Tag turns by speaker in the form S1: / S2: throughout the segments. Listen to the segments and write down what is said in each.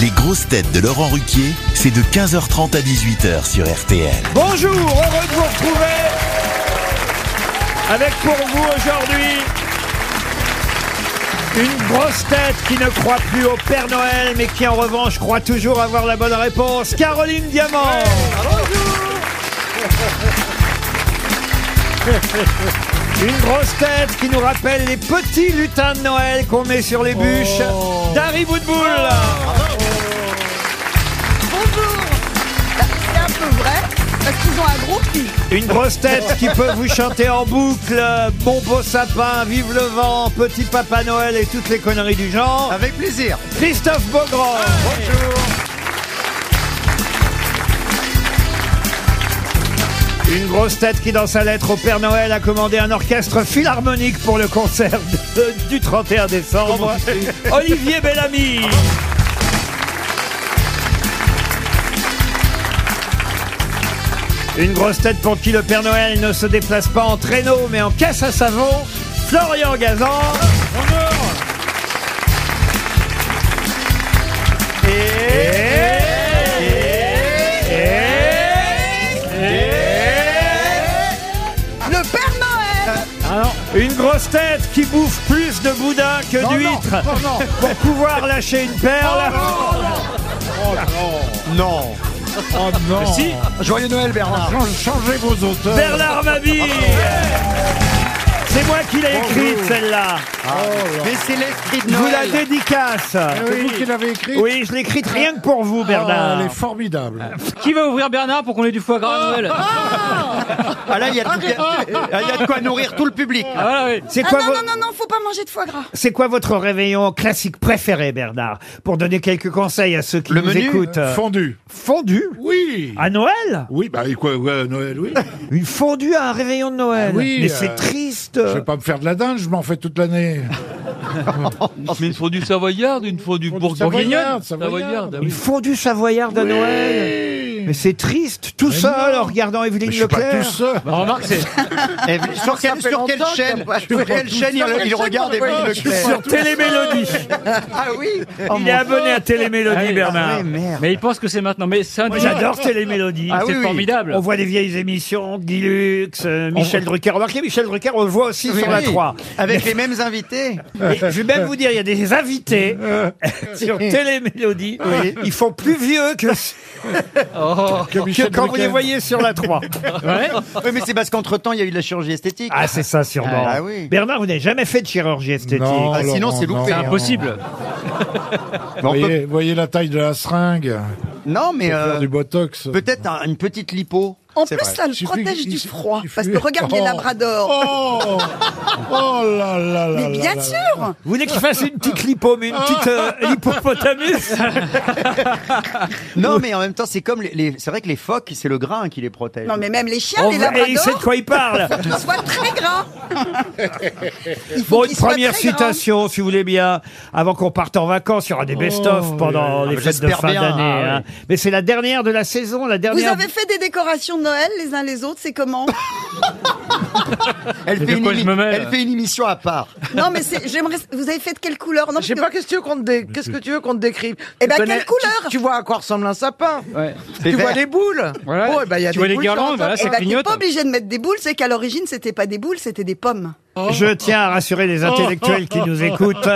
S1: Les grosses têtes de Laurent Ruquier, c'est de 15h30 à 18h sur RTL.
S2: Bonjour, heureux de vous retrouver avec pour vous aujourd'hui une grosse tête qui ne croit plus au Père Noël mais qui en revanche croit toujours avoir la bonne réponse, Caroline Diamant. Une grosse tête qui nous rappelle les petits lutins de Noël qu'on met sur les bûches. Dari Boudboul.
S3: Bonjour Bah, C'est un peu vrai, parce qu'ils ont un gros cul.
S2: Une grosse tête qui peut vous chanter en boucle euh, Mon beau sapin, vive le vent, petit papa Noël et toutes les conneries du genre.
S4: Avec plaisir. Ah,
S2: Christophe Beaugrand. Bonjour. Une grosse tête qui, dans sa lettre au Père Noël, a commandé un orchestre philharmonique pour le concert de- du 31 décembre. Olivier Bellamy. Une grosse tête pour qui le Père Noël ne se déplace pas en traîneau mais en caisse à savon, Florian Gazan.
S3: Le Père Noël
S2: Une grosse tête qui bouffe plus de boudin que
S4: Non, non,
S2: d'huîtres
S4: non, non.
S2: pour pouvoir lâcher une perle.
S4: Non.
S5: Oh non
S4: Joyeux Noël, Bernard.
S5: Ah, Change- Changez vos auteurs Ah,
S2: Bernard Mabille C'est moi qui l'ai écrite celle-là.
S4: Ah, Mais c'est l'esprit de
S2: Je vous la
S4: Noël.
S2: dédicace.
S5: C'est vous qui l'avez écrit
S2: Ah, Oui, je l'ai écrite rien que pour vous,
S5: Ah,
S2: Bernard. Ah.
S5: Elle est formidable
S6: Qui va ouvrir Bernard pour qu'on ait du foie gras à Noël
S4: Ah là, il y, a de- il y a- il y a de quoi nourrir tout le public.
S6: Ah voilà, oui.
S2: C'est
S3: Ah
S2: quoi,
S3: non,
S2: vo-
S3: non, non, non, faut pas manger de foie gras.
S2: c'est quoi votre réveillon classique préféré, Bernard Pour donner quelques conseils à ceux qui
S4: Le
S2: nous
S4: menu,
S2: écoutent. euh,
S5: Fondue
S2: Fondue
S5: Oui
S2: À Noël
S5: Oui, bah et quoi, ouais, Noël, oui
S2: Une fondue à un réveillon de Noël.
S5: Ah oui,
S2: Mais
S5: euh,
S2: c'est triste.
S5: Je vais pas me faire de la dinde, je m'en fais toute l'année
S7: Ah, Mais une fondue savoyarde, une fondue
S5: Fondue
S7: bourguignonne.
S5: savoyarde, savoyarde.
S7: Savoyarde, ah
S2: Une
S7: oui.
S2: fondue savoyarde à Noël. Mais c'est triste, tout seul, en regardant Evelyne
S5: Mais Je suis pas
S2: Leclerc.
S5: tout seul
S6: Bah, remarque, c'est
S4: Et Eh,
S2: Ah,
S4: sur quelle, sur quelle chaîne, sur quelle chaîne il, il regarde Émile Leclerc
S2: Sur Télémélodie.
S4: Ah oui
S2: Il est abonné à Télémélodie,
S6: Ah oui.
S2: Bernard.
S4: Ah oui, merde.
S6: Oh, Mais il pense que c'est maintenant. Mais c'est un
S2: Moi,
S6: des-
S2: J'adore Télémélodie.
S4: Ah
S6: C'est
S4: oui, oui.
S6: formidable.
S2: On voit des vieilles émissions, Guy Lux, euh, Michel Drucker. Remarquez, Michel Drucker, on le voit aussi
S4: Oui,
S2: sur la
S4: oui.
S2: 3.
S4: Avec les mêmes invités.
S2: Et je vais même vous dire, il y a des invités
S4: Euh.
S5: Euh.
S2: sur Télémélodie. Ils font plus vieux que, Oh.
S5: que
S2: que
S5: Michel
S2: quand vous
S5: Drucker.
S2: les voyez sur la 3.
S6: Ouais.
S4: Oui, mais c'est parce qu'entre-temps, il y a eu de la chirurgie esthétique.
S2: Ah, c'est ça, sûrement.
S4: Ah, oui.
S2: Bernard, vous n'avez jamais fait de chirurgie esthétique.
S5: Non,
S4: Ah, sinon,
S5: Laurent,
S4: c'est loupé.
S5: non.
S4: C'est
S6: Impossible.
S4: Mais on peut-
S5: Voyez, voyez la taille de la seringue
S4: Non, mais
S5: Faire
S4: euh,
S5: du botox
S4: peut-être un- une petite lipo.
S3: En
S4: C'est
S3: plus,
S4: vrai.
S3: ça le
S5: Suffit-
S3: protège du
S5: il-
S3: froid.
S5: il-
S3: Parce que regarde les
S5: Oh.
S3: labradors.
S5: Oh Oh là là là
S3: Mais
S5: là
S3: bien
S5: là.
S3: sûr
S2: Vous voulez que je fasse une petite lipo, mais une petite euh, hippopotamus
S4: Non, mais en même temps, c'est comme les, les- c'est vrai que les phoques, c'est le grain qui les protège.
S3: Non, mais même les chiens,
S2: On
S3: les
S2: va- Et il sait de
S3: labradors,
S2: quoi il parle
S3: ils soient très gras.
S4: ah
S3: Il faut
S2: Bon, une
S3: qu'ils soient
S2: première
S3: très gras.
S2: citation, si vous voulez bien, avant qu'on parte en vacances. Il y aura des best-of
S3: Oh,
S2: pendant les
S4: mais
S2: fêtes de
S4: j'espère
S2: fin d'année.
S4: bien, ah
S2: hein. Mais c'est la dernière de la saison, la
S3: Vous
S2: dernière.
S3: avez fait des décorations de Noël les uns les autres, c'est comment
S4: Elle, fait une,
S6: quoi je
S4: émi-
S6: me mêle
S4: elle fait une émission à part.
S3: Non, mais c'est- j'aimerais. Vous avez fait de quelle couleur Non,
S8: Je sais
S3: parce
S8: pas, qu'est-ce que tu veux qu'on te dé- qu'est-ce que tu veux qu'on te décrive
S3: Eh
S8: Tu
S3: ben,
S8: connais-
S3: quelle couleur
S8: tu, tu vois à quoi ressemble un sapin
S6: Ouais.
S4: C'est
S8: Tu vois
S4: vert.
S8: les boules
S6: Voilà.
S3: Oh,
S8: Bon,
S3: Bah,
S8: eh ben, il y a
S6: Tu
S8: des
S6: vois les
S8: boules sur
S6: guirlandes,
S8: un
S6: voilà,
S3: Eh
S6: ça
S8: sapin.
S3: ben, t'es
S6: clignote.
S3: pas obligé de mettre des boules, c'est qu'à l'origine, c'était pas des boules, c'était des pommes.
S4: Oh.
S2: Je tiens à rassurer
S3: Oh.
S2: les intellectuels qui nous écoutent.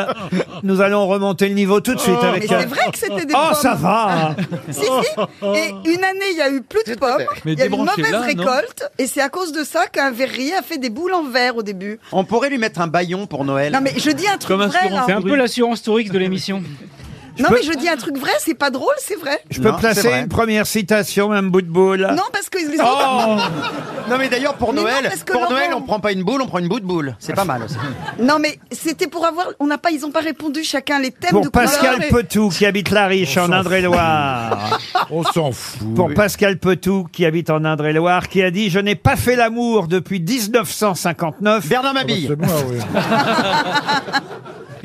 S2: Nous allons remonter le niveau tout de
S4: Oh.
S2: suite
S3: Oh, Mais
S2: avec.
S3: c'est
S2: un-
S3: vrai que c'était des pommes.
S2: Oh, ça va
S3: Si, si. Et une année, il y a eu plus de pommes,
S7: Mais
S3: il y a eu une
S7: débranchez-la,
S3: mauvaise
S7: non
S3: récolte, et c'est à cause de ça qu'un verrier a fait des boules en verre au début.
S4: On pourrait lui mettre un baillon pour Noël.
S3: Non, mais je dis un truc
S7: Comme un
S3: vrai, là.
S6: C'est un peu l'assurance touriste de l'émission.
S3: Non, mais je dis un truc vrai, c'est pas drôle, c'est vrai.
S2: Je peux
S4: Non, c'est
S2: placer
S4: vrai.
S2: une Oh. première citation, même bout de boule.
S3: Non, parce que les autres...
S4: Non, mais d'ailleurs pour
S3: Mais non,
S4: Noël,
S3: parce que
S4: pour
S3: Laurent-
S4: Noël, on prend pas une boule, on prend une bout de boule. C'est pas mal. aussi.
S3: Non, mais c'était pour avoir... On n'a pas... Ils ont pas répondu chacun les thèmes de
S2: Pour
S3: couleur.
S2: Pascal Petou, qui habite La Riche, en Indre-et-Loire.
S5: On s'en fout
S2: Pour Pascal Petou, qui habite en Indre-et-Loire, qui a dit Je n'ai pas fait l'amour depuis 1959.
S4: Bernard
S5: Ah bah,
S4: Mabille.
S5: C'est moi, oui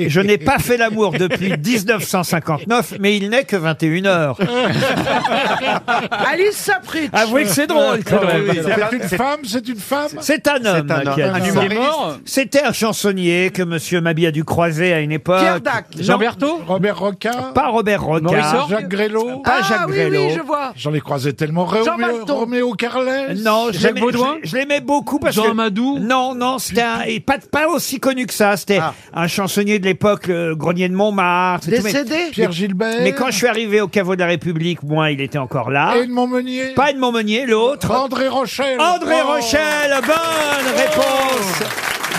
S2: Je n'ai pas fait l'amour depuis 1959, mais il n'est que 21 heures.
S8: Alice Sapritch.
S2: Avouez que c'est drôle quand même.
S5: Ah, C'est une femme, c'est une femme.
S2: C'est un homme.
S4: un homme.
S2: qui a
S4: Un
S2: dit ça.
S4: humain.
S7: Il est mort
S2: C'était un chansonnier que Monsieur Mabia du Croiset à une époque.
S8: Pierre Dac.
S6: Jean Berthaud
S5: Robert Roca.
S2: Pas Robert Rocard.
S6: Maurice
S5: Jacques Grélot.
S2: Pas Jacques
S8: ah, oui,
S2: Grélot.
S8: oui, je vois.
S5: J'en ai euh, croisé tellement. Roméo,
S8: Maston.
S5: Roméo Carlet.
S2: Euh, Non,
S6: Jacques
S2: j'aimais-
S6: Baudouin
S2: je, je l'aimais beaucoup parce
S7: Jean
S2: que
S7: Amadou
S2: non, non, c'était un- et pas pas aussi connu que ça. C'était
S5: Ah.
S2: un chansonnier de l'époque, le Grenier de Montmartre. et tout, mais-
S8: Décédé.
S5: Pierre Gilbert.
S2: Mais quand je suis arrivé au caveau de la République, moi, il était encore là.
S5: Anne Montmeunier.
S2: Ah. Pas de Montmenier, l'autre.
S5: André Rochelle.
S2: André
S5: Oh.
S2: Rochelle, bonne réponse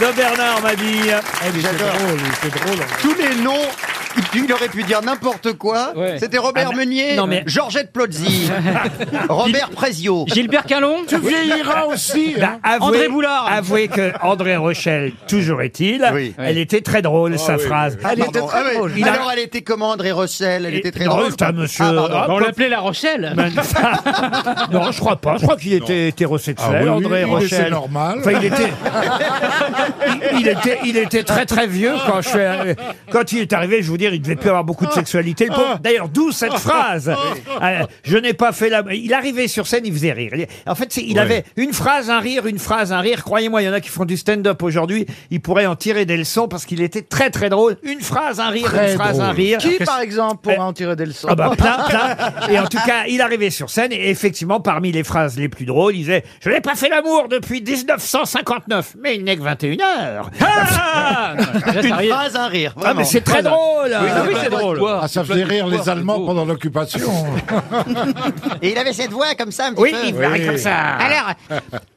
S2: de Bernard Mabille.
S5: Eh, mais C'est
S4: J'adore.
S5: drôle, c'est drôle.
S4: Tous les noms, il, il aurait pu dire n'importe quoi.
S6: Ouais.
S4: C'était Robert
S2: Ah, mais-
S4: Meunier,
S2: non, mais-
S4: Georgette Plozzi, Robert Prezio.
S6: Gilbert Calon
S5: Tu vieilliras aussi.
S2: Bah,
S5: hein.
S2: avouez,
S6: André Boulard.
S2: Avouez que André Rochelle, toujours est-il,
S4: Oui.
S2: elle était très drôle, sa phrase.
S4: Ah, pardon.
S8: était très
S4: Ah ouais.
S8: drôle.
S2: Il a-
S4: Alors elle était comment André Rossel Elle
S2: Et-
S4: était très
S2: non,
S4: drôle.
S2: c'est un monsieur.
S4: Ah, pardon.
S2: Ah,
S6: On l'appelait La Rochelle.
S2: non, je crois pas. Je crois qu'il était hétérosexuel,
S5: Ah oui,
S2: André
S5: oui,
S2: Rochelle.
S5: c'est normal.
S2: Enfin, il était... il, il était, il était très très vieux quand je suis arrivé. Quand il est arrivé, je vous dire, il devait plus avoir beaucoup de sexualité. Le pauvre- D'ailleurs, d'où cette phrase. Euh, je n'ai pas fait la. Il arrivait sur scène, il faisait rire. Il- En fait, c'est- il avait une phrase, un rire, une phrase, un rire. Croyez-moi, il y en a qui font du stand-up aujourd'hui. Ils pourraient en tirer des leçons parce qu'il était très très drôle. Une phrase, un rire,
S5: Très
S2: une phrase, un
S5: drôle.
S2: rire.
S8: Qui, par exemple, pourra en tirer des leçons
S2: Ah bah plein, plein. Et en tout cas, il arrivait sur scène et effectivement, parmi les phrases les plus drôles, il disait « Je n'ai pas fait l'amour depuis 1959, mais il n'est que 21 heures Ah
S6: Là, ça
S4: Une
S6: arrive.
S4: phrase, un rire. !»
S2: Ah
S4: Vraiment.
S2: mais c'est très drôle
S6: Ah oui, c'est drôle.
S5: Ah, ça faisait rire les Allemands pendant l'occupation.
S4: Et il avait cette voix comme ça un petit
S2: Oui,
S4: peu.
S2: il parlait comme ça
S4: Alors,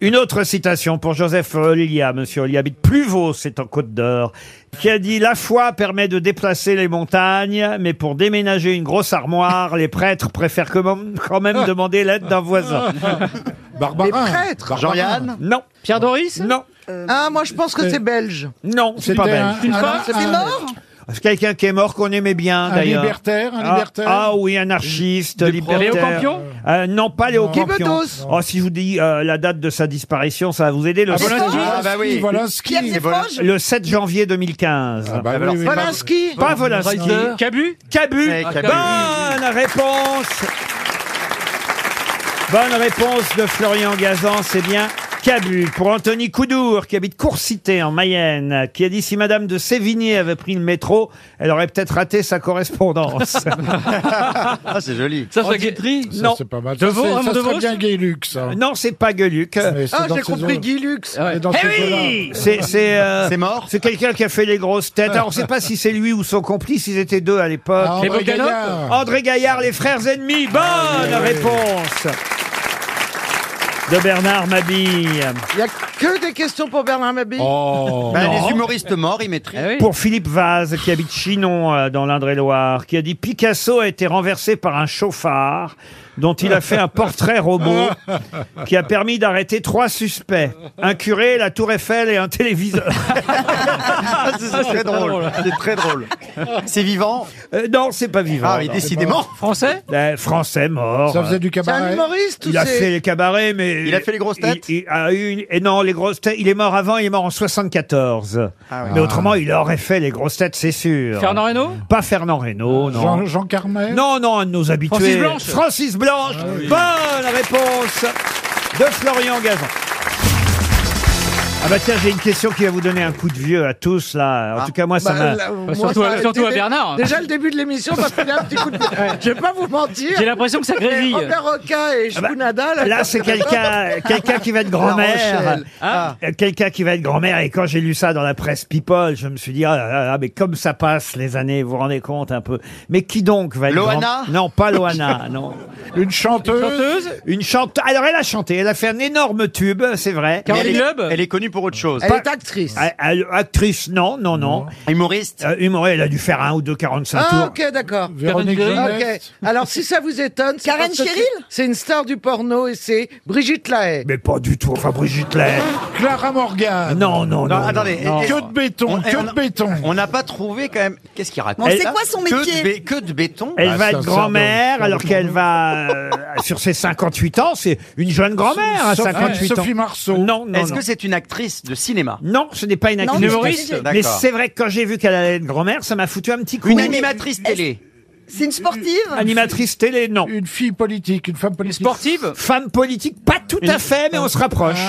S2: Une autre citation pour Joseph Olia, monsieur Olia habite Pluvaux, c'est en Côte d'Or, qui a dit La foi permet de déplacer les montagnes, mais pour déménager une grosse armoire, les prêtres préfèrent quand même- quand même demander l'aide d'un voisin.
S5: Barbarin.
S8: Les prêtres.
S5: Barbarin.
S4: Jean-Yann
S2: Non,
S6: Pierre Doris
S2: non,
S8: Ah, moi, je pense que c'est belge.
S2: non, c'est pas
S5: C'était
S4: Ah,
S2: belge.
S5: un- un-
S8: femme,
S5: un-
S2: ah.
S6: Ah,
S8: c'est mort
S2: C'est quelqu'un qui est mort qu'on aimait bien
S5: Un
S2: d'ailleurs.
S5: libertaire, un
S2: Ah,
S5: libertaire.
S2: Ah, oui, anarchiste, libertaire.
S6: Léo Campion
S2: Euh, Non, pas Léo Campion.
S8: Guébedos.
S2: Oh, si je vous dis euh, la date de sa disparition, ça va vous aider. Le,
S5: Ah,
S2: 7,
S5: Volinsky.
S4: Ah, bah oui.
S5: Volinsky.
S8: Pierre des
S4: voilà.
S8: Franges
S2: le 7 janvier 2015.
S5: Ah, bah oui, oui,
S8: Polanski
S2: Pas Volinsky.
S7: Reiser.
S6: Cabu
S2: Cabu.
S4: Ouais, Cabu.
S2: Bonne réponse. Bonne réponse de Florian Gazan, c'est bien Cabu. Pour Anthony Coudour, qui habite Courcité en Mayenne, qui a dit si Madame de Sévigné avait pris le métro, elle aurait peut-être raté sa correspondance.
S4: Ah, c'est joli.
S7: Ça, ça
S4: Oh,
S7: guetterie
S5: Ça,
S2: Non.
S5: C'est pas mal.
S6: De
S5: Ça,
S6: Vaux,
S5: c'est-
S6: Raymond
S5: ça
S6: de
S5: serait
S6: Vaux
S5: bien Gaylux. ça.
S2: Euh, non, c'est pas Gueluc.
S5: Mais c'est
S8: Ah,
S5: dans
S8: j'ai
S5: ces
S8: compris
S5: eaux-là.
S8: Guy Lux.
S5: Mais dans ces eaux-là.
S2: C'est c'est euh,
S4: C'est mort
S2: c'est quelqu'un qui a fait les grosses têtes. Alors on sait pas si c'est lui ou son complice. Ils étaient deux à l'époque.
S5: Ah,
S6: Les
S5: André
S6: Bogdanov
S5: Gaillard. Ah,
S2: André Gaillard, les frères ennemis. Bonne réponse de Bernard Mabille.
S8: Il y a que des questions pour Bernard Mabille.
S5: Oh.
S2: Bah,
S4: Ben, Les humoristes morts, ils mettraient.
S6: Ah oui.
S2: Pour Philippe Vaz, qui habite Chinon euh, dans l'Indre-et-Loire, qui a dit Picasso a été renversé par un chauffard dont il a fait un portrait robot qui a permis d'arrêter trois suspects. Un curé, la tour Eiffel et un téléviseur.
S4: Ah, c'est très drôle. C'est très drôle. C'est vivant.
S2: Euh, non, c'est pas vivant.
S4: Ah oui,
S2: non.
S4: décidément.
S6: Français
S2: Euh, Français mort.
S5: Ça faisait du
S8: C'est un
S5: cabaret.
S8: humoriste ou
S2: Il a
S8: c'est-
S2: fait les cabarets, mais.
S4: Il a fait les grosses têtes
S2: il, il a eu une- Et non, les grosses têtes. Il est mort avant, il est mort en 74.
S4: Ah oui.
S2: Mais autrement, il aurait fait les grosses têtes, c'est sûr.
S6: Fernand Reynaud
S2: Pas Fernand Reynaud, non.
S5: Jean, Jean Carmet.
S2: Non, non, un de nos habitués.
S6: Francis Blanche. Ah.
S2: Francis Blanche.
S8: Ah
S2: Bonne réponse de Florian Gazan. Ah bah tiens, j'ai une question qui va vous donner un coup de vieux à tous, là. En tout cas, moi, ça
S8: Bah,
S2: m'a...
S8: là, moi,
S6: surtout
S8: ça
S6: à-
S8: a
S6: surtout
S8: été-
S6: à Bernard.
S8: Déjà, le début de l'émission m'a fait un petit coup de... Je vais pas vous mentir.
S6: J'ai l'impression que ça grésille.
S8: Robert Roca et
S2: bah,
S8: Shkunada,
S2: Là, c'est quelqu'un quelqu'un qui va être
S8: La
S2: grand-mère.
S8: Rochelle.
S2: Ah. Euh, Quelqu'un qui va être grand-mère. Et quand j'ai lu ça dans la presse People, je me suis dit, ah là là là, mais comme ça passe les années, vous vous rendez compte un peu. Mais qui donc va être
S4: Loana
S2: grand- Non, pas Loana, non.
S5: Une chanteuse.
S6: Chanteuse
S2: Une chanteuse. Alors, elle a chanté. Elle a fait un énorme tube, c'est vrai.
S4: Mais
S6: Caroline
S4: elle, est,
S6: Loeb
S4: elle est connue pour autre chose.
S8: Elle est actrice.
S2: Ah, ah, Actrice, non, non, non.
S4: Humoriste.
S2: Euh, humoriste, elle a dû faire un ou deux 45
S8: Ah,
S2: tours.
S8: ok, d'accord.
S5: Véronique
S7: Karine Grey.
S8: Ok.
S5: Jeunesse.
S8: Alors, si ça vous étonne, c'est
S3: Karen
S8: parce que
S3: Cheryl
S8: c'est- C'est une star du porno et c'est Brigitte Lahaye.
S2: Mais pas du tout. Enfin, Brigitte Lay.
S5: Clara Morgan.
S2: Non, non, non.
S4: Non,
S2: non.
S4: attendez.
S2: Non.
S4: eh, eh,
S5: Que de béton.
S4: On-
S5: que
S4: on-
S5: de béton.
S4: On n'a pas trouvé quand même. Qu'est-ce qu'il raconte
S3: Bon, c'est
S4: là
S3: quoi son métier
S4: que de, bé- que de béton. Ah,
S2: Elle
S5: Bah,
S2: va
S5: c'est
S2: être
S5: un
S2: grand-mère
S5: cerveau.
S2: alors qu'elle va euh, sur ses 58 ans. C'est une jeune grand-mère à
S5: Sophie-
S2: 58 ans.
S5: Sophie Marceau.
S2: Non, non,
S4: Est-ce
S2: non.
S4: que c'est une actrice de cinéma.
S2: Non, ce n'est pas une
S3: Non,
S2: actrice.
S3: mais Humoriste
S4: c'est-
S2: Mais
S4: D'accord.
S2: c'est vrai que quand j'ai vu qu'elle allait être grand-mère, ça m'a foutu un petit coup.
S4: Une animatrice télé.
S3: C'est une
S2: Euh,
S3: sportive
S2: Animatrice télé, non.
S5: Une fille politique, une femme politique.
S6: Sportive
S2: Femme politique, pas tout à fait, mais on se rapproche.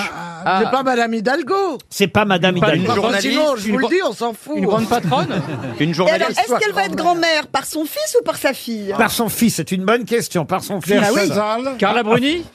S8: Ah, C'est pas Madame Hidalgo.
S2: C'est pas Madame
S4: Une
S2: Hidalgo.
S8: Pas
S4: journaliste,
S8: possible, je
S4: une
S8: vous le
S4: gro-
S8: dis, on s'en fout.
S6: Une grande patronne
S4: Une
S3: Et alors,
S4: journaliste.
S3: est-ce qu'elle va être grand-mère par son fils ou par sa fille
S2: Par son fils, c'est une bonne question. Par son fils.
S5: Claire Chazal.
S6: Carla Bruni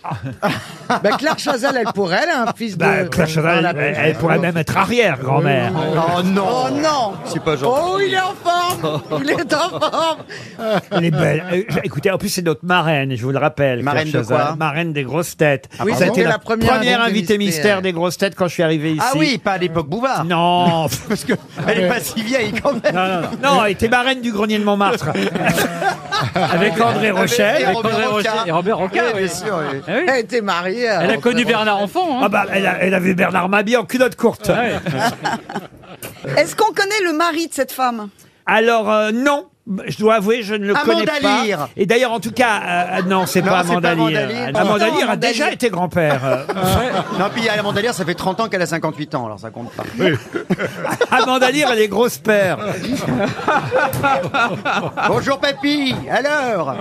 S8: Bah, Claire Chazal, elle pourrait, elle a un fils de.
S2: Bah, Claire Chazal,
S8: Voilà.
S2: elle, elle pourrait même être arrière-grand-mère.
S4: Oh
S8: Oh
S4: non
S8: non
S4: C'est pas gentil.
S8: Oh, il est en forme Il est en
S2: Ah
S8: forme
S2: Elle est belle. Euh, j- Écoutez, en plus, c'est notre marraine, je vous le rappelle. Claire
S4: Marraine de
S2: Chazal.
S4: quoi Ah,
S2: Marraine des grosses têtes.
S8: Oui,
S2: Ça a
S8: c'était
S2: été
S8: la première invitée
S2: invitée
S8: mystère.
S2: mystère des grosses têtes quand je suis arrivé ici.
S4: Ah oui, pas à l'époque Bouvard.
S2: Non, Ah
S4: Parce que elle est pas si vieille quand même.
S2: non, non, non, elle était marraine du grenier de Montmartre. Avec André Rochelle.
S4: Robert
S6: André
S4: Roca.
S6: Roca. Et Robert Roca,
S4: Oui,
S6: oui.
S4: bien sûr. oui.
S6: Ah oui.
S8: Elle était mariée.
S6: Elle a connu Bernard Enfant.
S2: Ah
S6: Hein.
S2: bah, elle, a- elle avait Bernard Mabie en culotte courte.
S6: Ouais.
S3: Est-ce qu'on connaît le mari de cette femme
S2: Alors, euh, non. Je dois avouer, je ne le
S4: Amanda
S2: connais pas.
S4: Lear.
S2: Et d'ailleurs, en tout cas, euh, non, c'est
S4: Non,
S2: pas
S4: c'est pas
S2: Amanda
S4: Amanda
S2: Lear.
S4: Lear.
S2: Amanda
S4: Pourtant,
S2: Lear a
S4: Amanda
S2: déjà
S4: Lear.
S2: été grand-père. Euh,
S4: Non, puis à la Mandalière, ça fait 30 ans qu'elle a 58 ans, alors ça compte pas.
S2: Amanda Lear, elle est grosse père.
S4: Bonjour papy, alors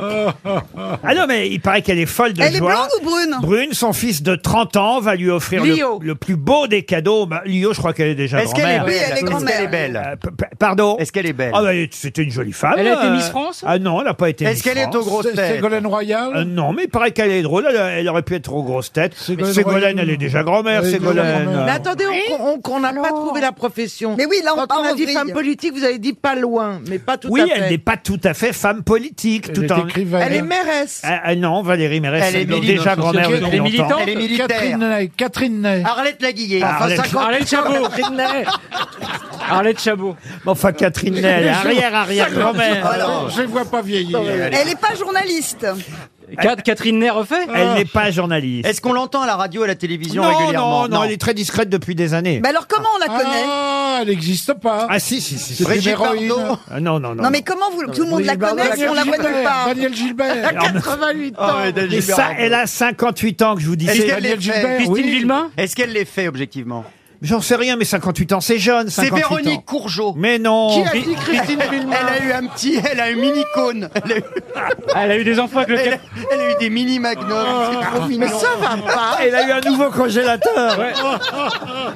S2: Ah non, mais il paraît qu'elle est folle de
S3: Elle est
S2: joie.
S3: blonde ou brune
S2: Brune, son fils de 30 ans, va lui offrir
S8: Lio.
S2: le, le plus beau des cadeaux. Bah, Lio, je crois qu'elle est déjà
S4: Est-ce qu'elle est
S2: grand-mère.
S4: belle
S3: Oui, elle est grand-mère.
S4: Est-ce qu'elle est belle
S2: Euh, p- p- Pardon
S4: Est-ce qu'elle est belle
S2: Ah bah, c'était une jolie femme.
S6: Elle a été
S2: euh.
S6: Miss France
S2: Ah non, elle n'a pas été Miss
S4: Est-ce qu'elle est aux
S2: France.
S4: grosses
S5: C'est-
S4: têtes
S5: Ségolène
S2: Euh,
S5: Royal.
S2: non, mais il paraît qu'elle est drôle. Elle, elle aurait pu être trop grosse tête.
S5: Ségolène
S2: Ségolène,
S5: Royal.
S2: elle est déjà grand-mère,
S5: Elle est déjà
S2: Ségolène.
S5: grand-mère.
S8: Mais attendez, on- on on n'a pas trouvé la profession.
S3: Mais oui, là, on
S8: Quand
S3: part
S8: on a
S3: en
S8: dit
S3: vrille.
S8: femme politique, vous avez dit pas loin, mais pas tout
S2: Oui,
S8: à fait.
S2: elle n'est pas tout à fait femme politique.
S5: Elle
S2: tout
S5: est
S2: en...
S5: écrivaine.
S8: Elle est mairesse.
S2: Ah, ah non, Valérie Mérès,
S4: Elle est
S2: elle est
S4: militante
S2: déjà grand-mère
S7: sociale.
S2: depuis
S6: Elle est militante
S2: longtemps.
S4: Elle est
S5: Catherine
S4: militaire.
S5: Ney. Catherine Ney.
S4: Arlette Laguillé.
S2: Ah, Arlette-
S6: Arlette Chabot Arlette Chabot.
S2: Mais Enfin, Catherine Ney, elle est arrière-arrière-grand-mère.
S4: Alors,
S5: Je ne vois pas vieillir.
S3: Elle n'est pas journaliste.
S6: Ca- Catherine Ney refait
S4: Ah.
S2: Elle n'est pas journaliste.
S4: Est-ce qu'on l'entend à la radio, à la télévision
S2: non,
S4: régulièrement
S2: Non, non, elle est très discrète depuis des années.
S3: Mais alors, comment on la connaît
S5: Ah, elle n'existe pas.
S2: Ah si, si, si. si.
S5: C'était une
S4: Brigitte
S5: héroïne.
S4: Bardot.
S2: Ah, Non, non, non.
S3: Non, mais comment vous, tout le monde
S2: bah,
S3: la
S8: Gilbert,
S3: connaît si on la voit nulle part
S5: Daniel Gilbert. Ah,
S8: 88 ans.
S2: Ah, Mais ça, elle a 58 ans que je vous dis.
S4: Est-ce
S2: C'est-
S4: qu'elle
S5: Daniel
S4: les fait
S5: Gilbert.
S6: Christine
S5: oui.
S6: Villemain
S4: Est-ce qu'elle les fait objectivement
S2: J'en sais rien, mais 58 ans, c'est jeune.
S4: C'est
S2: 58 ans.
S4: Véronique Courgeot.
S2: Mais non.
S8: Qui a dit Christine Villemain
S4: Elle a eu un petit, elle a eu mini cône. Elle a eu,
S6: Elle a eu des enfants avec le
S4: elle
S6: cap...
S4: a- elle a eu des mini magnums. C'est trop mignon.
S8: Mais ça va pas.
S2: Elle a eu un nouveau congélateur.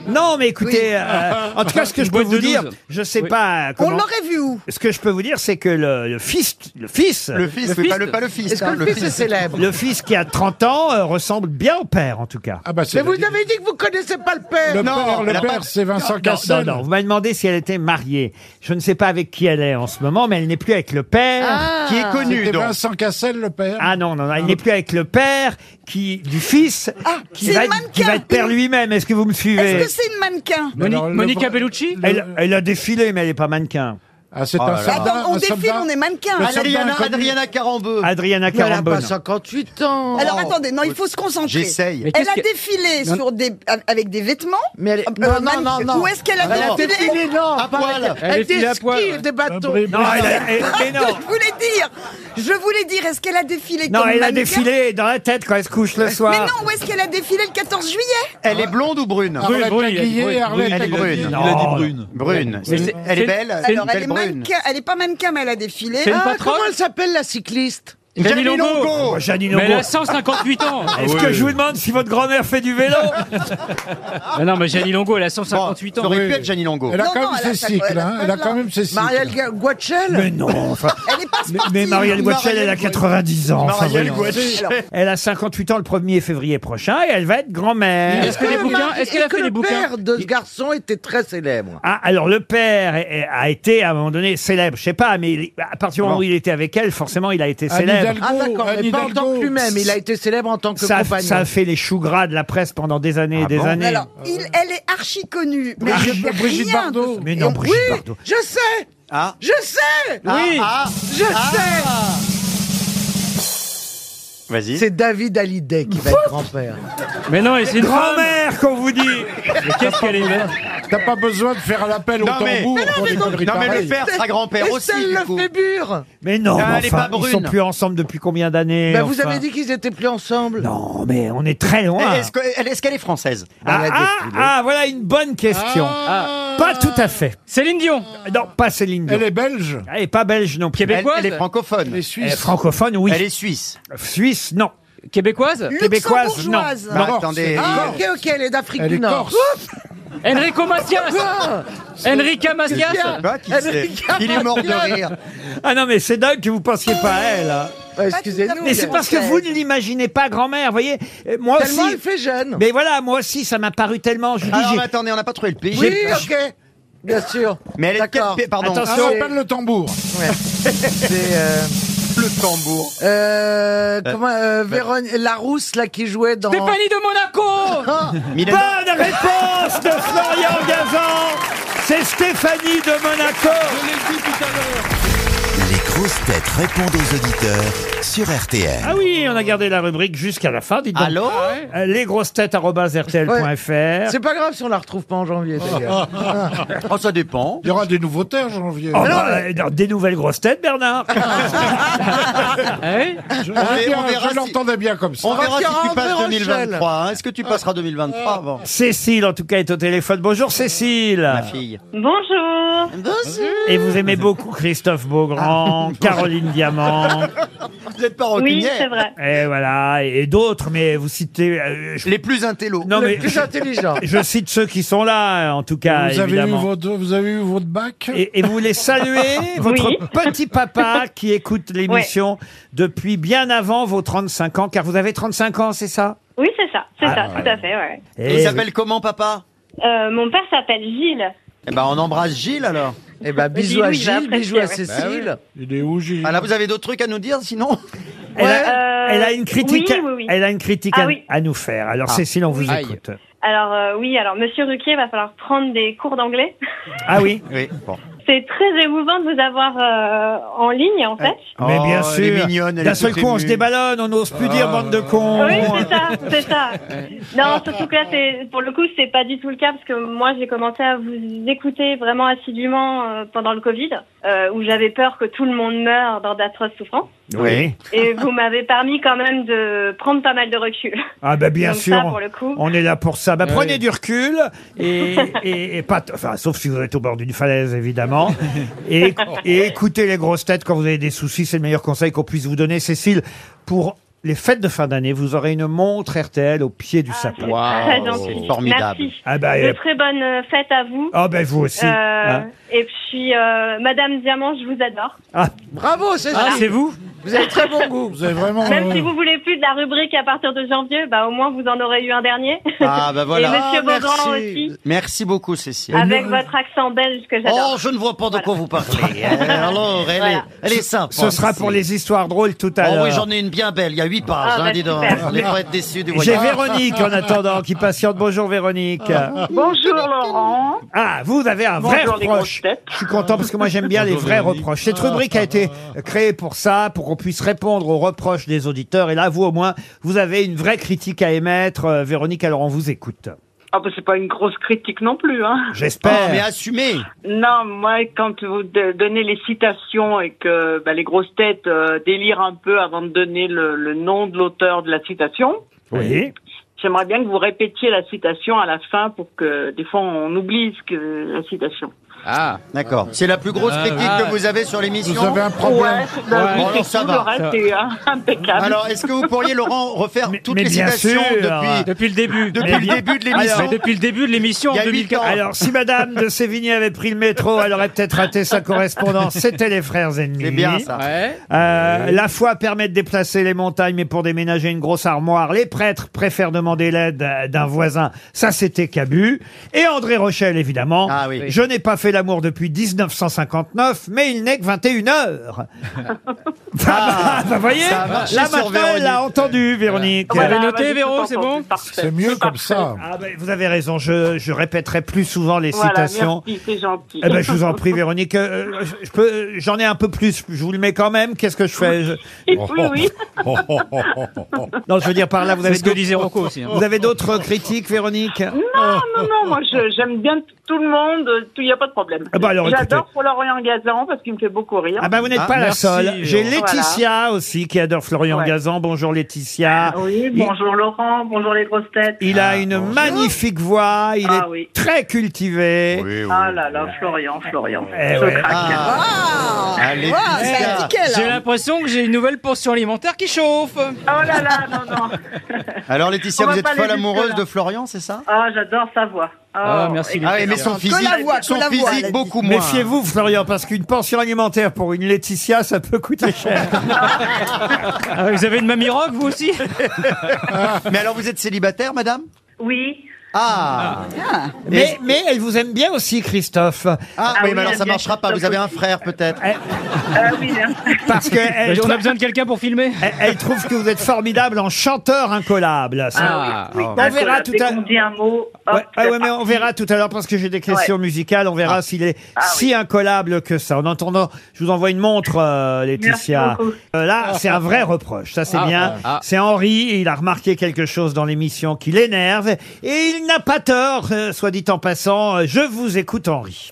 S2: Non, mais écoutez, euh, en tout cas, ce que je peux
S6: boîte
S2: vous
S6: de
S2: dire,
S6: 12.
S2: je sais pas euh,
S3: On
S2: comment.
S3: l'aurait vu où
S2: Ce que je peux vous dire, c'est que le, le fils, le fils,
S4: Le
S2: le...
S4: fils,
S6: Le
S4: mais
S6: fils.
S4: pas le, pas le fils.
S8: Est-ce que
S4: hein,
S8: le fils est célèbre
S2: fils qui a 30 ans euh, ressemble bien au père, en tout cas.
S5: Ah bah, c'est
S8: Mais vous
S5: le-
S8: avez dit que vous connaissez pas le père.
S5: Le
S4: Non,
S5: père, le
S4: elle a
S5: père,
S4: pas-
S5: c'est Vincent
S2: Non, non,
S5: Cassel.
S2: non. Vous m'avez demandé si elle était mariée. Je ne sais pas avec qui elle est en ce moment, mais elle n'est plus avec le père.
S3: Ah.
S4: Qui est connu
S5: C'était
S4: donc.
S5: Vincent Cassel, le père.
S2: Ah non, non, non, il n'est plus avec le père qui, du fils qui,
S3: Ah, c'est
S2: va,
S3: le
S2: être- qui
S3: mannequin.
S2: va être père lui-même. Est-ce que vous me
S3: Est-ce
S2: suivez
S3: que c'est une mannequin
S5: Mais alors,
S6: Moni-
S5: le
S6: Monica
S5: vrai-
S6: Bellucci
S2: elle, elle a défilé, mais elle n'est pas mannequin.
S5: Ah, c'est
S4: là
S5: un
S4: là.
S5: soldat.
S3: Attends, on
S5: un
S3: défile,
S5: soldat.
S3: on est mannequin.
S5: Le
S3: Alors-
S5: soldat
S4: Adriana,
S5: inconnu.
S4: Adriana Carambeu.
S2: Adriana
S8: Mais elle a
S2: Carambonne.
S8: pas 58 ans.
S3: Alors attendez, non, il faut se concentrer.
S4: J'essaye.
S3: Elle
S6: qu'est-ce
S3: a
S6: que-
S3: défilé sur des, avec des vêtements
S8: Mais elle est-
S3: euh,
S8: non, non, non,
S3: mannequin.
S8: non.
S3: Où est-ce qu'elle a
S8: Elle a
S3: défilé
S8: défilé, non.
S4: À
S8: pas
S4: poil.
S8: avec-
S6: Elle
S8: Elle
S6: est filée à poil.
S8: esquive des bateaux.
S5: Bri-
S2: Non, Ah, elle a- elle- mais non.
S3: Je voulais dire, je voulais dire, est-ce qu'elle a défilé
S2: Non,
S3: comme
S2: elle a
S3: mannequin
S2: défilé dans la tête quand elle se couche le soir.
S3: Mais non, où est-ce qu'elle a défilé le 14 juillet
S4: Elle est blonde ou brune
S6: Brune,
S5: Arlette
S6: brune, il a dit
S5: Laguillé,
S6: brune,
S5: Arlette
S4: brune,
S5: Laguillé.
S4: brune.
S7: Il
S2: Non.
S7: a dit brune.
S4: Brune.
S6: Mais c'est-
S4: Elle
S6: c'est-
S4: est belle.
S6: c'est
S4: une
S3: Alors elle
S4: belle
S3: est
S4: brune.
S3: mannequin, elle est pas mannequin, mais elle a défilé.
S6: C'est une
S8: Ah,
S6: patronne
S8: comment elle s'appelle la cycliste
S6: Jenny
S4: Jenny
S6: Longo.
S4: Longo.
S2: Oh, Janine
S6: Mais elle
S2: Longo.
S6: a 158 ans
S2: Est-ce que je vous demande si votre grand-mère fait du vélo
S6: Ah Non, mais Jenny Longo, elle a
S4: Bon,
S6: 158
S4: ça
S6: ans.
S4: aurait pu être Jenny Longo.
S5: Elle a
S3: Non,
S5: quand
S3: non,
S5: même
S3: elle a
S5: ses
S3: sa-
S5: cycles.
S3: elle a
S5: hein.
S3: pas
S5: Elle a
S3: de
S5: quand
S3: lin.
S5: même ses cycles.
S8: Marielle Ga- Guachel
S2: Mais non, enfin.
S3: Elle est pas
S2: Mais,
S3: sportive.
S2: mais Marielle Watchel, elle a 90 ans. enfin,
S4: Marielle
S2: voyons.
S4: Guachet.
S3: Alors,
S2: Elle a 58 ans le 1er février prochain et elle va être grand-mère.
S6: Est-ce que des bouquins Est-ce qu'elle a
S8: Et que
S6: fait des
S8: Le
S6: bouquins
S8: père de ce garçon était très célèbre.
S2: Ah, alors le père est- est- a été à un moment donné célèbre, je sais pas, mais il- à partir du moment où il était avec elle, forcément il a été
S5: Anne
S2: célèbre.
S5: Hidalgo,
S8: Ah d'accord,
S5: Anne
S8: mais pas en tant que
S5: Hidalgo.
S8: lui-même, il a été célèbre en tant que
S2: Ça, a-
S8: compagnon. Ah
S2: ça a fait les choux gras de la presse pendant des années et des
S4: bon
S2: années.
S3: alors, il- elle est archi connue. Mais je
S5: Brigitte,
S3: sais
S5: Brigitte
S3: rien de-
S5: Bardot.
S2: Mais non, Brigitte Bardot.
S8: Je sais
S4: Ah.
S8: Je sais
S4: Ah, ah,
S8: Je
S4: ah.
S8: sais
S4: Vas-y.
S8: C'est David Hallyday qui va être grand-père.
S6: Mais non, et c'est une femme.
S2: Grand-mère, qu'on vous dit
S6: Mais qu'est-ce qu'elle est belle.
S5: T'as pas besoin de faire l'appel au
S4: Non, mais-
S5: tambour
S4: Mais
S5: pour des conneries
S4: Non, mais le
S5: pareilles.
S4: père sera grand-père aussi,
S8: Et
S4: du
S8: le
S4: coup.
S8: Fébure
S2: Mais non,
S4: Ah,
S2: mais
S4: elle est
S2: enfin,
S4: pas
S2: ils sont
S4: brune.
S2: plus ensemble depuis combien d'années
S8: bah, Vous
S2: enfin
S8: avez dit qu'ils étaient plus ensemble.
S2: Non, mais on est très loin.
S4: Est-ce que- elle- est-ce qu'elle est française
S2: Ah,
S8: la
S2: ah,
S8: défilée.
S2: ah, voilà une bonne question. Ah. Pas tout à fait.
S6: Ah.
S2: Euh,
S6: Céline Dion,
S2: Non, pas Céline Dion.
S5: Elle est belge.
S2: Elle est pas belge non plus.
S4: elle,
S6: Québécoise
S4: elle est francophone.
S5: Les
S2: Elle est
S5: Suisses.
S2: francophone, oui.
S4: Elle est suisse.
S2: Suisse, non.
S6: québécoise.
S2: Québécoise, non.
S8: Luxembourgeoise.
S2: Non.
S4: Bah, attendez.
S8: Ah, ok, ok, elle est d'Afrique
S5: Elle
S8: du
S5: est
S8: Nord. Ah.
S5: corse.
S6: Enrico Macias. Enrica Macias.
S4: Bah, qui
S8: Elle
S4: sait
S8: est capable.
S4: Il est mort de rire.
S2: Ah non, mais c'est dingue que vous pensiez pas à elle. hein.
S8: Ah, Excusez-nous.
S2: Mais c'est parce que vous ne l'imaginez pas, grand-mère, voyez. Euh, Moi aussi.
S8: Tellement elle fait jeune.
S2: Mais voilà, moi aussi, ça m'a paru tellement. Je dis,
S4: Alors,
S2: j'ai-
S4: mais attendez, on n'a pas trouvé le pays.
S8: Oui, ok. Bien sûr.
S4: Mais elle est de quel
S8: D'accord.
S4: pays Pardon.
S5: Ah,
S2: Attention.
S5: on appelle le tambour.
S8: C'est, euh,
S4: Le tambour.
S8: euh, comment, euh, Véronique, la rousse, là, qui jouait dans... Ah.
S6: Stéphanie de Monaco.
S4: Mylène-
S2: Bonne réponse de Florian Gazan. C'est Stéphanie de Monaco.
S7: Je l'ai dit tout à l'heure.
S1: Les grosses têtes répondent aux auditeurs sur RTL.
S2: Ah oui, on a gardé la rubrique jusqu'à la fin, dites donc.
S4: Allô
S2: Euh, lesgrossetêtes.rtl.fr.
S8: C'est pas grave si on la retrouve pas en janvier, d'ailleurs.
S4: Oh, ça dépend.
S5: Il y aura des nouveautés en janvier.
S2: Oh, bah, euh, non, des nouvelles grosses têtes, Bernard.
S6: Ah oui
S5: Je,
S4: verra-
S5: je-
S4: on verra
S5: je
S4: si-
S5: l'entendais bien comme ça.
S4: On verra si
S8: Pierre
S4: tu
S8: Hervé
S4: passes
S8: Rochelle.
S4: 2023. hein. Est-ce que tu passeras 2023 avant
S2: Cécile, en tout cas, est au téléphone. Bonjour, Cécile.
S4: Ma fille.
S9: Bonjour.
S2: Et vous aimez beaucoup Christophe Beaugrand, Caroline Diamant,
S4: Vous n'êtes pas
S9: Oui,
S4: rancunière.
S9: c'est vrai.
S2: et Eh, voilà, et d'autres, mais vous citez. euh, je-
S4: Les plus intellos.
S2: Non,
S8: Le
S2: mais
S8: plus intelligent.
S2: je cite ceux qui sont là, en tout cas,
S5: Vous avez, eu
S2: évidemment.
S5: votre, vous avez eu votre bac
S2: Et, et vous voulez saluer votre
S9: Oui.
S2: petit papa qui écoute l'émission depuis bien avant vos 35 ans, car vous avez 35 ans, c'est ça
S9: Oui, c'est ça, c'est
S2: Ah,
S9: ça, tout à fait, ouais.
S2: Eh
S4: Et il
S2: oui.
S4: s'appelle comment, papa
S9: Euh, mon père s'appelle Gilles.
S4: Eh ben, on embrasse Gilles alors.
S8: Eh ben, bisous
S9: Dis-lui, il
S8: à
S9: va
S8: Gilles,
S9: apprécier,
S8: bisous à
S9: ouais.
S2: Bah
S8: Cécile.
S5: Il est où, Gilles
S4: Ah, là, vous avez d'autres trucs à nous dire sinon
S2: Elle,
S9: Ouais.
S2: a,
S9: Euh,
S2: elle a une critique,
S9: oui, oui, oui.
S2: Elle a une critique
S9: Ah
S2: à,
S9: oui. Ah.
S2: à nous faire. Alors Cécile, on vous
S4: Aïe.
S2: écoute.
S9: Alors euh, oui, alors Monsieur Ruquier va falloir prendre des cours d'anglais.
S2: Ah oui,
S4: Oui, bon.
S9: C'est très émouvant de vous avoir euh, en ligne, en fait.
S2: mais
S4: Oh,
S2: bien
S4: Elle est
S2: sûr.
S4: mignonne. elle
S2: D'un
S4: est
S2: seul
S4: toute
S2: coup, on se
S4: émue. Ah.
S2: déballonne, on n'ose plus dire bande de cons.
S9: Oui, c'est ça, c'est ça. Non, surtout que là, c'est- pour le coup, c'est pas du tout le cas parce que moi, j'ai commencé à vous écouter vraiment assidûment euh, pendant le Covid, euh, où j'avais peur que tout le monde meure dans d'atroces souffrances.
S2: Oui.
S9: Et vous m'avez permis quand même de prendre pas mal de recul.
S2: Ah ben bien
S9: Donc
S2: sûr.
S9: ça, pour le coup.
S2: On est là pour ça. Bah, prenez du recul et, et, et pas, t- enfin, sauf si vous êtes au bord d'une falaise évidemment. Et, et écoutez les grosses têtes quand vous avez des soucis. C'est le meilleur conseil qu'on puisse vous donner, Cécile. Pour les fêtes de fin d'année, vous aurez une montre RTL au pied du sapin.
S9: Ah, Très
S4: Waouh,
S9: gentil.
S4: c'est formidable.
S9: Merci.
S2: Ah bah,
S9: De
S2: euh,
S9: très bonnes euh, fêtes à vous.
S2: ah ben vous aussi.
S9: Euh,
S8: Ah.
S2: hein.
S9: Et puis, euh, Madame Diamant, je vous adore.
S8: Bravo, Cécile.
S6: Ah, c'est vous
S8: Vous avez très bon goût.
S5: Vous avez vraiment.
S9: Même si
S5: euh,
S9: vous voulez plus de la rubrique à partir de janvier, bah, au moins vous en aurez eu un dernier.
S4: Ah, bah
S9: Et
S4: voilà.
S9: Monsieur
S8: merci.
S9: Beaugrand aussi,
S4: Merci beaucoup, Cécile.
S9: avec
S2: Mmh.
S9: votre accent belge que
S4: Oh,
S9: j'adore.
S4: je ne vois pas de quoi vous parlez. Euh, Alors, elle, est,
S9: Voilà.
S4: elle est sympa.
S2: Ce sera pour
S4: Cécile.
S2: les histoires drôles tout à
S4: Oh
S2: l'heure.
S4: oui, j'en ai une bien belle. Il y a huit pages,
S9: Ah,
S4: hein,
S9: bah,
S4: dis donc.
S9: super.
S4: Vous n'allez pas être déçus du
S2: J'ai
S4: voyage.
S2: Véronique en attendant qui patiente. Bonjour Véronique.
S9: Bonjour Laurent.
S2: Ah, vous avez un vrai reproche. Je suis content parce que moi j'aime bien les vrais reproches. Cette
S4: Ah,
S2: rubrique a été créée pour ça, pour qu'on puisse répondre aux reproches des auditeurs. Et là, vous au moins, vous avez une vraie critique à émettre. Euh, Véronique, alors on vous écoute.
S9: Ah bah c'est pas une grosse critique non plus. Hein.
S4: Oh,
S2: J'espère.
S4: mais assumez.
S9: Non, moi quand vous donnez les citations et que bah, les grosses têtes euh, délirent un peu avant de donner le, nom de l'auteur de la citation,
S2: Oui.
S9: J'aimerais bien que vous répétiez la citation à la fin pour que des fois on oublie ce que, la citation.
S6: Ah
S4: D'accord. C'est la plus grosse critique
S6: ah.
S4: que vous avez sur
S5: Vous
S4: l'émission.
S5: avez un problème.
S9: bah
S4: oui, alors ça
S9: tout
S4: va,
S9: le reste est hein, impeccable.
S4: Alors, est-ce que vous pourriez, Laurent, refaire
S2: Mais-
S4: toutes
S2: mais
S4: les
S2: bien
S4: citations
S2: sûr.
S4: depuis,
S6: Depuis le début.
S4: depuis
S6: Mais
S4: le
S6: bien-
S4: début de
S6: Alors,
S4: l'émission
S6: depuis le début de l'émission
S4: Il y
S6: en
S4: a huit
S6: 2004.
S4: ans.
S2: Alors, si Madame de Sévigné avait pris le métro, elle aurait peut-être raté sa correspondance. C'était les frères ennemis.
S4: C'est bien ça.
S6: Ouais.
S2: Euh, la foi permet de déplacer les montagnes, mais pour déménager une grosse armoire, les prêtres préfèrent demander l'aide euh, d'un voisin. Ça, c'était Cabu. Et André Rochelle, évidemment.
S4: Ah oui.
S2: Je n'ai pas fait fait l'amour depuis 1959, mais il n'est que 21 heures. Ah, bah, vous voyez
S4: ça a marché
S2: Là
S4: sur
S2: maintenant, elle l'a
S4: Véronique.
S2: entendu, Véronique.
S6: Vous l'avez noté, Véro, c'est bon
S5: C'est mieux comme ça.
S2: Ah, bah, vous avez raison, je, je répéterai plus souvent les
S9: Voilà,
S2: citations.
S9: merci, c'est gentil.
S2: Eh ben, je vous en prie, Véronique. Euh, euh, je peux, euh, j'en ai un peu plus. Je vous le mets quand même. Qu'est-ce que je fais Je-
S9: oui, oui.
S2: Non, je veux dire par là, vous
S6: C'est
S2: avez
S6: ce que
S2: d'autres,
S6: disait Rocco aussi. hein.
S2: vous avez d'autres critiques, Véronique.
S9: Non, non, non, moi je- j'aime bien t- tout le monde, euh, tout- il n'y a pas de problème.
S2: Ah bah alors,
S9: J'adore
S2: écoutez.
S9: Florian Gazan parce qu'il me fait beaucoup rire.
S8: bah,
S2: Ah ben, vous n'êtes
S4: Ah,
S2: pas
S4: merci,
S2: la seule. J'ai
S4: Laurent.
S2: Laetitia aussi qui adore Florian
S9: Ouais.
S2: Gazan. Bonjour Laetitia.
S9: Ah oui,
S2: il-
S9: bonjour Laurent, bonjour les grosses têtes.
S2: Il
S6: Ah,
S2: a une magnifique voix. Il
S9: Ah
S2: est
S9: oui.
S2: très cultivé.
S9: Ah là là, Florian, Florian.
S2: Eh
S9: je
S2: ouais.
S9: craque.
S4: Ah, les
S3: Waouh,
S4: petits
S3: c'est
S4: gars.
S3: radical,
S6: J'ai
S3: hein.
S6: l'impression que j'ai une nouvelle portion alimentaire qui chauffe.
S9: Oh là là, non, non.
S4: Alors
S9: On
S4: Laetitia,
S9: va
S4: vous êtes
S9: pas aller
S4: folle amoureuse
S9: jusque-là.
S4: de Florian, c'est ça
S9: Ah, j'adore sa voix. Oh.
S6: Ah, merci.
S4: Ah oui, mais
S3: Que
S4: son
S3: la
S4: physique,
S3: voix, que
S4: son
S3: la voix, elle a
S4: physique
S3: dit.
S4: beaucoup moins.
S2: Méfiez-vous, Florian, parce qu'une pension alimentaire pour une Laetitia, ça peut coûter cher.
S6: Ah, vous avez une mamie rock, vous aussi
S4: Mais alors vous êtes célibataire, madame
S9: Oui.
S4: Ah,
S2: mais, mais elle vous aime bien aussi, Christophe.
S4: ah,
S9: Ah
S4: oui,
S9: oui,
S4: mais alors
S9: elle
S4: ça
S9: vient
S4: marchera pas.
S9: juste
S4: Vous avez
S9: à
S4: un frère peut-être.
S9: Ah oui, merci.
S2: Parce que eh, elle,
S6: On a besoin de quelqu'un pour filmer.
S2: elle- elle trouve que vous êtes formidable en chanteur incollable. Ça,
S6: Ah,
S9: oui,
S2: on
S9: parce que
S2: verra
S9: là,
S2: tout
S9: dès
S2: à
S9: qu'on dit un mot, hop,
S2: Ouais, ah
S9: c'est
S2: ouais, mais on
S9: parti.
S2: verra tout à l'heure parce que j'ai des questions musicales. On verra s'il est
S9: Ah
S2: si incollable que ça. En entendant, je vous envoie une montre, euh, Laetitia.
S9: Merci beaucoup.
S2: Euh, là, c'est un vrai reproche. Ça, c'est
S7: Ah,
S2: bien.
S7: ah.
S2: C'est Henri. et Il a remarqué quelque chose dans l'émission qui l'énerve. Et il n'a pas tort, euh, soit dit en passant. Euh, Je vous écoute, Henri.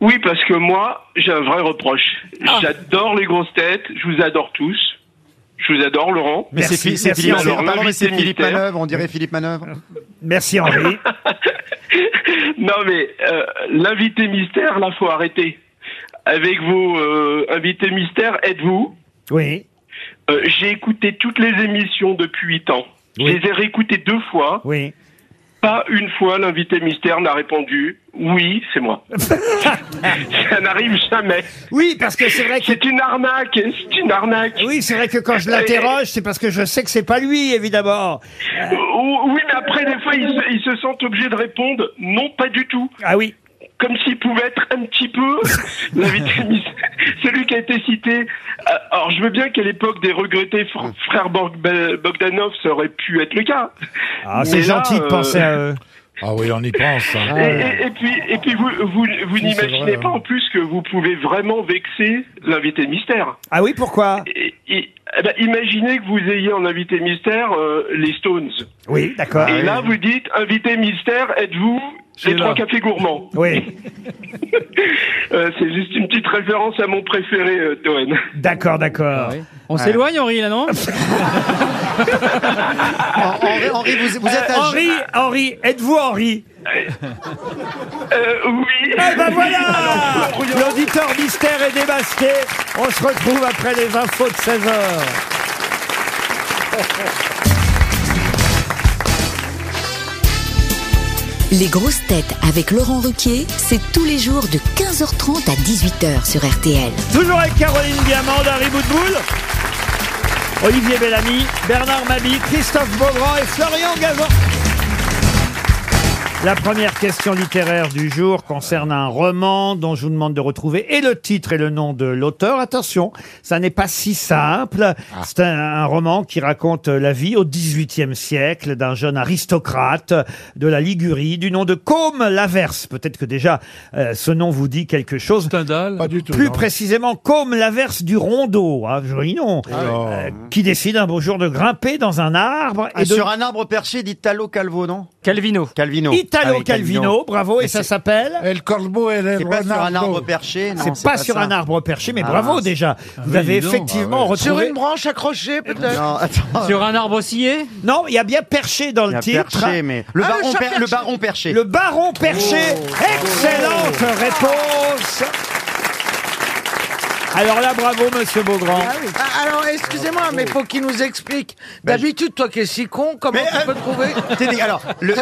S10: Oui, parce que moi, j'ai un vrai reproche.
S2: Ah.
S10: J'adore les grosses têtes, je vous adore tous. Je vous adore, Laurent.
S4: Mais c'est
S2: Merci,
S4: Philippe- c'est
S2: merci,
S4: Philippe,
S2: Henri.
S10: Laurent.
S4: pardon, mais c'est
S10: L'invité
S4: Philippe
S10: militaire.
S4: Manœuvre, on dirait Philippe Manœuvre.
S2: Merci, Henri.
S10: non, mais euh, l'invité mystère, là, faut arrêter. Avec vos euh, invités mystères, êtes-vous
S2: Oui.
S10: Euh, J'ai écouté toutes les émissions depuis huit ans.
S2: Oui.
S10: Je les ai réécoutées deux fois.
S2: Oui.
S10: Pas une fois, l'invité mystère n'a répondu « Oui, c'est moi ». Ça n'arrive jamais.
S2: Oui, parce que c'est vrai que
S10: C'est une arnaque, c'est une arnaque.
S2: oui, c'est vrai que quand je l'interroge, c'est parce que je sais que c'est pas lui, évidemment.
S10: Oh, Oui, mais après, des fois, ils se, ils se sentent obligés de répondre non, pas du tout.
S2: Ah oui.
S10: Comme s'ils pouvaient être un petit peu l'invité mystère. Celui qui a été cité. euh, Alors, je veux bien qu'à l'époque des regrettés fr- frères Bog- Bogdanov, ça aurait pu être le cas.
S2: Ah,
S10: Mais
S2: c'est
S10: là,
S2: gentil de
S10: euh,
S2: penser à eux.
S5: Ah oui, on y pense. hein.
S10: Et, et- et puis, et puis, vous, vous, vous
S5: Si, c'est vrai,
S10: n'imaginez pas
S5: hein.
S10: en plus que vous pouvez vraiment vexer l'invité mystère.
S2: Ah oui, pourquoi
S10: Et- et- eh ben, imaginez que vous ayez en invité mystère euh, les Stones.
S2: Oui, d'accord.
S10: et
S5: Ah
S10: là, vous dites, invité mystère, êtes-vous les
S7: là.
S10: trois cafés gourmands
S2: Oui,
S10: Euh, c'est juste une petite référence à mon préféré, euh, Toen.
S2: d'accord,
S7: Ah
S2: d'accord.
S6: On s'éloigne, Henri, là, non
S4: Henri, Henri, vous, vous êtes à
S2: Euh, Henri, Henri, êtes-vous Henri
S10: Euh, oui.
S2: Eh ben voilà L'auditeur mystère est démasqué. On se retrouve après les infos de 16h.
S11: Les grosses têtes avec Laurent Ruquier, c'est tous les jours de 15h30 à 18h sur RTL.
S2: Toujours avec Caroline Diamant, Harry Boudboul, Olivier Bellamy, Bernard Mabi, Christophe Beaugrand et Florian Gazan. La première question littéraire du jour concerne un roman dont je vous demande de retrouver et le titre et le nom de l'auteur. Attention, ça n'est pas si simple.
S4: Ah.
S2: C'est un, un roman qui raconte euh, la vie au XVIIIe siècle d'un jeune aristocrate de la Ligurie du nom de Côme Laverse. Peut-être que déjà euh, ce nom vous dit quelque chose.
S7: Stendhal.
S5: Pas du tout.
S2: Plus
S5: non.
S2: précisément, comme l'averse du rondeau, hein, joli nom,
S4: Ah
S5: Alors,
S2: euh, qui décide un beau jour de grimper dans un arbre et
S4: Ah,
S2: de...
S4: Sur un arbre perché d'Italo Calvo, non
S6: Calvino.
S4: Calvino. Ah
S2: Italo
S4: oui,
S2: Calvino, bravo, et
S4: Mais
S2: ça
S4: c'est-
S2: s'appelle
S5: El Corbo et El
S8: e
S4: C'est pas sur un arbre
S5: Renardo.
S4: perché, non
S2: C'est pas, sur un arbre perché, mais
S4: Ah,
S2: bravo
S4: c'est-
S2: déjà. Vous
S7: oui,
S4: Bah,
S2: avez
S7: dis donc.
S2: effectivement
S8: Sur
S2: retrouvé...
S8: une branche accrochée, peut-être.
S4: ah Eh, Non, attends.
S6: Sur un arbre scié
S2: Non, il y a bien perché dans
S4: Il y
S2: le
S4: a
S2: titre.
S4: perché, mais le
S8: Ah, le
S4: baron, per-
S8: chat perché.
S4: le baron perché. Oh.
S2: Le baron perché.
S4: Ah
S2: Excellente réponse. Alors là, bravo, monsieur Beaugrand.
S8: Ah oui. Ah, Alors, excusez-moi, mais faut qu'il nous explique. D'habitude, toi qui es si con, comment
S4: Bah, Mais, euh,
S8: tu peux trouver
S4: T'es dé- Alors, le-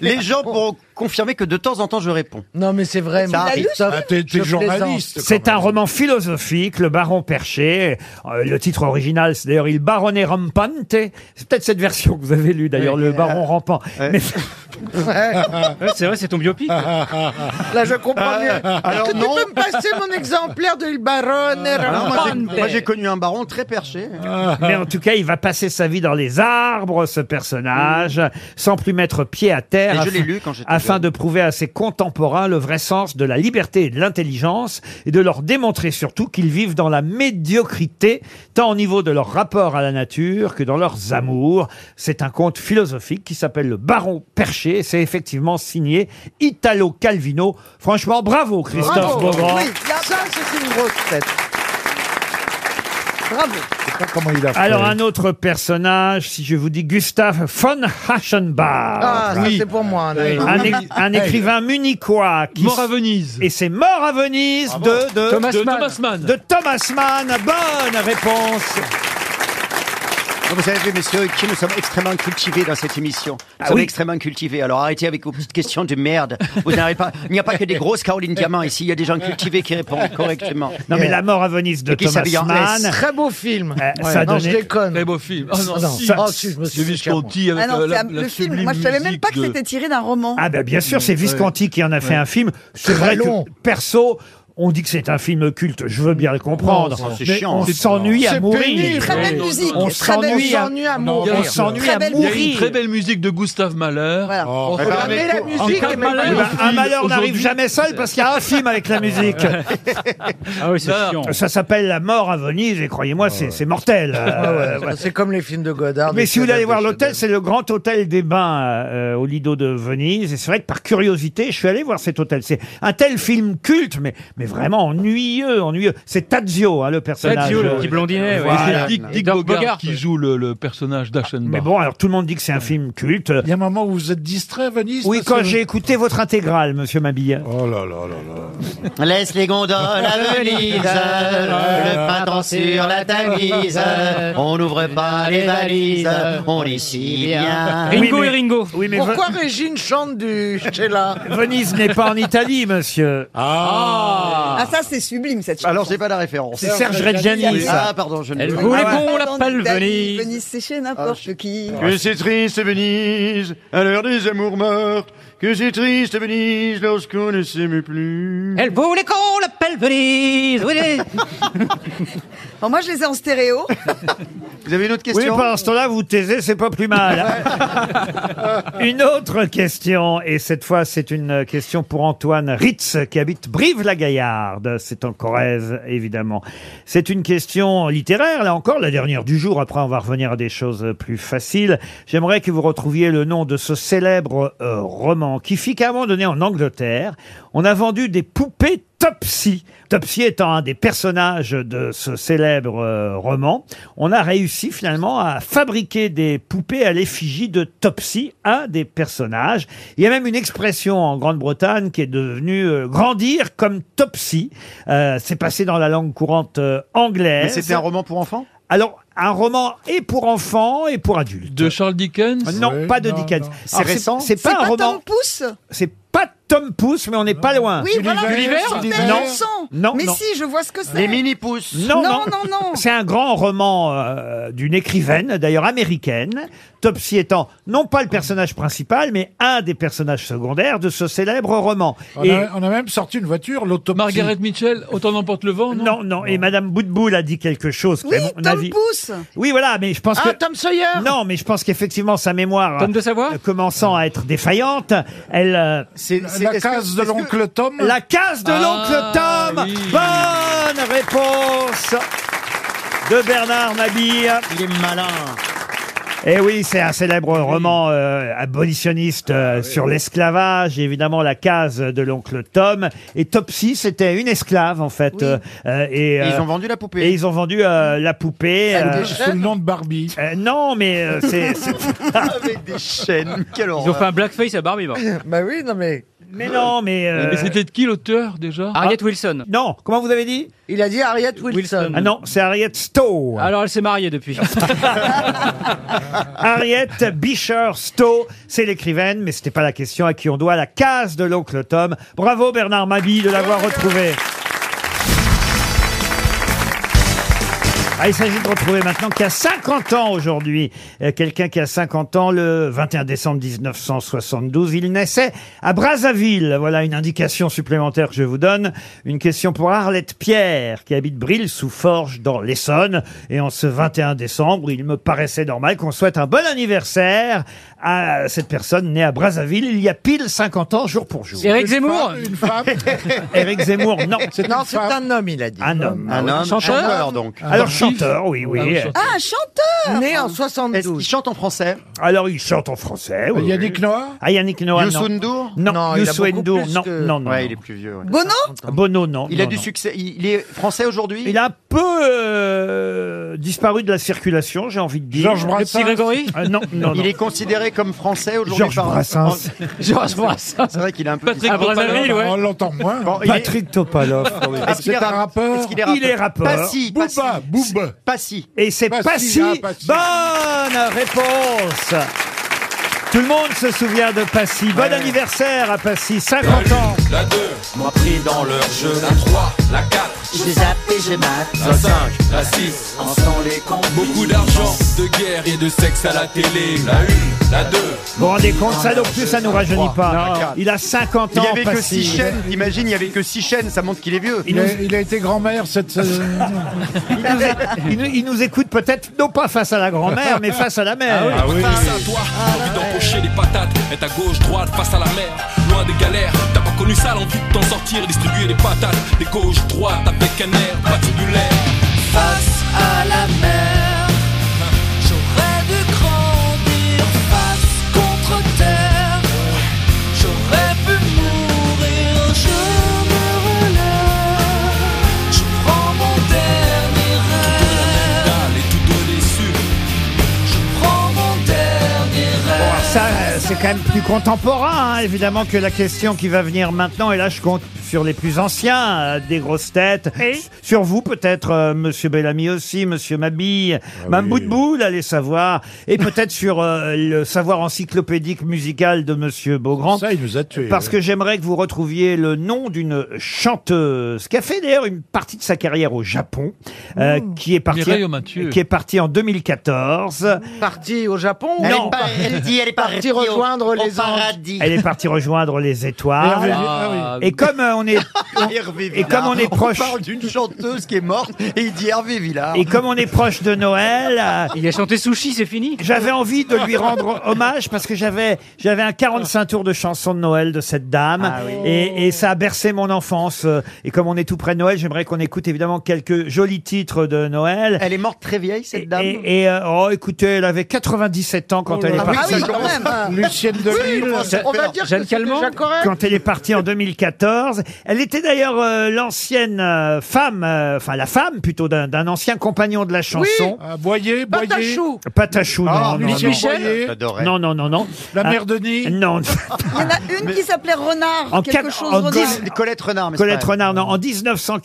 S4: les gens pourront confirmer que de temps en temps je réponds.
S8: Non, mais c'est vrai,
S4: Ça arrive.
S8: Christophe,
S5: Ah, t'es
S8: je
S5: t'es journaliste. quand
S2: C'est un
S5: même.
S2: roman philosophique, Le Baron Perché. Euh, le titre original, c'est
S4: Ah.
S2: d'ailleurs Il Barone Rampante. C'est peut-être cette version que vous avez lue, d'ailleurs, Le Baron Rampant. Mais,
S6: Ouais, c'est vrai, c'est ton biopic.
S8: Là, je comprends mieux.
S4: Ah, alors
S8: Est-ce que
S4: non.
S8: Tu peux me passer mon exemplaire de Il Barone
S4: Ah, moi, j'ai-
S8: Rampante
S4: moi, j'ai connu un baron très perché.
S2: Mais en tout cas, il va passer sa vie dans les arbres, ce personnage, sans plus mettre pied à terre,
S4: Mais je
S2: afin,
S4: l'ai lu quand j'étais
S2: afin
S4: jeune.
S2: de prouver à ses contemporains le vrai sens de la liberté et de l'intelligence, et de leur démontrer surtout qu'ils vivent dans la médiocrité, tant au niveau de leur rapport à la nature que dans leurs amours. C'est un conte philosophique qui s'appelle Le Baron Perché, c'est effectivement signé Italo Calvino. Franchement, bravo Christophe
S8: Bravo.
S2: Beaugrand.
S8: Oui, là, ça, c'est une grosse tête. Bravo.
S5: Comment il a fait
S2: Alors un autre personnage, si je vous dis Gustave von Haschenbach.
S8: Ah, ça, c'est pour moi. là.
S2: Un, é- un écrivain munichois. qui
S7: Mort à
S2: s-
S7: Venise.
S2: Et c'est Mort à Venise
S4: Ah
S2: de, de,
S7: Thomas,
S2: de,
S7: Mann. Thomas Mann.
S2: de Thomas Mann. Bonne réponse.
S4: Donc, Vous savez, messieurs, qui nous sommes extrêmement cultivés dans cette émission. Nous
S2: Ah
S4: sommes
S2: oui.
S4: extrêmement cultivés. Alors arrêtez avec vos petites questions de merde. Vous n'arrivez pas. Il n'y a pas que des grosses Caroline Diamant ici. Il y a des gens cultivés qui répondent correctement.
S2: Non mais la Mort à Venise de
S4: Et qui
S2: Thomas
S4: s'habille en
S2: Mann.
S8: Très beau film.
S2: Eh, ça
S8: non,
S2: donnait-
S8: je déconne.
S7: Très beau film. Oh non,
S8: Ah, non.
S7: si.
S8: Ça- Ah, si, je me suis
S7: J'ai
S8: fait
S7: vu Sconti avec
S3: Ah non,
S7: euh, la,
S3: c'est un-
S7: la
S3: le film.
S7: sublime
S3: Moi, je savais même
S7: musique
S3: pas que
S7: de-
S3: c'était tiré d'un roman.
S2: Ah ben bien sûr, c'est Visconti qui en a fait un film. C'est vrai
S5: Très long.
S2: que perso, on dit que c'est un film culte. Je veux bien le comprendre.
S4: Non, c'est
S2: mais
S4: chiant.
S2: on
S4: C'est-
S2: s'ennuie à
S5: c'est
S2: mourir.
S5: pénible.
S3: Très belle
S7: non,
S3: musique.
S2: On
S3: très belle-
S2: s'ennuie à,
S8: S'ennuie à
S5: Non,
S2: on
S8: mourir.
S2: s'ennuie
S3: Très
S2: à
S3: belle
S7: Il y a une
S2: mourir.
S7: très belle musique de Gustave Mahler.
S3: Voilà.
S5: Oh,
S2: ben,
S7: On regarde-
S8: Mais la musique
S7: Encore
S8: est magnifique.
S7: Mahler.
S2: Eh ben, un
S7: Aujourd'hui-
S2: malheur n'arrive jamais seul parce qu'il y a un film avec la musique.
S6: Ah oui, c'est
S7: Non.
S6: chiant.
S2: Ça s'appelle La mort à Venise et croyez-moi, c'est c'est mortel. Euh, ouais.
S8: Ah C'est comme les films de Godard.
S2: Mais
S8: des
S2: si vous
S8: chefs-d'œuvre,
S2: allez voir
S8: des
S2: l'hôtel,
S8: chefs-d'œuvre.
S2: c'est le Grand Hôtel des Bains euh, au Lido de Venise. Et c'est vrai que par curiosité, je suis allé voir cet hôtel. C'est un tel film culte, mais, mais vraiment ennuyeux, ennuyeux. C'est Tadzio, hein, le personnage.
S6: Tadzio, le
S2: Euh,
S6: petit blondinet, ouais.
S7: Et
S2: voilà.
S7: c'est Dick, Dick
S6: Dirk
S7: Bogart,
S6: Bogart,
S7: qui
S6: ouais.
S7: joue le, le personnage d'Aschenbach.
S2: Mais bon, alors tout le monde dit que c'est un film culte.
S5: Il y a un moment où vous êtes distrait, Venise
S2: Oui,
S5: parce
S2: quand
S5: que-
S2: j'ai écouté votre intégrale, monsieur Mabille.
S5: Oh là là là là.
S4: Laisse les gondoles à Venise, le printemps sur la Tamise. On n'ouvre pas les valises, on est si bien.
S6: Ringo
S2: Eh Oui, mais-
S6: et Ringo.
S2: Oui, mais
S8: Pourquoi Régine chante du Sheila
S2: Ve- Venise n'est pas en Italie, monsieur.
S5: Ah,
S3: Ah, ça, c'est sublime, cette chanson.
S4: Alors c'est pas la référence.
S2: C'est Serge Reggiani, ça.
S4: Ah pardon, je ne.
S6: Elle
S4: Ah,
S6: voulait
S2: ouais.
S3: Pas
S6: bon, on
S3: dans
S6: l'appelle
S3: l'Italie,
S6: Venise.
S3: Venise, c'est chez n'importe qui.
S4: Que c'est triste Venise, à l'heure des amours meurtres. Que c'est triste Venise lorsqu'on ne s'aime plus.
S6: Elle voulait qu'on l'appelle Venise. Oui,
S3: Bon, moi, je les ai en stéréo.
S4: Vous avez une autre
S2: Oui,
S4: question
S2: pendant ce temps-là, vous taisez, c'est pas plus mal. une autre question, et cette fois, c'est une question pour Antoine Ritz, qui habite Brive-la-Gaillarde. C'est en Corrèze, évidemment. C'est une question littéraire, là encore, la dernière du jour. Après, on va revenir à des choses plus faciles. J'aimerais que vous retrouviez le nom de ce célèbre euh, roman qui fit qu'à un moment donné, en Angleterre, on a vendu des poupées Topsy. Topsy étant un des personnages de ce célèbre euh, roman, on a réussi finalement à fabriquer des poupées à l'effigie de Topsy, un des personnages. Il y a même une expression en Grande-Bretagne qui est devenue euh, grandir comme Topsy. Euh, C'est passé dans la langue courante euh,
S4: Mais
S2: anglaise.
S4: C'était un roman pour enfants
S2: Alors, un roman et pour enfants et pour adultes.
S7: De Charles Dickens
S2: Non,
S5: Oui,
S2: pas de
S5: non,
S2: Dickens.
S5: non.
S2: Alors,
S4: récent
S2: C'est
S3: C'est
S2: pas un
S3: pas
S2: roman.
S3: Tom Pouce
S2: C'est pas Tom Pouce, mais on n'est pas loin.
S3: Oui, voilà.
S5: Gulliver,
S3: je
S5: Gulliver.
S3: sais,
S5: Non.
S3: je sens.
S2: Ah. Non,
S3: Mais
S2: non.
S3: si, je vois ce que c'est.
S4: Les mini-pousses.
S2: Non, non,
S3: Non, non, non.
S2: C'est un grand roman euh, d'une écrivaine, d'ailleurs américaine, Topsy étant non pas le personnage principal, mais un des personnages secondaires de ce célèbre roman.
S5: On,
S2: Et
S5: a, on a même sorti une voiture, l'autopsie.
S7: Margaret Mitchell, oh. Autant n'emporte le vent
S2: non, non, et Madame Boutboul a dit quelque chose.
S3: Oui,
S2: à mon
S3: Tom
S2: avis-
S3: Pouce.
S2: Oui, voilà, mais je pense
S8: Ah,
S2: que
S8: Tom Sawyer
S2: non, mais je pense qu'effectivement sa mémoire
S6: Tom de Savoie
S2: euh, commençant à être défaillante, elle euh,
S4: C'est c'est-
S5: La
S4: est-ce que-
S5: case de
S4: est-ce que-
S5: l'oncle Tom.
S2: la case de
S7: Ah,
S2: l'oncle Tom.
S7: oui.
S2: Bonne réponse de Bernard Mabille.
S4: Il est malin.
S2: Eh oui, c'est un célèbre roman euh, abolitionniste euh, sur l'esclavage, et évidemment la case de l'oncle Tom. Et Topsy, c'était une esclave en fait. euh, euh, et,
S4: Ils
S2: euh,
S4: ont vendu la poupée.
S2: et ils ont vendu euh, la poupée. euh,
S5: Sous le nom de Barbie.
S2: euh, non, mais euh, c'est. c'est-
S4: Avec des chaînes. Quelle
S6: Ils ont
S4: horreur.
S6: fait un blackface à Barbie. va.
S8: Bah oui, non mais...
S2: Mais non, mais. euh,
S7: Mais c'était de qui l'auteur déjà
S6: Harriet Wilson.
S2: Non, comment vous avez dit
S8: Il a dit Harriet Wilson.
S6: Wilson.
S2: Ah non, c'est Harriet Stowe.
S6: Alors elle s'est mariée depuis.
S2: Ah, Harriet Beecher Stowe, c'est l'écrivaine, mais c'était pas la question à qui on doit la case de l'oncle Tom. Bravo Bernard Mabille de l'avoir retrouvé. Ah, il s'agit de retrouver maintenant qui a 50 ans aujourd'hui. Euh, Quelqu'un qui a 50 ans le 21 décembre 1972. Il naissait à Brazzaville. Voilà une indication supplémentaire que je vous donne. Une question pour Arlette Pierre qui habite Brille sous Forge dans l'Essonne. Et en ce 21 décembre, il me paraissait normal qu'on souhaite un bon anniversaire à cette personne née à Brazzaville il y a pile 50 ans jour pour jour.
S6: Éric Une Zemmour femme,
S5: Une femme
S2: Éric Zemmour, non.
S8: Non, c'est un homme, il a dit.
S2: Un homme.
S4: Ah
S8: Un homme,
S2: Ah Chanteur
S8: un chanteur, donc.
S2: Alors chanteur, oui, oui.
S8: Ah, un chanteur Né en 72. Est-ce qu'il
S4: chante en français
S2: Alors il chante en français. Oui.
S5: Yannick Noah
S2: Ah, Yannick Noah.
S4: Youssou
S2: non.
S4: N'Dour
S2: Non,
S4: Non, il a
S2: Youssou
S4: beaucoup
S2: N'Dour,
S4: plus
S2: non,
S4: que-
S2: non, non.
S4: Ouais, il est plus vieux, ouais.
S2: Bono Bono, non.
S4: Il a
S2: non,
S4: du
S2: non.
S4: succès. Il il est français aujourd'hui
S2: Il a un peu euh, disparu de la circulation, j'ai envie de dire.
S4: Georges Brassens Le petit Grégory
S2: Ah, Non, non, non.
S4: Il est considéré comme français aujourd'hui
S2: Georges
S4: par-
S2: Brassens.
S4: Georges Brassens. C'est vrai qu'il a un peu.
S6: À Brazzaville, ouais.
S5: On l'entend moins.
S4: Bon, il est-
S2: Patrick Topalov.
S4: Est-ce qu'il est
S5: C'est un
S4: rap-
S5: rappeur
S4: Est-ce qu'il est rappeur
S2: Il est rappeur.
S4: Passy, Passy.
S5: Booba, Booba.
S4: Passy.
S2: Et c'est
S5: Passy,
S2: pas si
S5: ah, Passy.
S2: Bonne réponse. Tout le monde se souvient de Passy. Bon anniversaire à Passy, 50 ans.
S12: La 2 m'a pris dans leur jeu. La 3, la 4,
S8: Je zappe et je mate.
S12: la 5, la 6. les Beaucoup d'argent, de guerre et de sexe à la télé. La 1, la 2.
S2: Vous vous rendez compte, ça non plus, ça nous rajeunit pas. Il a 50
S4: Il
S2: ans,
S4: n'y avait que
S2: Passy.
S4: 6 chaînes, t'imagines, il n'y avait que 6 chaînes, ça montre qu'il est vieux.
S5: Il a, il a été grand-mère cette saison.
S2: Il nous, é- il nous- il nous écoute peut-être, non pas face à la grand-mère, mais face à la mère.
S7: Ah
S12: Face à toi, envie d'empocher les patates, être à gauche, droite, face à la mer, loin des galères. T'as pas connu ça, l'envie de t'en sortir, distribuer les patates, des gauches, droites, avec un air patibulaire.
S13: face à la mer. J'aurais dû grandir face contre terre. J'aurais pu mourir, je me relève. Je prends mon dernier rêve.
S12: Allez, tout donner sur
S13: Je prends mon dernier
S2: Bon,
S13: rêve.
S2: alors ça, euh, c'est quand même plus contemporain, hein, évidemment, que la question qui va venir maintenant. Et là, je compte sur les plus anciens euh, des grosses têtes. S- Sur vous, peut-être, euh, Monsieur Bellamy aussi, Monsieur Mabille,
S5: Ah
S2: Mme Boutboul, allez savoir. Et peut-être sur euh, le savoir encyclopédique musical de Monsieur Beaugrand.
S5: Ça, il nous a tués.
S2: Parce
S5: ouais.
S2: que j'aimerais que vous retrouviez le nom d'une chanteuse qui a fait d'ailleurs une partie de sa carrière au Japon, euh, qui est partie
S7: Mireille Mathieu.
S2: qui est partie en 2014.
S8: Parti au Japon
S4: Elle,
S2: Non.
S4: est pas- elle dit, elle est
S8: Parti
S4: partie
S8: rejoindre
S4: au,
S8: les
S4: au
S8: anges.
S4: paradis.
S2: Elle est partie rejoindre les étoiles.
S5: Hervé-
S7: Ah,
S2: Et comme euh, on est
S4: Hervé
S2: Et comme on est proche-
S4: parle d'une chanteuse qui est morte et il dit Hervé Villard.
S2: et comme on est proche de Noël, euh,
S6: Il a chanté sushi, c'est fini.
S2: j'avais envie de lui rendre hommage parce que j'avais j'avais un 45 tours de chansons de Noël de cette dame et, et ça a bercé mon enfance. euh, Et comme on est tout près de Noël, j'aimerais qu'on écoute évidemment quelques jolis titres de Noël.
S4: Elle est morte très vieille cette dame.
S2: Et, et, euh, oh, écoutez, elle avait 97 ans quand elle est
S5: là
S2: partie.
S8: Ah oui,
S5: Ça
S8: quand même. hein.
S5: Lucienne Delille.
S8: On va dire
S6: Jeanne
S8: que c'est
S6: Calment
S8: déjà correct.
S2: quand elle est partie en 2014. Elle était d'ailleurs euh, l'ancienne euh, femme, euh, enfin la femme plutôt d'un d'un ancien compagnon de la chanson.
S5: Ah, Boyer, Boyer.
S8: Patachou.
S2: Patachou,
S4: Ah,
S2: non, non,
S5: Lucien
S2: non.
S4: Michel.
S5: Boyer.
S4: J'adorais.
S2: Non, non, non, non.
S5: La
S2: Ah,
S5: mère de Denis.
S2: Non.
S3: Il y en a une qui s'appelait Renard,
S2: En
S3: quelque
S2: quatre-
S3: chose
S2: en
S3: Renard.
S2: dix-
S4: Colette Renard. mais c'est
S2: Colette
S4: pas elle.
S2: Renard, non. En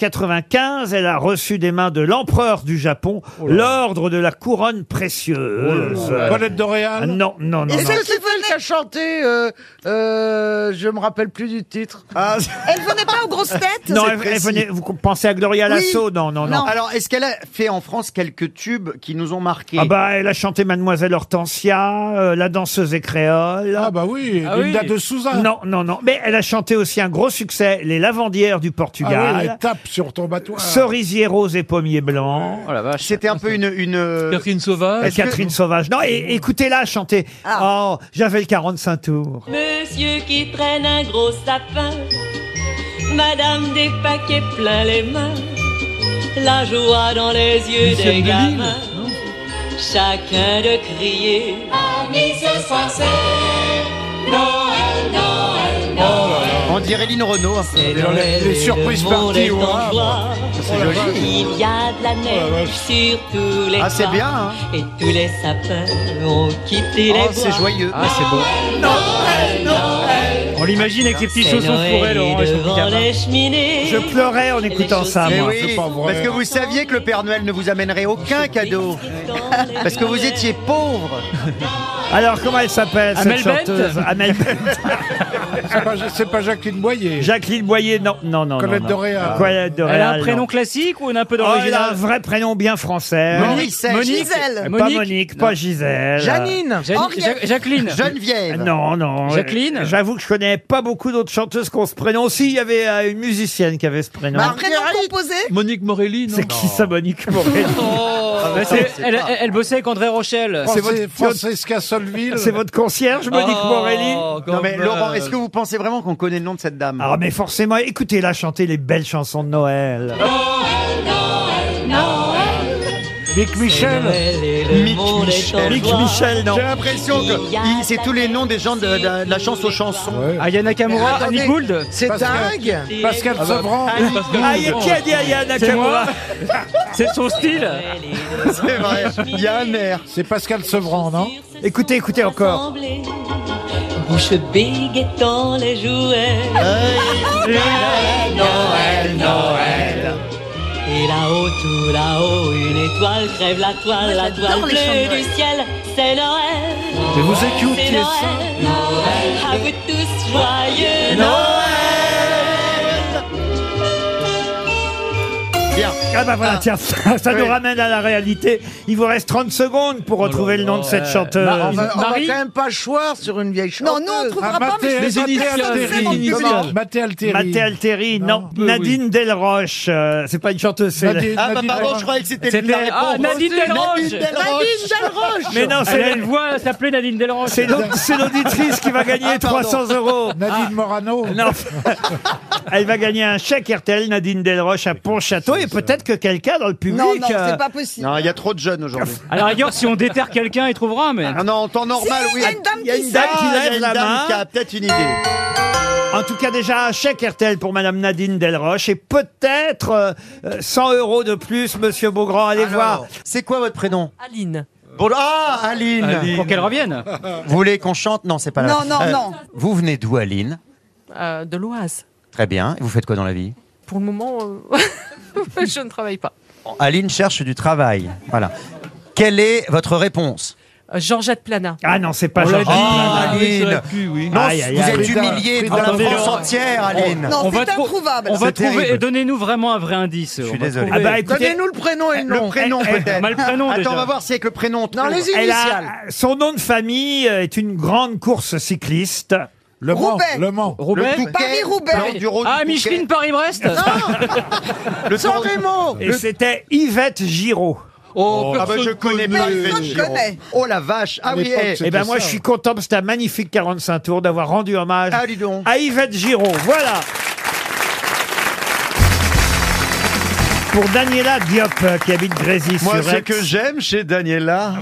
S2: 1995, elle a reçu des mains de l'empereur du Japon
S5: Oh
S2: l'ordre de la couronne précieuse.
S5: Colette
S2: Ah,
S5: Doréal.
S2: non, non, non. non.
S8: Et celle qui venait qui a chanté, euh, euh, je me rappelle plus du titre.
S4: Ah,
S3: Elle venait pas aux grosses têtes
S2: Non,
S4: c'est
S2: elle- elle
S4: précis.
S2: venait- vous pensez à Gloria
S3: Oui.
S2: Lasso Non, non, non.
S3: Non.
S4: Alors, est-ce qu'elle a fait en France quelques tubes qui nous ont marqués
S2: Ah bah, elle a chanté Mademoiselle Hortensia, euh, La danseuse et créole.
S5: Ah bah oui,
S6: Ah
S5: Linda
S6: oui.
S5: de Souza.
S2: Non, non, non. Mais elle a chanté aussi un gros succès, Les Lavandières du
S5: Ah oui,
S2: Portugal,
S5: elle tape sur ton battoir.
S2: Cerisier rose et pommier blanc,
S6: Oh la vache.
S4: C'était un peu une. une... euh,
S7: Catherine Sauvage.
S4: Est-ce que-
S2: Catherine Sauvage. Non, et, écoutez-la chanter.
S4: Ah.
S2: Oh, j'avais le 45 tours.
S13: Monsieur qui traîne un gros sapin, Madame des paquets plein les mains, la joie dans les yeux
S7: Michel
S13: des
S7: Delisle,
S13: gamins,
S7: non
S13: chacun de crier. Amis, ce soir c'est Noël, Noël, Noël.
S4: On dirait Lynn Renault. un peu.
S13: C'est
S5: les-
S13: Noël
S5: les
S13: et le
S5: surprises
S13: monde
S5: parties,
S13: est en
S5: ouais, ouais.
S13: gloire.
S4: C'est joli.
S13: Il y a de la neige sur tous les
S4: Ah, c'est
S13: toits,
S4: bien, hein.
S13: et tous les sapins ont quitté les
S4: Oh,
S13: bois.
S4: c'est joyeux.
S6: Ah, c'est beau. On l'imagine avec ses petits chaussons fourrés, Laurent. et son petit
S13: devant
S6: gamin.
S13: les cheminées.
S2: Je pleurais en écoutant ça,
S4: Mais
S2: moi.
S4: Eh oui,
S5: c'est pas vrai.
S4: parce que vous saviez que le Père Noël ne vous amènerait aucun cadeau. Parce que vous étiez pauvre.
S2: Alors, comment elle s'appelle, cette
S6: Amel Bent
S2: chanteuse Amel Bent.
S5: C'est pas, c'est pas Jacqueline Boyer.
S2: Jacqueline Boyer, non, non, non.
S5: Colette
S2: non,
S5: de
S2: non.
S5: Réal.
S2: Colette de
S6: Elle a un
S2: Réal,
S6: prénom
S2: non.
S6: classique ou un peu
S2: Oh, elle a
S6: d'original
S2: un vrai prénom bien français.
S6: Monique, Monique,
S2: Pas
S6: Gisèle.
S2: Monique, pas
S6: Non.
S2: Gisèle.
S6: Janine. Janine, Henriette. Ja- Jacqueline. Geneviève.
S2: Non, non.
S6: Jacqueline.
S2: Euh, J'avoue que je connais pas beaucoup d'autres chanteuses qui ont ce prénom. Si, il y avait euh, une musicienne qui avait ce prénom.
S3: Bah, Un prénom composé
S2: Monique Morelli, C'est qui ça, Monique Morelli
S6: Ah, bah, c'est- elle, elle- elle bossait avec André Rochelle.
S2: C'est votre- c'est votre- C'est votre concierge, Monique
S6: Oh,
S2: Morelli
S4: Non mais Laurent, est-ce que vous pensez vraiment qu'on connaît le nom de cette dame
S2: Ah, mais forcément, écoutez-la chanter les belles chansons de Noël.
S5: Mick Michel.
S4: Mick Michel.
S2: Mick Michel, non.
S4: J'ai l'impression que il- c'est tous les noms des gens de, de- de la chance aux chansons.
S6: Aya Nakamura,
S4: Mais attendez, Ah
S6: Annie Gould.
S8: c'est
S4: Pascal-
S8: dingue.
S4: Pascal
S6: Ah, bah,
S4: Sevran.
S6: Annie
S4: Pascal
S6: Gould.
S4: Sevran. Ah, qui a dit Aya
S6: C'est moi.
S4: Nakamura
S6: C'est son style.
S4: C'est vrai. Il y a un air.
S5: C'est Pascal Sevran, non
S2: Écoutez, écoutez encore.
S13: Semblé, Bouche bée guettant les jouets. Noël, Noël, Noël. Et là-haut, tout là-haut, une étoile crève la toile, la toile
S3: j'adore les chants
S13: bleue
S3: de Noël.
S13: du ciel, c'est Noël.
S5: Mais vous
S13: C'est
S5: écoutiez
S13: Noël,
S5: ça
S13: Noël, à vous tous joyeux
S2: Ah bah voilà, tiens, ça, ça nous ramène à la réalité. Il vous reste 30 secondes pour retrouver le nom de cette chanteuse.
S8: Euh, bah, On va, on va quand même pas choir sur une vieille chanteuse. Ah,
S3: Non, nous, on trouvera pas, mais
S5: Mathé
S3: je
S5: Mathé
S3: sais pas
S5: Altéry.
S3: mon public.
S5: Comment Mathé Altéry.
S2: Mathé Altéry, non. Nadine Delroche, euh, c'est pas une chanteuse. c'est-
S5: Nadine-
S4: Ah bah
S5: Nadine
S4: pardon,
S5: Delroche.
S4: je croyais que c'était lui
S6: C'était
S4: la réponse.
S6: ah, Nadine Delroche.
S4: Nadine Delroche.
S8: Delroche
S2: Mais non,
S6: Elle a
S2: c'est
S6: une voix, elle s'appelait Nadine Delroche.
S2: c'est l'aud- c'est l'auditrice qui va gagner
S4: Ah, pardon.
S2: 300 euros. Ah.
S5: Nadine Morano.
S2: Non. Elle va gagner un chèque RTL, Nadine Delroche, à Pontchâteau, et peut-être que quelqu'un dans le public.
S3: Non, non,
S2: euh,
S3: c'est pas possible.
S4: Non, il y a trop de jeunes aujourd'hui.
S6: À la rigueur, si on déterre quelqu'un, il trouvera, mais.
S4: Ah non, en temps normal,
S3: Si,
S4: oui.
S3: il y a une dame
S2: y a
S3: qui
S2: une dame
S3: sort.
S2: qui
S4: Ah, il y a
S2: lève
S4: une
S2: la
S4: dame
S2: main.
S4: qui a peut-être une idée.
S2: En tout cas, déjà un chèque RTL pour Madame Nadine Delroche et peut-être euh, euh, 100 euros de plus, Monsieur Beaugrand. Allez voir.
S4: Alors, C'est quoi votre prénom
S14: Aline.
S4: Bon, ah, Aline.
S6: Pour qu'elle revienne.
S4: Vous voulez qu'on chante Non, c'est pas là.
S3: Non, non, non.
S4: Vous venez d'où, Aline
S14: euh, de l'Oise.
S4: Très bien. Et vous faites quoi dans la vie
S14: Pour le moment, euh, je ne travaille pas.
S4: Aline cherche du travail. Voilà. Quelle est votre réponse
S14: Euh, Georgette Plana.
S2: Ah non, c'est pas
S6: On l'a
S2: Georges.
S6: dit.
S4: Ah,
S7: oui, ça
S4: Aline.
S7: aurait pu, oui.
S4: Non,
S2: Aïe, aïe,
S4: vous
S2: aïe.
S4: êtes humilié devant la
S6: Attendez,
S4: France
S6: Laurent.
S4: entière, Aline.
S3: Non,
S6: On va
S3: c'est
S6: trou-
S3: introuvable.
S6: On va
S4: C'est
S6: trouver.
S4: terrible.
S6: Donnez-nous vraiment un vrai indice.
S4: Je
S6: On
S4: suis
S6: va
S4: désolé.
S2: Ah bah écoutez,
S8: Donnez-nous le prénom et le
S4: Le
S8: nom.
S4: prénom,
S2: Eh, eh,
S4: peut-être.
S6: mal le prénom,
S4: Attends,
S6: déjà.
S4: on va voir si avec le prénom. on
S8: Non,
S4: trouve.
S8: les
S2: elle
S8: initiales.
S2: a son nom de famille euh, est une grande course cycliste.
S5: Le Mans.
S3: Roubaix.
S5: Le Mans.
S6: Roubaix.
S4: Le Touquet,
S3: Paris-Roubaix.
S4: le Enduro du
S6: Ah,
S4: Touquet.
S6: Micheline Paris-Brest
S4: Le
S8: San
S4: Tour-
S8: Remo.
S2: Et c'était Yvette Giraud.
S4: Oh, ah bah, je connais pas
S3: Personne
S4: Yvette Giraud.
S3: connaît.
S4: Oh la vache. Ah
S5: À
S4: oui,
S5: l'époque,
S4: eh.
S5: c'était
S2: Eh ben moi,
S5: ça.
S2: je suis content, parce que c'était un magnifique 45 tours d'avoir rendu hommage
S4: Ah, dis donc.
S2: à Yvette Giraud. Voilà. Pour Daniela Diop, euh, qui habite Grésy
S4: Moi,
S2: sur
S4: ce que j'aime chez Daniela,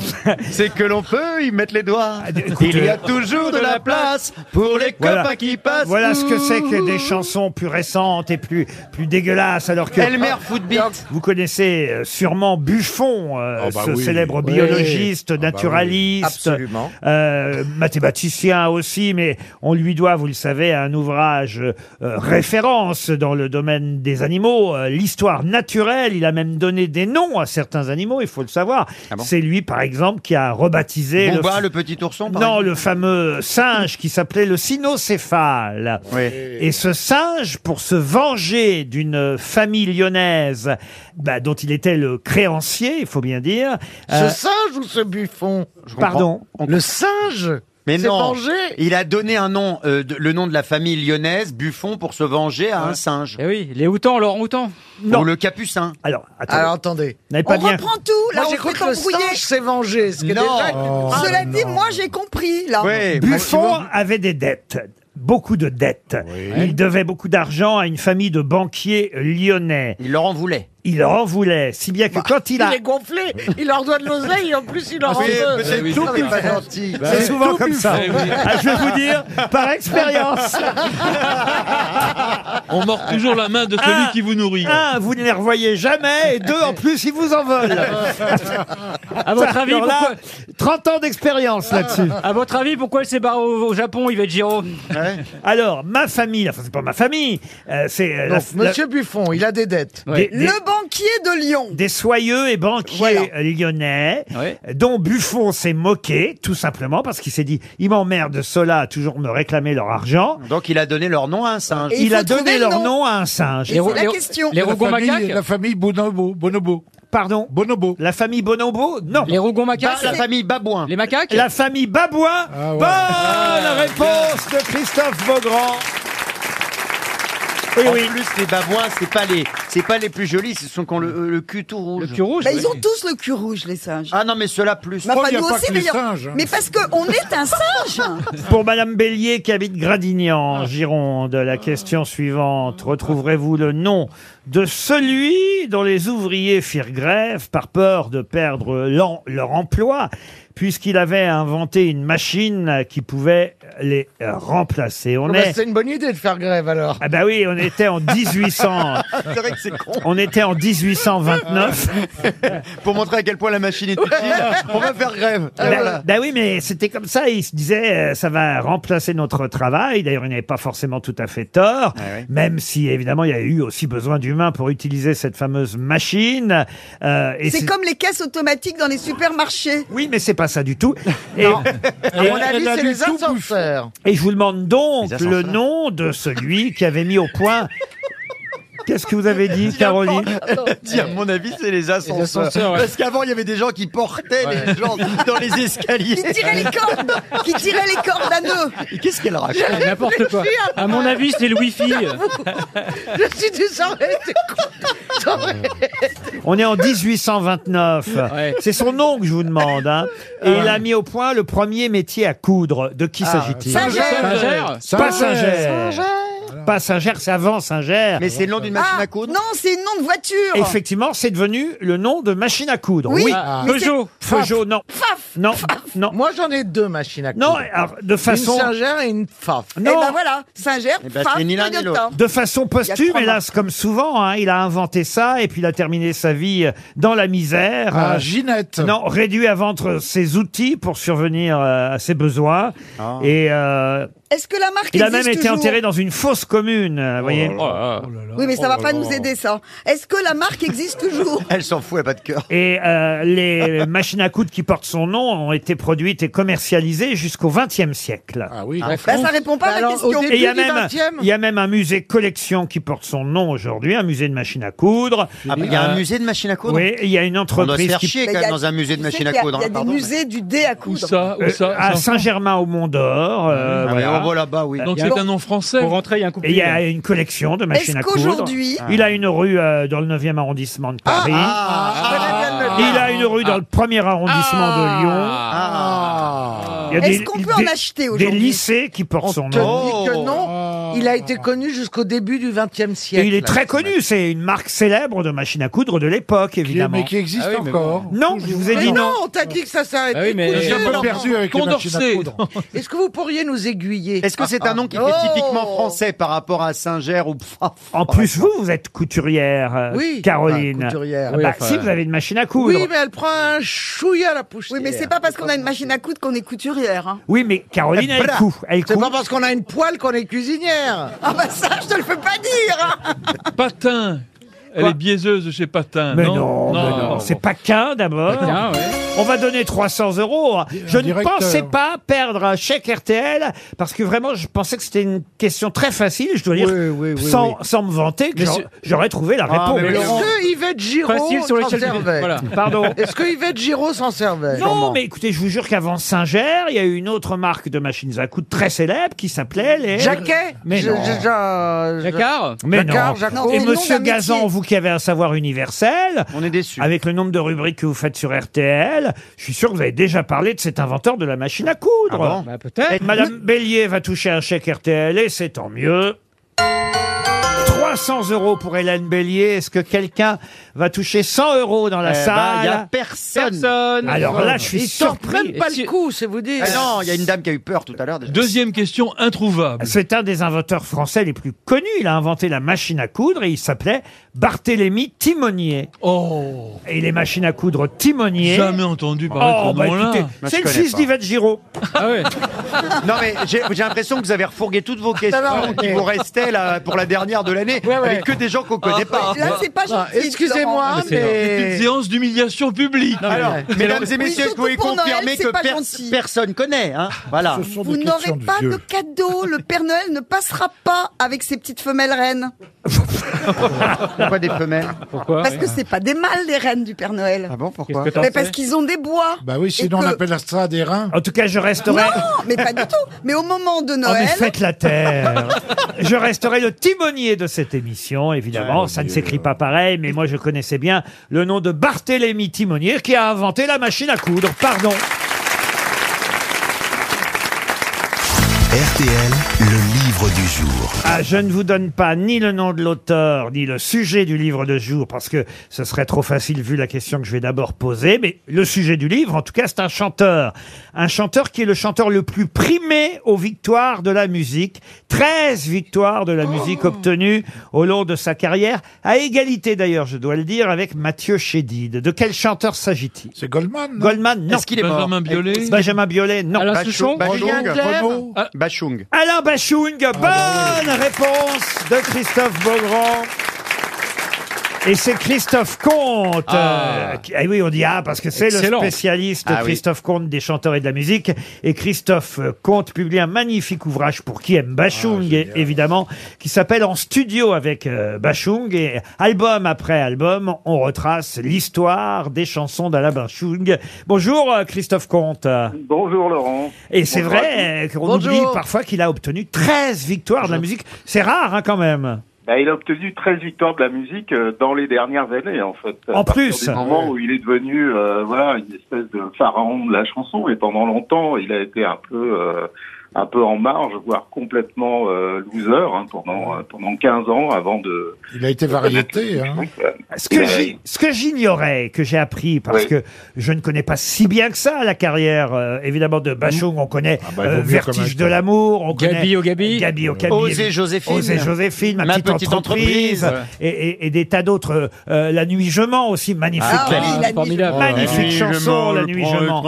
S4: c'est que l'on peut y mettre les doigts.
S2: écoute,
S4: Il y a
S2: euh,
S4: toujours de la place pour les
S2: Voilà.
S4: copains qui passent.
S2: Voilà ce que c'est que des chansons plus récentes et plus, plus dégueulasses, alors que...
S4: Elmer Footbeat.
S2: Vous connaissez euh, sûrement Buffon, euh,
S5: Oh bah
S2: ce
S5: oui.
S2: célèbre
S5: Oui.
S2: biologiste,
S5: Ah bah oui.
S2: naturaliste,
S4: Absolument.
S2: euh, mathématicien aussi, mais on lui doit, vous le savez, un ouvrage euh, référence dans le domaine des animaux, euh, l'histoire naturelle. Il a même donné des noms à certains animaux, il faut le savoir.
S4: Ah bon
S2: C'est lui, par exemple, qui a rebaptisé
S4: Bon,
S2: le
S4: bah, le petit ourson, par
S2: non,
S4: exemple.
S2: le fameux singe qui s'appelait le cynocéphale.
S4: Oui.
S2: Et ce singe, pour se venger d'une famille lyonnaise bah, dont il était le créancier, il faut bien dire. euh,
S8: Ce singe ou ce buffon
S4: Je comprends.
S2: pardon.
S8: Le singe
S4: Mais
S8: s'est
S4: non,
S8: vengé.
S4: il a donné un nom, euh, de- le nom de la famille lyonnaise, Buffon, pour se venger à un singe.
S6: Eh oui, les outans, Laurent Houtan.
S2: Non.
S4: Ou le capucin.
S2: Alors, attendez.
S8: Alors attendez.
S2: vous n'avez
S3: On
S2: pas bien.
S3: reprend tout, là,
S8: Moi j'ai
S3: on
S8: cru
S3: fait
S8: que le singe
S3: embrouiller.
S8: s'est vengé. Ce qui est
S4: Non.
S8: déjà une
S5: Oh,
S8: phrase.
S3: Cela
S5: non.
S3: dit, moi, j'ai compris, là.
S4: Ouais,
S2: Buffon avait des dettes, beaucoup de dettes. Il devait beaucoup d'argent à une famille de banquiers lyonnais.
S4: il leur en voulait. Bah,
S2: Il leur en voulait, si bien que quand il
S8: Il
S2: a...
S8: est gonflé, il leur doit de l'oseille et en plus il
S2: Ah,
S8: leur en veut.
S4: c'est
S7: oui,
S4: tout
S7: c'est
S4: qu'il
S7: vrai.
S4: pas Ah, gentil. Bah,
S2: C'est souvent comme ça.
S7: Eh oui.
S2: Ah, je vais vous dire, par expérience.
S7: On mord toujours la main de celui
S2: Ah.
S7: qui vous nourrit.
S2: Un, vous ne les revoyez jamais, et deux, en plus, ils vous en veulent.
S6: À votre avis,
S2: Alors là,
S6: pourquoi
S2: 30 ans d'expérience là-dessus.
S6: À votre avis, pourquoi elle s'est barrée au, au Japon, Yvette Giraud
S2: Alors, ma famille, enfin, c'est pas ma famille, euh, c'est euh, la-
S8: Donc, Monsieur Buffon, il a des dettes.
S6: Ouais.
S2: des- des-
S3: Le
S2: banquier de Lyon. Des soyeux et banquiers euh, lyonnais, dont Buffon s'est moqué, tout simplement, parce qu'il s'est dit, il m'emmerde ceux-là à toujours me réclamer leur argent.
S4: Donc il a donné leur nom à un singe.
S2: il a donné leur nom à un singe.
S5: la famille, la famille Bonobo. Bonobo.
S2: Pardon
S5: Bonobo.
S2: La famille Bonobo Non. Bah,
S5: Les Rougon-Macaques
S4: La famille Babouin.
S5: Les macaques
S2: La famille Babouin
S5: ouais.
S2: Bonne
S5: Ah,
S2: réponse de Christophe Beaugrand
S4: en plus, les babouins, c'est pas les, c'est pas les plus jolis, ce sont qui ont le, le cul tout rouge. Le cul rouge.
S3: Bah, ils ont tous le cul rouge, les singes.
S4: Ah non, mais ceux-là plus.
S3: Mais enfin, Bah, nous aussi, mais,
S4: hein.
S3: mais parce qu'on est un singe
S2: Pour Madame Bélier qui habite Gradignan, en Gironde, la question suivante. Retrouverez-vous le nom de celui dont les ouvriers firent grève par peur de perdre l'en- leur emploi, puisqu'il avait inventé une machine qui pouvait les euh, remplacer On
S8: Bah,
S2: est...
S8: C'est une bonne idée de faire grève alors.
S2: Ah bah oui, on était en 1800.
S4: C'est vrai que c'est con.
S2: On était en 1829.
S4: Pour montrer à quel point la machine est utile, on va faire grève. Et
S2: Ben,
S4: voilà.
S2: ben oui, mais c'était comme ça. Il se disait, euh, ça va remplacer notre travail. D'ailleurs, il n'avait pas forcément tout à fait tort, même si évidemment, il y a eu aussi besoin d'humains pour utiliser cette fameuse machine. Euh, et
S3: C'est comme les caisses automatiques dans les supermarchés.
S2: Oui, mais c'est pas ça du tout. Et,
S8: À mon avis, c'est les ascenseurs.
S2: et je vous demande donc
S8: Les
S2: le nom de celui qui avait mis au point. Qu'est-ce que vous avez dit, Caroline
S4: Dis, à mon avis, c'est les ascenseurs.
S2: ascenseurs, ouais.
S4: Parce qu'avant, il y avait des gens qui portaient les gens dans les escaliers.
S3: Qui tiraient les cordes Qui tiraient les cordes à nœuds
S4: Et Qu'est-ce qu'elle raconte
S6: N'importe quoi. À mon avis, c'est le wifi.
S8: Je suis désolé, t'es con. J'aurais-
S2: On est en 1829. C'est son nom que je vous demande. hein. Et il a mis au point le premier métier à coudre. De qui
S4: Ah,
S2: s'agit-il
S4: Singer. Singer. Singer.
S2: Pas Singer. Pas Singer, c'est avant Singer.
S4: Mais c'est le nom d'une machine à
S3: Ah, Non, c'est le nom de voiture.
S2: Effectivement, c'est devenu le nom de machine à coudre.
S3: Oui,
S2: Oui.
S3: Ah. mais
S2: Peugeot.
S8: c'est-
S2: Peugeot, non. Non. Non.
S8: Moi, j'en ai deux machines à coudre.
S2: Non, alors, de façon-
S8: Une singère et une faf.
S3: Eh ben voilà, Singer,
S8: Eh ben,
S3: femme,
S8: c'est ni l'un ni
S3: Toyota.
S2: De façon
S3: Il y a
S2: posthume,
S3: trois
S2: hélas, comme souvent, hein, il a inventé ça et puis il a terminé sa vie euh, dans la misère.
S5: Ah,
S2: Euh,
S5: Ginette.
S2: Non, réduit à vendre ses outils pour survenir euh, à ses besoins.
S8: Ah.
S2: Et euh,
S3: Est-ce que la marque
S2: il a
S3: existe
S2: même été
S3: toujours
S2: enterré dans Oh une fosse commune, euh, vous voyez.
S5: Oh
S3: Oui, mais ça va pas nous aider, ça. Est-ce que la marque existe toujours
S4: Elle s'en fout, elle a pas de cœur.
S2: Et euh, les machines à coudre qui portent son nom ont été produites et commercialisées jusqu'au XXe siècle. Ah oui,
S3: Bah, ça répond pas à la question.
S2: et il y, a même, il y a même un musée collection qui porte son nom aujourd'hui, un musée de machines à coudre. Euh,
S4: Ah, bah, il y a un musée de machines à coudre
S2: Oui, il y a une entreprise.
S4: On doit se faire
S2: qui-
S4: chier quand même dans un musée de
S3: Tu sais
S4: machines à
S3: qu'il y a-
S4: coudre.
S3: Il y a
S4: hein,
S3: des
S4: pardon,
S3: musées du dé à coudre.
S2: Euh, à Saint-Germain au Mont d'Or. euh,
S4: Ah, mais on voit là-bas, oui. Donc, c'est un
S2: nom français. Pour rentrer, il y a un couple. Et il y a une collection de
S3: Est-ce
S2: machines à coudre.
S3: qu'aujourd'hui-
S2: il a une rue euh, dans le 9e arrondissement
S4: Ah,
S2: de Paris.
S13: Ah.
S2: il a une rue dans le 1er arrondissement de Lyon. Il y a des-
S8: Ah. Est-ce qu'on peut en
S2: des-
S8: acheter aujourd'hui
S2: Des lycées qui portent son
S8: On te
S2: nom.
S8: dit que
S4: Oh.
S8: non. Il a été connu jusqu'au début du XXe siècle.
S2: Et il est très connu, c'est une marque célèbre de machines à coudre de l'époque, évidemment.
S5: mais qui existe Ah oui, mais bon. encore.
S2: Non, je vous ai
S8: Mais
S2: dit
S8: non,
S2: non.
S8: on t'a dit que ça s'arrêtait.
S2: Ah oui, mais-
S8: Écoute,
S2: J'ai un peu
S8: alors,
S2: perdu avec les Condorcet. machines à coudre.
S8: Est-ce que vous pourriez nous aiguiller Ah,
S4: Est-ce que c'est un nom qui était typiquement français par rapport à Singer ou
S2: En plus, vous, vous êtes couturière, euh,
S8: Oui.
S2: Caroline.
S8: Enfin, couturière.
S2: Bah,
S8: Oui, enfin,
S2: si, vous avez une machine à coudre.
S8: Oui, mais elle prend un chouïa à la poussière.
S3: Oui, mais c'est pas parce qu'on a une machine à coudre qu'on est couturière. hein.
S2: Oui, mais Caroline, elle
S8: Voilà.
S2: coud. Elle
S8: C'est
S2: coud.
S8: pas parce qu'on a une poêle qu'on est cuisinière.
S3: Ah bah ça, je te le fais pas dire hein.
S7: Patin. Elle est biaiseuse chez Patin.
S2: Mais
S7: non, Ah,
S2: non, mais non, c'est pas qu'un d'abord.
S7: Paquin, ouais.
S2: On va donner 300 euros. Je ne
S5: directeur.
S2: pensais pas perdre un chèque RTL parce que vraiment, je pensais que c'était une question très facile. Je dois dire,
S8: Oui, oui, oui,
S2: sans,
S8: oui.
S2: sans me vanter, que
S8: Mais
S2: j'aurais-
S8: c'est-
S2: j'aurais trouvé la
S8: Ah,
S2: réponse.
S8: mais Est-ce que Yvette Giraud
S2: Facile sur
S8: s'en
S2: l'échelle du-
S8: servait
S2: voilà. Pardon.
S8: Est-ce que Yvette Giraud s'en servait
S2: Non, mais écoutez, je vous jure qu'avant Singer, il y a eu une autre marque de machines à coudre très célèbre qui s'appelait les.
S8: Jacquet
S2: Mais
S8: Je-
S2: non.
S8: je- je- je-
S2: Jacquard Mais
S8: Jacquard,
S2: non.
S8: Jacquot.
S2: Et Monsieur Gazan, vous qui avez un savoir universel,
S4: on est déçu.
S2: Avec le nombre de rubriques que vous faites sur RTL, je suis sûr que vous avez déjà parlé de cet inventeur de la machine à coudre.
S4: Ah bon
S2: Bah, peut-être. Madame Bélier va toucher un chèque RTL et c'est tant mieux. 300 euros pour Hélène Bélier. Est-ce que quelqu'un va toucher 100 euros dans la
S4: Eh ben,
S2: salle
S4: y a personne.
S2: Alors là, je suis
S8: Il sort
S2: surpris.
S8: même pas le coup, c'est vous dire.
S4: Ah non, il y a une dame qui a eu peur tout à l'heure. déjà.
S2: Deuxième question introuvable. C'est un des inventeurs français les plus connus. Il a inventé la machine à coudre et il s'appelait Barthélemy Timonier. Oh Et les machines à coudre Timonier.
S7: Jamais entendu parler de
S2: Oh,
S7: ce
S2: bah
S7: nom-là.
S2: écoutez,
S7: Moi, je
S2: c'est le
S7: connais
S2: fils
S7: pas.
S2: d'Yvette Giraud.
S7: Ah ouais.
S4: Non mais j'ai j'ai l'impression que vous avez refourgué toutes vos questions
S8: Non, non, mais-
S4: qui vous restaient là, pour la dernière de l'année.
S8: ouais.
S4: avec que des gens qu'on connaît pas.
S8: Là, c'est pas gentil, Excusez-moi,
S4: Ah, C'est
S8: mais-
S4: une séance d'humiliation publique.
S8: mais-
S4: Alors,
S8: Oui,
S4: mesdames et
S8: surtout
S4: messieurs, vous pouvez
S3: pour Noël,
S4: confirmer
S3: c'est
S4: que
S3: pas
S4: per-
S3: gentil.
S4: personne connaît. Hein voilà.
S3: Vous n'aurez pas de cadeau. Le Père Noël ne passera pas avec ses petites femelles reines.
S4: Pourquoi des femelles Pourquoi
S3: parce que c'est pas des mâles, les reines du Père Noël.
S4: Ah bon, pourquoi
S5: Qu'est-ce que t'en
S3: Mais parce
S5: sais
S3: qu'ils ont des bois.
S5: Bah oui,
S3: Et
S5: sinon
S3: que-
S5: on appelle ça des reins.
S2: En tout cas, je resterai.
S3: Non, mais pas du tout. Mais au moment de
S2: Oh, mais
S3: Noël.
S2: faites la terre Je resterai le timonier de cette émission, évidemment. Ça ne s'écrit pas pareil, mais moi je connaissais bien le nom de Barthélemy Timonier qui a inventé la machine à coudre. Pardon.
S1: RTL, le livre du jour.
S2: Ah, je ne vous donne pas ni le nom de l'auteur, ni le sujet du livre de jour, parce que ce serait trop facile vu la question que je vais d'abord poser. Mais le sujet du livre, en tout cas, c'est un chanteur. Un chanteur qui est le chanteur le plus primé aux victoires de la musique. 13 victoires de la
S4: Oh.
S2: musique obtenues au long de sa carrière, à égalité d'ailleurs, je dois le dire, avec Mathieu Chédid. De quel chanteur s'agit-il C'est Goldman. Goldman, non.
S4: Est-ce qu'il est mort Benjamin Biolay Est-ce qu'il-
S2: Benjamin Biolay, non.
S4: Alain Souchon Julien Clerc Ah, Renaud
S2: Bachung. Alain Bachung,
S15: Ah, bah
S2: bonne réponse de Christophe Beaugrand. Et c'est Christophe Comte.
S15: Ah.
S2: euh, qui- ah oui, on dit ah parce que c'est le
S15: Excellent.
S2: spécialiste
S15: Ah oui.
S2: Christophe Comte des chanteurs et de la musique. Et Christophe euh, Comte publie un magnifique ouvrage pour qui aime
S15: Ah,
S2: Bachung, et- évidemment, qui s'appelle En studio avec euh, Bachung. Et album après album, on retrace l'histoire des chansons d'Alain Bachung. Bonjour euh, Christophe Comte.
S16: Bonjour Laurent.
S2: Et c'est
S16: Bonjour
S2: vrai
S16: à tous.
S2: euh, qu'on oublie parfois qu'il a obtenu 13 victoires de la musique. C'est rare hein, quand même.
S16: Bah, il a obtenu 13 victoires de la musique euh, dans les dernières années, en fait.
S2: En
S16: À partir
S2: plus.
S16: Du moment où il est devenu euh, voilà, une espèce de pharaon de la chanson, et pendant longtemps, il a été un peu, euh, un peu en marge, voire complètement euh, loser hein, pendant, euh, pendant 15 ans avant de.
S5: Il a été variété. Hein.
S2: Ce que j'ig- ce que j'ignorais, que j'ai appris, parce
S5: Oui.
S2: que je ne connais pas si bien que ça la carrière, euh, évidemment, de Bachung. On connaît
S5: bah, il vaut
S2: euh,
S5: mieux comme
S2: Vertige de
S5: acteur.
S2: l'amour, on
S6: Gabi
S2: connaît
S6: au Gabi.
S2: Gabi au Gabi,
S6: Oser
S2: évi-
S6: Joséphine.
S2: Oser Joséphine, ma,
S6: Ma
S2: petite,
S6: petite
S2: entreprise,
S6: entreprise.
S2: Et, et- et des tas d'autres. euh, euh, la nuit je mens aussi, magnifique,
S6: Ah oui, La Nuit Je Formidable. mens.
S2: magnifique
S6: La Nuit Je
S2: chanson,
S6: mens,
S2: la
S6: je
S2: nuit
S6: prends
S2: je
S6: le
S2: mens.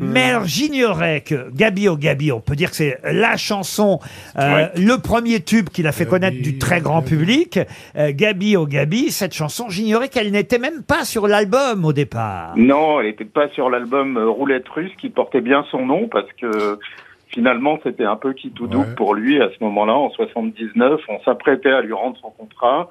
S2: Mais alors, j'ignorais que Gabi au Gabi, on peut dire que c'est la chanson, euh, le premier tube qu'il a fait connaître du très grand public. Euh, Gabi au Gabi, cette chanson, j'ignorais qu'elle n'était même pas sur l'album au départ.
S16: Non, elle n'était pas sur l'album euh, Roulette Russe qui portait bien son nom parce que finalement c'était un peu qui tout double pour lui à ce moment-là en 79. On s'apprêtait à lui rendre son contrat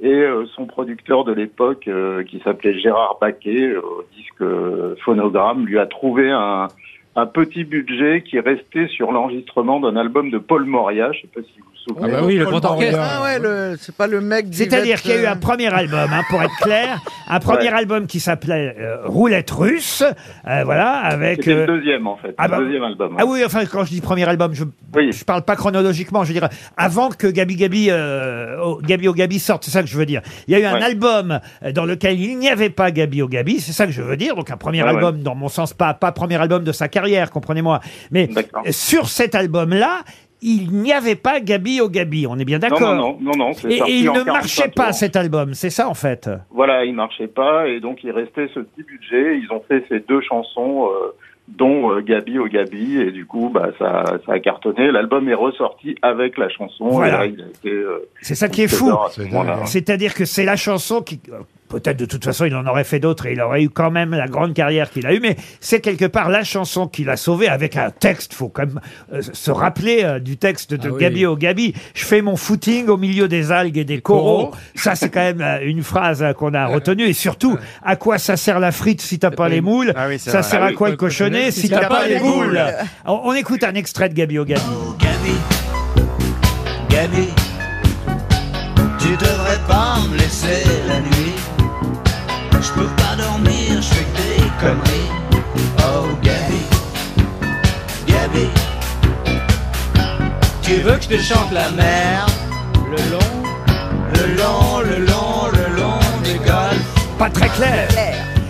S16: et euh, son producteur de l'époque euh, qui s'appelait Gérard Baquet euh, au disque euh, Phonogramme lui a trouvé un un petit budget qui restait sur l'enregistrement d'un album de Paul Moria. Je sais pas si vous vous souvenez.
S8: bah Ah ouais, le- c'est pas le mec d'Yvette,
S2: C'est-à-dire qu'il y a eu
S8: euh,
S2: un premier album, hein, pour être clair, un premier
S16: Ouais.
S2: album qui s'appelait euh, Roulette russe, euh, voilà, avec...
S16: C'était
S2: euh,
S16: le deuxième en fait,
S2: ah bah-
S16: le deuxième album. hein.
S2: Ah oui, enfin, quand je dis premier album, je je parle pas chronologiquement, je veux dire, avant que Gabi Gabi, euh, au- Gabi au Gabi sorte, c'est ça que je veux dire. Il y a eu un
S16: Ouais.
S2: album euh, dans lequel il n'y avait pas Gabi au Gabi, c'est ça que je veux dire, donc un premier
S16: Ouais,
S2: album,
S16: ouais.
S2: dans mon sens, pas, pas premier album de sa carrière, comprenez-moi. Mais sur cet album-là, il n'y avait pas Gabi au Gabi, on est bien
S16: Non,
S2: d'accord
S16: non, non, non, non, c'est
S2: Et,
S16: sorti
S2: et il
S16: en
S2: ne
S16: 45
S2: marchait
S16: tours.
S2: pas cet album, c'est ça en fait
S16: Voilà, il marchait pas et donc il restait ce petit budget. Ils ont fait ces deux chansons, euh, dont euh, Gabi au Gabi, et du coup, bah ça, ça a cartonné. L'album est ressorti avec la chanson.
S2: Voilà.
S16: Et là, il a été. euh,
S2: C'est ça qui est fou.
S16: Theodore à ce moment-là.
S2: C'est-à-dire que c'est la chanson qui, peut-être de toute façon, il en aurait fait d'autres et il aurait eu quand même la grande carrière qu'il a eue, mais c'est quelque part la chanson qu'il a sauvée avec un texte. Faut quand même euh, se rappeler euh, du texte de
S15: oui.
S2: Gabi au Gabi. Je fais mon footing au milieu des algues et des coraux.
S15: coraux.
S2: Ça, c'est quand même euh, une phrase euh, qu'on a retenue. Et surtout, à quoi ça sert la frite si t'as pas les moules
S15: Ah oui, c'est
S2: Ça
S15: vrai.
S2: sert
S15: Ah
S2: à
S15: oui.
S2: quoi le cochonnet si t'as pas les moules on, on écoute un extrait de Gabi au Gabi.
S15: Gabi, tu devrais pas me laisser la nuit. Je peux pas dormir, je fais que des conneries. Oh Gabi, Gabi, tu veux que je te chante la mer le long,
S8: euh,
S15: le long, le long, le long des golfs.
S2: Pas très clair.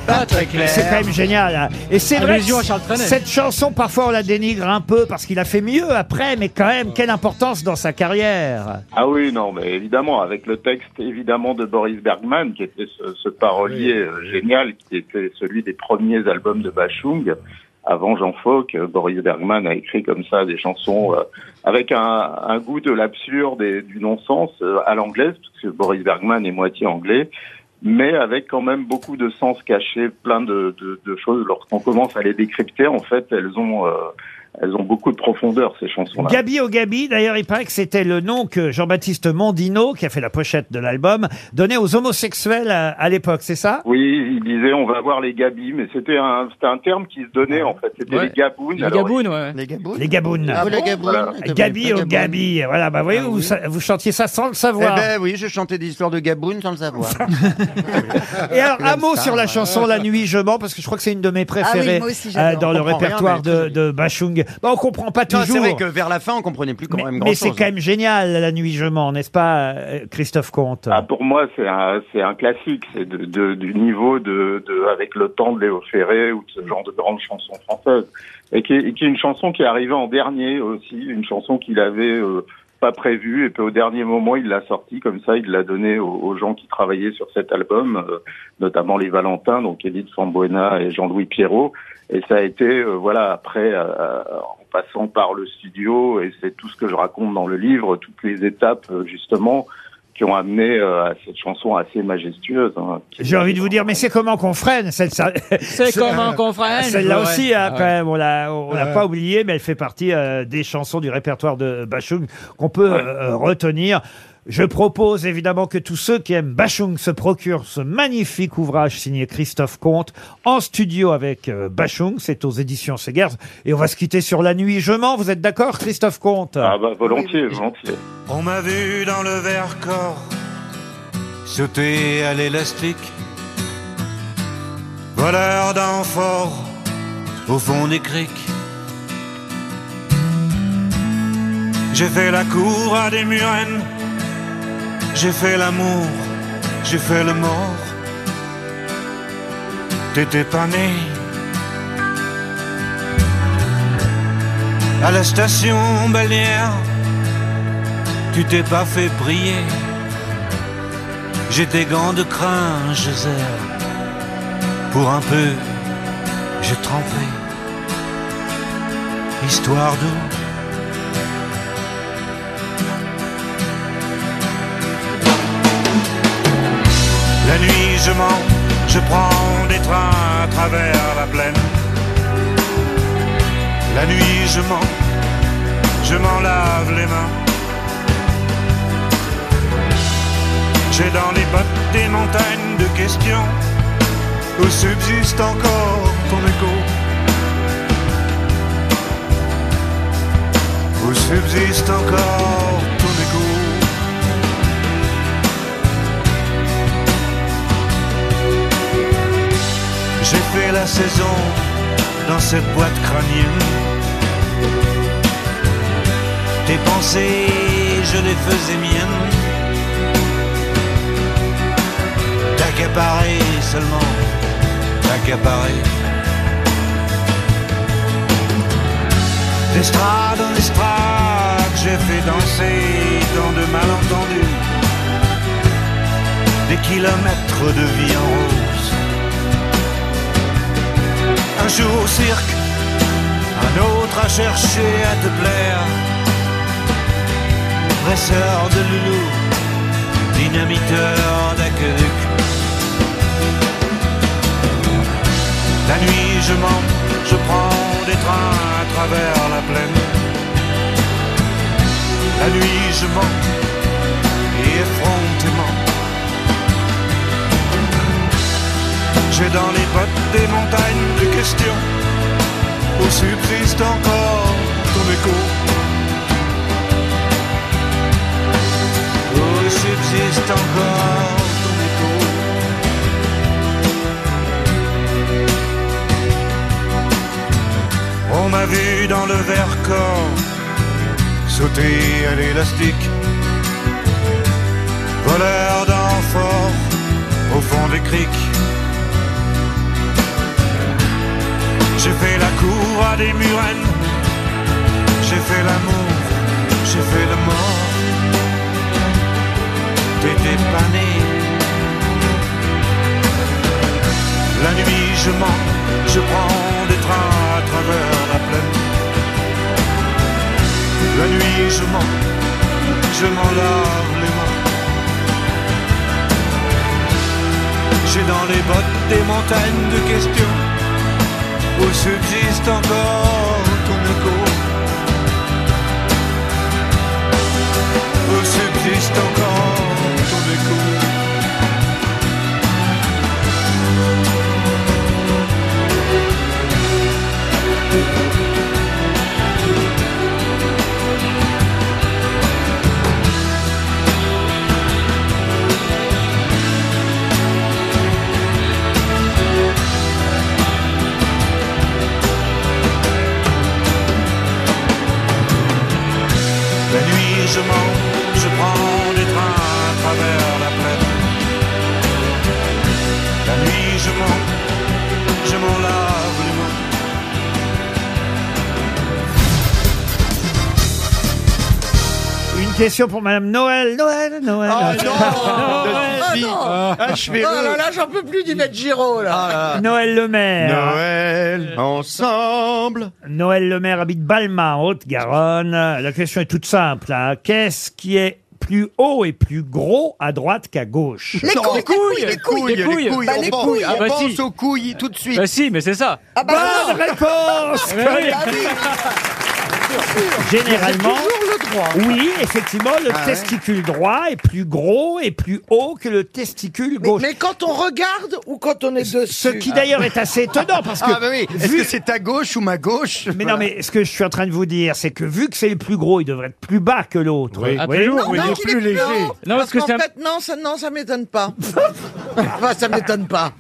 S15: Pas très clair.
S2: C'est quand même génial. hein. Et c'est vrai.
S15: Allusion
S2: que
S15: à Charles Trenet.
S2: Cette chanson, parfois, on la dénigre un peu parce qu'il a fait mieux après, mais quand même, quelle importance dans sa carrière.
S16: Ah oui, non, mais évidemment, avec le texte évidemment de Boris Bergman, qui était ce, ce parolier euh, génial, qui était celui des premiers albums de Bachung. avant Jean Fauque, euh, Boris Bergman a écrit comme ça des chansons euh, avec un, un goût de l'absurde et du non-sens euh, à l'anglaise, parce que Boris Bergman est moitié anglais, mais avec quand même beaucoup de sens caché, plein de, de- de choses. Lorsqu'on commence à les décrypter, en fait, elles ont, euh, elles ont beaucoup de profondeur, ces chansons-là.
S2: Gabi au Gabi, d'ailleurs, il paraît que c'était le nom que Jean-Baptiste Mondino, qui a fait la pochette de l'album, donnait aux homosexuels à, à l'époque, c'est ça
S16: Oui, il disait on va voir les gabis, mais c'était un, c'était un terme qui se donnait en fait. C'était
S2: Ah. Ouais.
S16: les gabounes.
S2: Les
S16: Alors,
S2: gabounes,
S16: ils-
S2: Les gabounes Les gabounes.
S16: Ah bon Les gabounes,
S2: Voilà.
S16: d'accord.
S2: Gabi
S16: Les
S2: au
S16: gabounes.
S2: Gabi, voilà, bah voyez, vous, sa- vous chantiez ça sans le savoir.
S17: Eh ben oui, je chantais des histoires de Gaboun sans le savoir.
S2: Et alors, un mot
S17: ça,
S2: sur la
S17: ouais.
S2: chanson La Nuit Je mens, parce que je crois que c'est une de mes préférées euh,
S17: moi aussi, j'adore.
S2: dans le
S17: On comprend rien,
S2: répertoire
S17: mais elle
S2: de, de Bachung. Bah, on comprend pas
S17: Non, c'est
S2: toujours.
S17: vrai que vers la fin, on comprenait plus quand même hein. grand
S2: mais c'est
S17: chose.
S2: quand même génial, La Nuit Je mens, n'est-ce pas, euh, Christophe Comte
S16: Ah, pour moi, c'est un, c'est un classique. C'est de, de- du niveau de, de avec le temps de Léo Ferré ou de ce genre de grande chanson française. Et qui, est- et qui est une chanson qui est arrivée en dernier aussi, une chanson qu'il avait euh, pas prévue. Et puis au dernier moment, il l'a sortie comme ça. Il l'a donnée aux, aux gens qui travaillaient sur cet album, euh, notamment les Valentins, donc Edith Sambuena et Jean-Louis Pierrot. Et ça a été, euh, voilà, après, euh, en passant par le studio, et c'est tout ce que je raconte dans le livre, toutes les étapes, euh, justement, qui ont amené euh, à cette chanson assez majestueuse. hein, qui-
S2: J'ai envie de vous dire, mais c'est comment qu'on freine cette C'est
S6: comment qu'on freine,
S2: Celle-là
S6: ouais.
S2: aussi, hein,
S6: Ah ouais.
S2: quand même, on l'a, on l'a
S6: Ouais.
S2: pas oubliée, mais elle fait partie euh, des chansons du répertoire de Bachung qu'on peut euh, euh, retenir. Je propose évidemment que tous ceux qui aiment Bachung se procurent ce magnifique ouvrage signé Christophe Comte en studio avec euh, Bachung. C'est aux éditions Segers. Et on va se quitter sur La Nuit Je mens. Vous êtes d'accord, Christophe Comte
S16: Ah bah volontiers, volontiers.
S15: On m'a vu dans le verre corps sauter à l'élastique, voleur d'amphore au fond des criques. J'ai fait la cour à des murennes, j'ai fait l'amour, j'ai fait le mort. T'étais pas né. À la station balnéaire, tu t'es pas fait prier. J'ai des gants de crin, Joseph. Pour un peu, j'ai trempé. Histoire d'eau. La nuit, je mens, je prends des trains à travers la plaine. La nuit, je mens, je m'en lave les mains. J'ai dans les bottes des montagnes de questions où subsiste encore ton écho. Où subsiste encore ton écho. J'ai fait la saison dans cette boîte crânienne. Tes pensées, je les faisais miennes. T'accaparer seulement, t'accaparer. D'estrade en estrade, j'ai fait danser tant de malentendus. Des kilomètres de vie en rose. Un jour au cirque, un autre à chercher à te plaire. Presseur de loulou, dynamiteur d'aqueduc. La nuit je mens, je prends des trains à travers la plaine. La nuit je mens, et effrontément. J'ai dans les bottes des montagnes de questions, où subsiste encore ton écho. Où subsiste encore ton écho. On m'a vu dans le verre corps sauter à l'élastique, voleur d'enfort au fond des criques. J'ai fait la cour à des murennes, j'ai fait l'amour, j'ai fait le mort. T'étais pas né. La nuit je mens, je prends des trains à travers La nuit je mens, je m'en lave les mains. J'ai dans les bottes des montagnes de questions où subsiste encore ton écho. Où subsiste encore ton écho. La nuit je mens, je prends des trains à travers la plaine. La nuit je mens, je m'en lave les mains.
S2: Une question pour Madame Noël. Noël, Noël.
S17: Oh,
S8: Ah non Ah là là, j'en peux plus d'y mettre Giraud, là.
S2: Noël Le Maire.
S17: Noël, ensemble.
S2: Noël Le Maire habite Balma, en Haute-Garonne. La question est toute simple. hein. Qu'est-ce qui est plus haut et plus gros à droite qu'à gauche
S17: Les Non, couilles, les couilles, les couilles, les couilles, Bah, on les pense- couilles. on pense
S2: aux couilles tout de suite.
S6: Bah si, mais c'est ça.
S2: Ah bah Bonne non.
S8: Ah
S2: réponse.
S8: bah
S6: Mais oui.
S2: Généralement, oui, effectivement, le
S8: Ah ouais.
S2: testicule droit est plus gros et plus haut que le testicule gauche.
S8: Mais quand on regarde ou quand on est dessus
S2: Ce qui d'ailleurs est assez étonnant parce que.
S8: Ah bah oui.
S17: Est-ce que
S2: c'est ta gauche ou ma gauche Mais non, mais ce que je suis en train de vous dire, c'est que vu que c'est le plus gros, il devrait être plus bas que l'autre.
S5: Oui. Ah,
S2: Vous voyez
S5: plus lourd, oui,
S8: Non,
S5: il est
S8: qu'il est plus haut. parce qu'en
S2: un-
S8: fait, non, ça, non, ça m'étonne pas. enfin, ça m'étonne pas.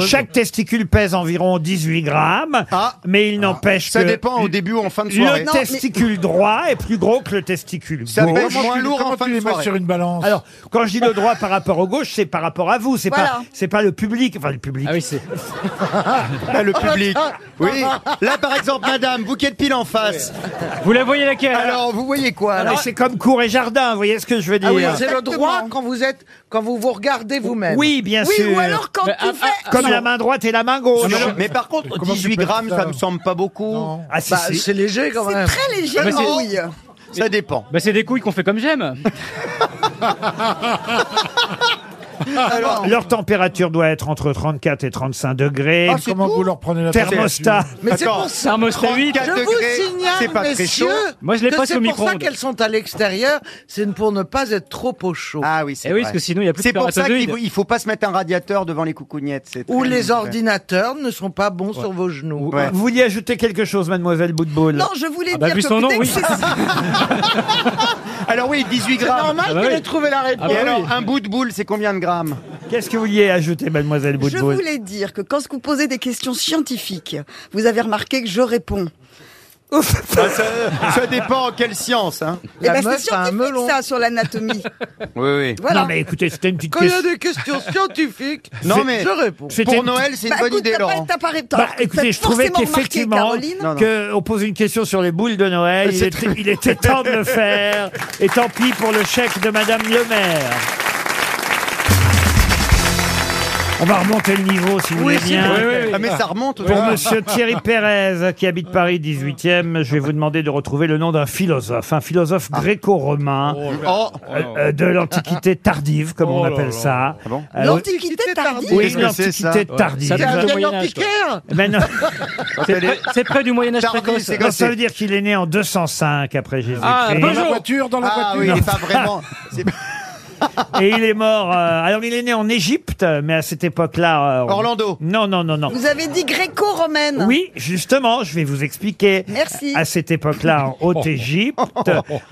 S2: Chaque testicule pèse environ 18 grammes, mais il n'empêche
S17: Ah. Ça
S2: que
S17: dépend, au début ou en fin de soirée.
S2: Le
S17: Non, mais-
S2: testicule droit est plus gros que le testicule
S17: Ça
S2: gauche.
S17: pèse moins lourd en fin de soirée.
S2: balance. Alors, quand je dis le droit par rapport au gauche, c'est par rapport à vous, c'est pas, c'est pas le public, enfin le public. Ah oui, c'est.
S17: Ah, le public. Oui. Là, par exemple, madame, vous qui êtes pile en face.
S6: Vous la voyez laquelle
S17: Alors, vous voyez quoi
S2: Ah, mais
S17: alors
S2: c'est comme cour et jardin, vous voyez ce que je veux dire
S8: Ah oui, c'est le droit quand vous êtes, quand vous vous regardez vous-même.
S2: Oui, bien sûr. Mais, ah, ah, Comme la main droite et la main gauche.
S17: Mais, mais par contre, 18 Oh, grammes, ça me semble pas beaucoup.
S2: Ah, si, Bah, si. c'est léger, quand C'est même. très léger,
S17: mais c'est-
S2: les couilles.
S17: Ça dépend.
S6: Bah c'est des couilles qu'on fait comme j'aime.
S2: Alors, leur température doit être entre 34 et 35 degrés.
S5: Ah, c'est Comment tout vous leur prenez la
S2: Thermostat.
S5: température Mais c'est
S17: Oh,
S5: pour Attends, ça-
S6: thermostat huit.
S8: Je vous signal, messieurs, que c'est pour ça qu'elles sont à l'extérieur, c'est pour ne pas être trop au chaud.
S17: Ah oui, c'est
S8: Eh
S17: vrai.
S8: oui, parce que sinon, il y a plus de
S17: C'est pour ça
S8: spermatozoïdes.
S17: qu'il faut, il faut pas se mettre un radiateur devant les coucougnettes. c'est
S8: Ou
S17: très
S8: les
S17: mauvais.
S8: ordinateurs ne sont pas bons sur vos genoux.
S17: Ouais.
S2: Vous vouliez ajouter quelque chose, mademoiselle Boutboul
S8: Non, je voulais
S17: Ah bah,
S8: dire
S17: vu
S8: que
S17: son nom,
S8: dès que
S17: oui.
S8: c'est-
S17: Alors oui, 18
S8: C'est
S17: grammes.
S8: normal Ah bah qu'elle oui. ait trouvé la réponse.
S17: Et
S8: Ah bah
S17: alors,
S8: oui.
S17: un bout de boule, c'est combien de grammes
S2: Qu'est-ce que vous vouliez ajouter, mademoiselle
S17: Boutboul
S3: Je voulais dire que quand vous posez des questions scientifiques, vous avez remarqué que je réponds.
S4: Ah,
S17: ça, ça dépend en quelle science. Hein.
S3: Eh ben, c'est scientifique ça sur l'anatomie.
S17: Oui, oui.
S3: Voilà.
S2: Non, mais écoutez, c'était une petite
S8: Quand il y a
S2: question.
S8: des questions scientifiques,
S17: Non, mais
S8: je réponds.
S2: C'était une-
S3: Bah, écoute, t'as pas- t'as pas ré- t'as-
S2: Bah,
S3: t'as
S2: écoutez, je trouvais
S3: forcément remarqué,
S2: qu'effectivement,
S3: Caroline.
S2: qu'on pose une question sur les boules de Noël. Il
S3: C'est
S2: était, il était temps de le faire. Et tant pis pour le chèque de Madame Le Maire. On va remonter le niveau si vous
S17: Oui,
S2: voulez
S17: s'il
S2: bien.
S17: vous plaît. Oui, oui, oui. Ah, mais ça remonte,
S2: Pour
S17: oui.
S2: Monsieur Thierry Pérez, qui habite Paris 18e, je vais vous demander de retrouver le nom d'un philosophe, un philosophe gréco-romain
S17: Ah. Oh.
S2: euh, euh, de l'Antiquité tardive, comme on
S17: Oh là
S2: appelle
S17: là.
S2: ça.
S17: Ah bon
S2: Euh,
S3: L'antiquité tardive.
S2: oui,
S6: Qu'est-ce que c'est, ça
S2: l'Antiquité
S6: Ouais.
S2: tardive.
S6: Ça date
S2: Euh,
S6: du Moyen Âge, quoi.
S2: Mais Eh ben non.
S6: C'est près- c'est près du Moyen Âge précoce.
S2: Non, ça veut dire qu'il est né en 205 après Jésus-Christ.
S6: Ah, Dans la bonjour. voiture,
S5: dans la
S17: ah,
S5: voiture.
S17: Oui,
S2: Non.
S17: c'est pas vraiment.
S2: Et il est mort. euh, alors, il est né en Égypte, mais à cette époque-là. euh,
S17: Orlando.
S2: Non, non, non, non.
S3: Vous avez dit gréco-romaine.
S2: Oui, Ah, justement, je vais vous expliquer.
S3: Merci.
S2: À cette époque-là, en Haute-Égypte,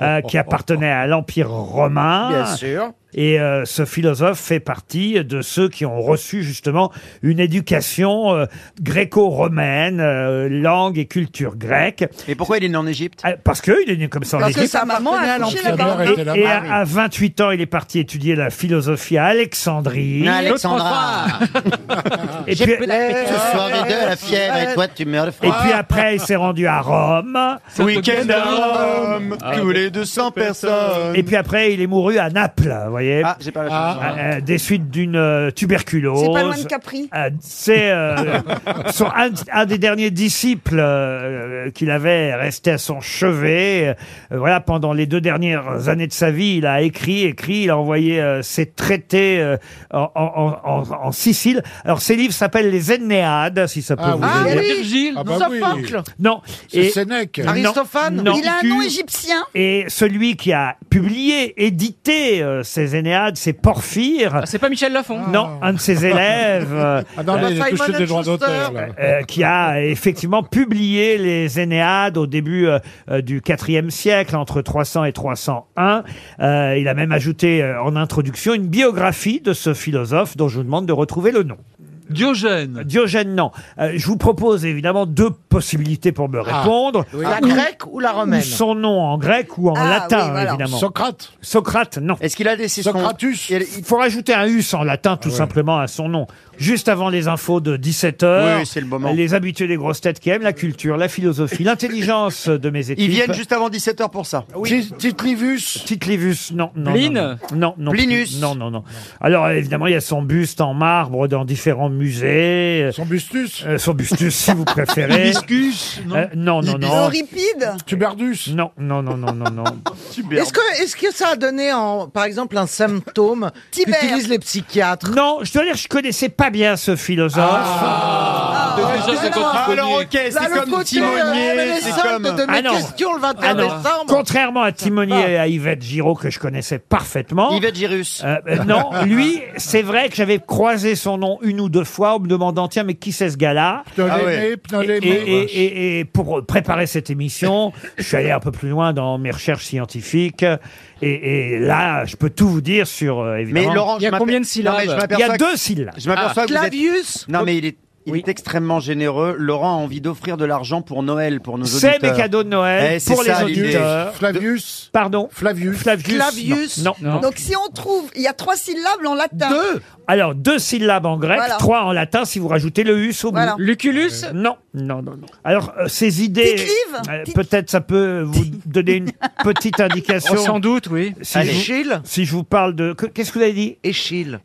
S2: euh, qui appartenait à l'Empire romain.
S8: Bien sûr.
S2: Et euh, ce philosophe fait partie de ceux qui ont reçu justement une éducation euh, gréco-romaine, euh, langue et culture grecque. Ah,
S17: Et pourquoi il est né en Égypte
S2: Parce qu'il est né comme ça en
S17: Parce que
S2: Égypte.
S17: sa maman a
S2: Et-
S17: accouché là-bas.
S2: Et, et à, à 28 ans, il est parti étudier la philosophie à Alexandrie.
S17: Alexandra.
S2: Et
S4: J'ai
S2: puis- euh,
S4: plus la fête ce soir et de la fièvre et toi tu meurs de froid.
S2: Et puis après, il s'est rendu à Rome. Ah,
S4: Week-end à Rome, tous
S17: les 200 personnes.
S2: Et puis après, il est mouru à Naples, vous voyez.
S17: Ah, j'ai pas la chanson.
S2: Ah, euh, Des suites d'une euh, tuberculose.
S3: C'est pas loin de Capri.
S2: Euh, C'est euh, son- un, un des derniers disciples euh, qu'il avait resté à son chevet. Euh, voilà, pendant les deux dernières années de sa vie, il a écrit, écrit, il a envoyé euh, ses traités euh, en, en- en- en Sicile. Alors, ses livres s'appellent Les Ennéades, si ça peut vous
S5: Ah
S2: aider.
S5: oui. Virgile. Ah bah oui. Sophocle.
S2: Non.
S5: C'est
S2: Et-
S5: Sénèque.
S2: Non.
S5: Aristophane.
S2: Non.
S3: Il a un nom égyptien.
S2: Et celui qui a publié, édité euh, ces Énéades, c'est Porphyre. Ah, c'est pas Michel Lafon. Non, un de ses élèves. euh,
S5: Ah non, mais il est touché Simon des and droits d'auteur, Schuster. là.
S2: euh, qui a effectivement publié les Énéades au début euh, euh, du IVe siècle, entre 300 et 301. Euh, il a même ajouté euh, en introduction une biographie de ce philosophe dont je vous demande de retrouver le nom. Diogène. Diogène, non. Euh, je vous propose évidemment deux possibilités pour me
S8: Ah.
S2: répondre.
S8: Oui. La
S2: Ou-
S8: grecque ou la romaine
S2: ou Son nom en grec ou en
S8: Ah,
S2: latin,
S8: oui, voilà.
S2: évidemment.
S8: Socrate.
S2: Socrate, non.
S17: Est-ce qu'il a des
S2: Socratus. Ah Il faut rajouter un us en latin, tout simplement, à son nom. Juste avant les infos de 17h.
S17: Oui, c'est le moment.
S2: Les habitués des grosses têtes qui aiment la culture, la philosophie, l'intelligence de mes équipes.
S17: Ils viennent juste avant 17h pour ça.
S2: Titlivus Titlivus, non. non
S17: Pline
S2: non, non. Non, non.
S17: Plinus.
S2: plus. Non, non, non. Alors, évidemment, il y a son buste en marbre dans différents musées. Son bustus Son bustus, si vous préférez.
S5: Hibiscus, non
S2: Euh, Non, non, non.
S8: Euripide
S5: Tuberdus
S2: Non, non, non, non, non, non.
S8: Est-ce que, est-ce que ça a donné, en, par exemple, un symptôme qu'utilisent les psychiatres
S2: Non, je dois dire, je connaissais pas bien ce philosophe.
S17: Ah.
S6: Ah.
S8: déjà,
S2: Ah,
S8: c'est quand tu
S17: Alors, ok, c'est
S8: Ah. Là, le
S17: comme
S8: côté, euh,
S17: Timonier,
S8: les
S17: c'est comme.
S8: soldes de mes
S2: Ah non.
S8: questions le 21
S2: Ah non.
S8: décembre.
S2: Contrairement à Timonier et à Yvette Giraud, que je connaissais parfaitement.
S17: Ah. Yvette Girus.
S2: Euh, euh, non, lui, c'est vrai que j'avais croisé son nom une ou deux fois en me demandant, tiens, mais qui c'est ce gars-là
S5: Ptolémée, Ah ouais. Ptolémée.
S2: Et, et- et- et pour préparer cette émission, je suis allé un peu plus loin dans mes recherches scientifiques. Et, et là, je peux tout vous dire sur, euh, évidemment...
S17: Mais Laurent, je m'aper- Non, mais je
S2: Il y
S17: m'aperçois
S2: a
S17: que-
S2: deux syllabes.
S17: Je m'aperçois que vous êtes- Non, mais il est. il est extrêmement généreux. Laurent a envie d'offrir de l'argent pour Noël, pour nos auditeurs.
S2: C'est mes cadeaux de Noël
S17: Eh, c'est
S2: pour
S17: ça,
S2: les
S17: l'idée.
S2: auditeurs.
S5: Flavius.
S2: Pardon.
S5: Flavius.
S2: Flavius.
S3: Clavius.
S2: Non. non.
S3: Donc si on trouve, il y a trois syllabes en latin.
S2: Alors, deux syllabes en grec,
S3: Voilà.
S2: trois en latin si vous rajoutez le us au bout.
S3: Voilà.
S2: Lucullus Non, non, non, non. Alors, euh, ces idées,
S3: Titlive
S2: euh, peut-être ça peut vous donner une petite indication.
S6: Oh, sans doute, oui.
S2: Si je, vous, si je vous parle de... que- Qu'est-ce que vous avez dit Échille.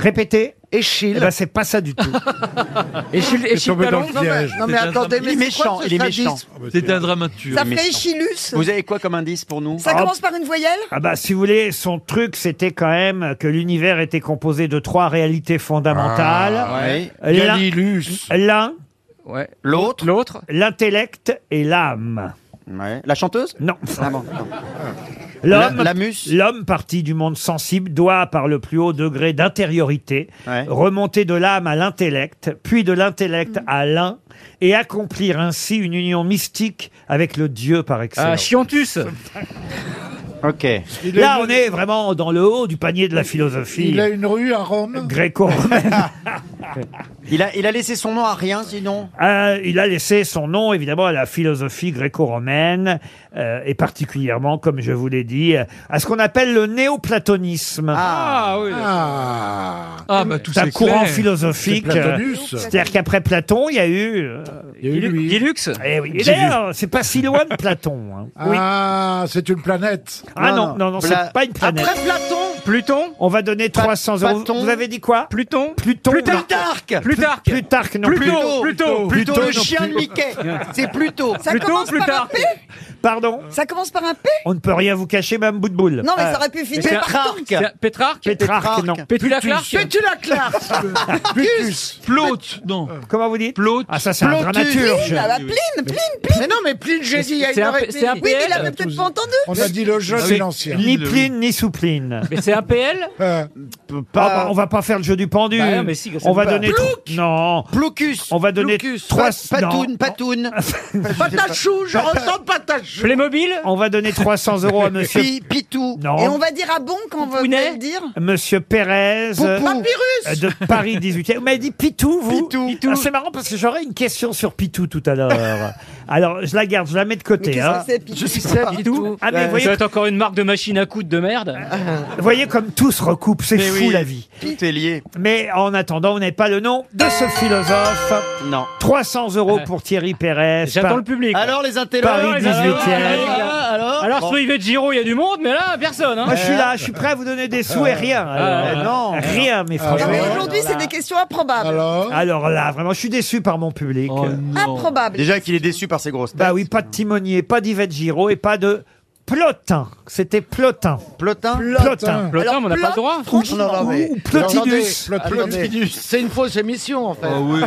S2: Répétez Échille. Eh ben, c'est pas ça du tout.
S6: Échille-
S2: T'es
S6: Échille
S2: tombé dans
S6: Talon
S2: le Ah, piège.
S6: non,
S2: Non, mais
S6: mais-
S2: attendez,
S17: Il est
S2: mais c'est
S17: méchant,
S2: quoi ce
S17: il est
S2: sadisme
S17: méchant.
S7: C'était un dramaturge.
S3: Ça fait Échillus.
S17: Vous avez quoi comme indice pour nous
S3: Ça commence par une voyelle
S2: Ah bah si vous voulez, son truc c'était quand même que l'univers était composé de trois réalités fondamentales.
S17: Ah, ouais.
S2: L'un-
S17: Galilus.
S2: L'un.
S17: L'autre.
S2: L'autre. L'intellect et l'âme.
S17: La chanteuse
S2: Non.
S17: Ah bon, non.
S2: L'homme,
S17: La- la
S2: l'homme parti du monde sensible doit, par le plus haut degré d'intériorité, remonter de l'âme à l'intellect, puis de l'intellect à l'un, et accomplir ainsi une union mystique avec le Dieu par excellence.
S6: Ah, Chiantus.
S17: Ok.
S2: Là, on est vraiment dans le haut du panier de la philosophie.
S5: Il a une rue à Rome.
S2: Gréco.
S17: il, a, il a laissé son nom à rien, sinon
S2: Euh, il a laissé son nom, évidemment, à la philosophie gréco-romaine, euh, et particulièrement, comme je vous l'ai dit, euh, à ce qu'on appelle le néoplatonisme.
S7: Ah oui.
S5: Ah,
S7: Ah, bah, tout
S2: C'est un
S7: est
S2: courant
S7: clair.
S2: philosophique.
S7: C'est Platonus.
S2: euh, C'est-à-dire qu'après Platon, il y a eu. euh,
S7: Gilux
S2: eh oui. Et d'ailleurs, c'est pas si loin de Platon. hein. Oui.
S5: Ah, c'est une planète.
S2: Ah non, non, non, c'est pas une planète.
S8: Platon
S2: Pluton On va donner 300 euros.
S17: Platon.
S2: Vous avez dit quoi
S6: Pluton
S2: Pluton non.
S17: Plutarque
S6: Plutarque.
S2: Plutarque, non plus.
S6: Pluto. Pluto.
S17: Plutôt
S2: Pluto
S17: le
S2: non
S17: chien
S2: plus.
S17: de Mickey C'est plutôt
S3: Ça commence par un P
S2: Pardon
S3: Ça commence par un P
S2: On ne peut rien vous cacher, même bout de boule.
S3: Non, mais ça aurait pu finir par Pétrarque.
S6: Pétrarque.
S3: Tonks.
S6: Pétrarque.
S2: Ah. Pétrarque, non.
S6: Pétula Clark.
S8: Pétula Clark.
S7: Plutus. Plaute, non.
S2: Comment vous dites
S7: Plaute.
S2: Ah, ça, c'est un dramaturge.
S3: Pline, ah bah, Pline, Pline, Pline.
S8: Mais non, mais Pline, j'ai dit il y a
S6: C'est
S8: une
S6: un-
S8: heure et
S6: c'est un
S8: demie.
S3: Oui, mais il
S6: PL.
S3: avait peut-être pas entendu.
S5: On a dit le jeune
S2: C'est
S5: et l'ancien.
S2: Ni Pline, ni Soupline.
S6: Mais c'est un PL
S2: Ah, bah, on va pas faire le jeu du pendu.
S6: Bah non, mais si, ça
S2: on va
S6: peut pas.
S2: donner
S6: Plouc
S2: tro- non.
S17: Ploucus
S2: On va donner
S17: Ploucus.
S2: trois
S17: Pat- Patoun, Patoun
S8: Patachou, je ressens
S2: Playmobil On va donner 300 euros à monsieur...
S3: Pi-
S17: Pitou.
S2: Non.
S3: Et on va dire à bon quand on va le dire.
S2: Monsieur Pérez euh,
S3: Papyrus
S2: euh, de Paris 18e. Vous m'avez dit Pitou, vous Ah, C'est marrant parce que j'aurais une question sur Pitou tout à l'heure. Alors, je la garde, je la mets de côté. hein.
S6: Je suis ça, Pitou.
S2: Ah, mais
S6: Ouais.
S2: voyez-
S6: Ça va être encore une marque de machine à coudre de merde.
S2: Vous voyez comme tout se recoupe, c'est
S6: Mais
S2: fou
S6: oui.
S2: la vie.
S17: Tout est lié.
S2: Mais en attendant, vous n'avez pas le nom de ce philosophe.
S17: Non.
S2: 300 euros pour Thierry Pérez.
S6: J'attends le public.
S17: Alors, les intellos,
S2: Paris
S6: les intellos,
S2: 18e.
S6: Alors, alors
S2: Bon.
S6: sur Yves de Giro, il y a du monde, mais là, personne. Hein. Ah.
S2: Moi, je suis là, je suis prêt à vous donner des sous et rien. alors. Rien, mais
S3: Ah,
S2: franchement.
S3: mais aujourd'hui, c'est des questions improbables.
S2: Alors là, vraiment, je suis déçu par mon public.
S3: Improbable.
S17: Déjà qu'il est déçu par ses grosses têtes.
S2: Bah oui, pas de timonier, pas d'Yvette Giraud et pas de Plotin. C'était Plotin.
S17: Plotin
S2: Plotin.
S8: Alors, Plot, franchement,
S2: non, non, mais-
S8: ou Plotinus.
S2: Attendez, attendez.
S8: Ah, Plotinus. C'est une fausse émission, en fait. Ah
S7: oui.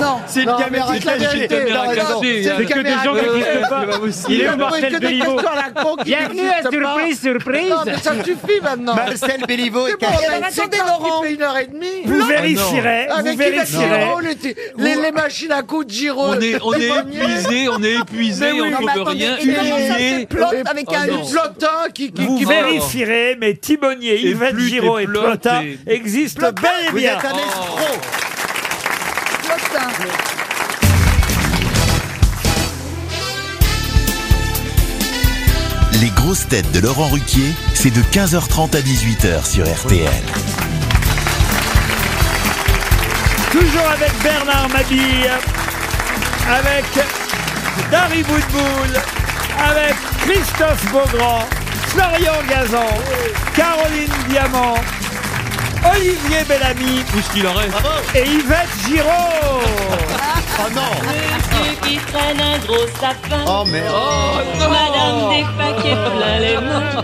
S8: Non,
S17: C'est une
S8: non,
S17: caméra
S8: mais dites la
S17: cachée,
S8: vérité,
S17: une caméra
S8: non, non,
S17: cachée.
S8: c'est une
S17: C'est que des
S8: caméra
S17: gens qui
S8: cachée.
S17: existent pas.
S8: C'est pas possible.
S17: Il est où,
S8: Vous posez
S17: Marcel
S8: que des
S17: Béliveau
S8: questions à la con qui
S17: Bienvenue à
S8: n'existent pas.
S17: Surprise, Surprise.
S8: Non, mais ça suffit maintenant.
S17: Marcel Béliveau est
S8: C'est bon,
S17: caché.
S8: on a
S17: Attendez,
S8: raconté Laurent. Il fait une heure et demie.
S17: Vous vérifierez, vous
S8: Avec Yvette
S17: vérifierez.
S8: Giraud, les t- Les les machines à coups de Giraud.
S7: On est, on
S8: les
S7: est
S8: pommiers.
S7: épuisé, on est épuisé,
S8: Mais oui,
S7: on
S8: mais
S7: ne peut
S8: attendez,
S7: rien.
S8: et comment ça se
S7: Humilié.
S8: plotte avec
S7: Oh
S8: un
S7: non.
S8: plotin qui, qui,
S2: Vous
S8: qui
S2: vérifierez, mais Timonier,
S8: Et
S2: Yvette
S8: Plut et
S2: Giraud et
S8: Plot
S2: Plotin
S8: et-
S2: existent bel et
S8: Vous
S2: bien. Oh.
S8: êtes un escroc.
S1: Les grosses têtes de Laurent Ruquier, c'est de 15h30 à 18h sur RTL.
S2: Toujours avec Bernard Mabille, avec Dari Boudboul, avec Christophe Beaugrand, Florian Gazan, Caroline Diamant, Olivier Bellamy,
S7: Tout ce qu'il en reste.
S2: et Yvette Giraud.
S13: Oh non Monsieur qui traîne un gros sapin.
S17: Oh merde
S13: Oh non Madame des paquets plein les mains.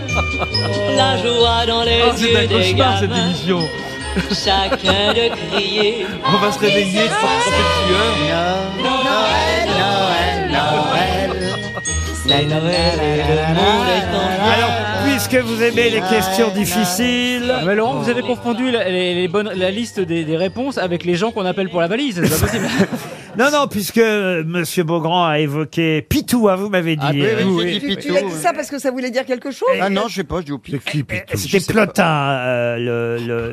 S13: La joie dans les
S7: Ah,
S13: yeux
S7: c'est un
S13: des
S7: cauchemar cette
S13: gamins.
S7: émission.
S13: Chacun de crier.
S7: On va se réveiller sans cette
S13: Noël, Noël, Noël. C'est Noël et le monde est en joie.
S2: Puisque vous aimez les questions difficiles.
S6: Ah, Mais Laurent, vous avez confondu la, les- les bonnes- la liste des, des réponses avec les gens qu'on appelle pour la valise. C'est pas possible.
S2: Non, non, puisque euh, Monsieur Beaugrand a évoqué Pitou, hein, vous m'avez dit.
S17: Ah, oui,
S2: euh,
S17: oui, j'ai dit
S3: Il a dit ça parce que ça voulait dire quelque chose
S2: Eh,
S17: Ah non, je sais pas, je dis au pif.
S2: C'était Plotin, euh, le... le...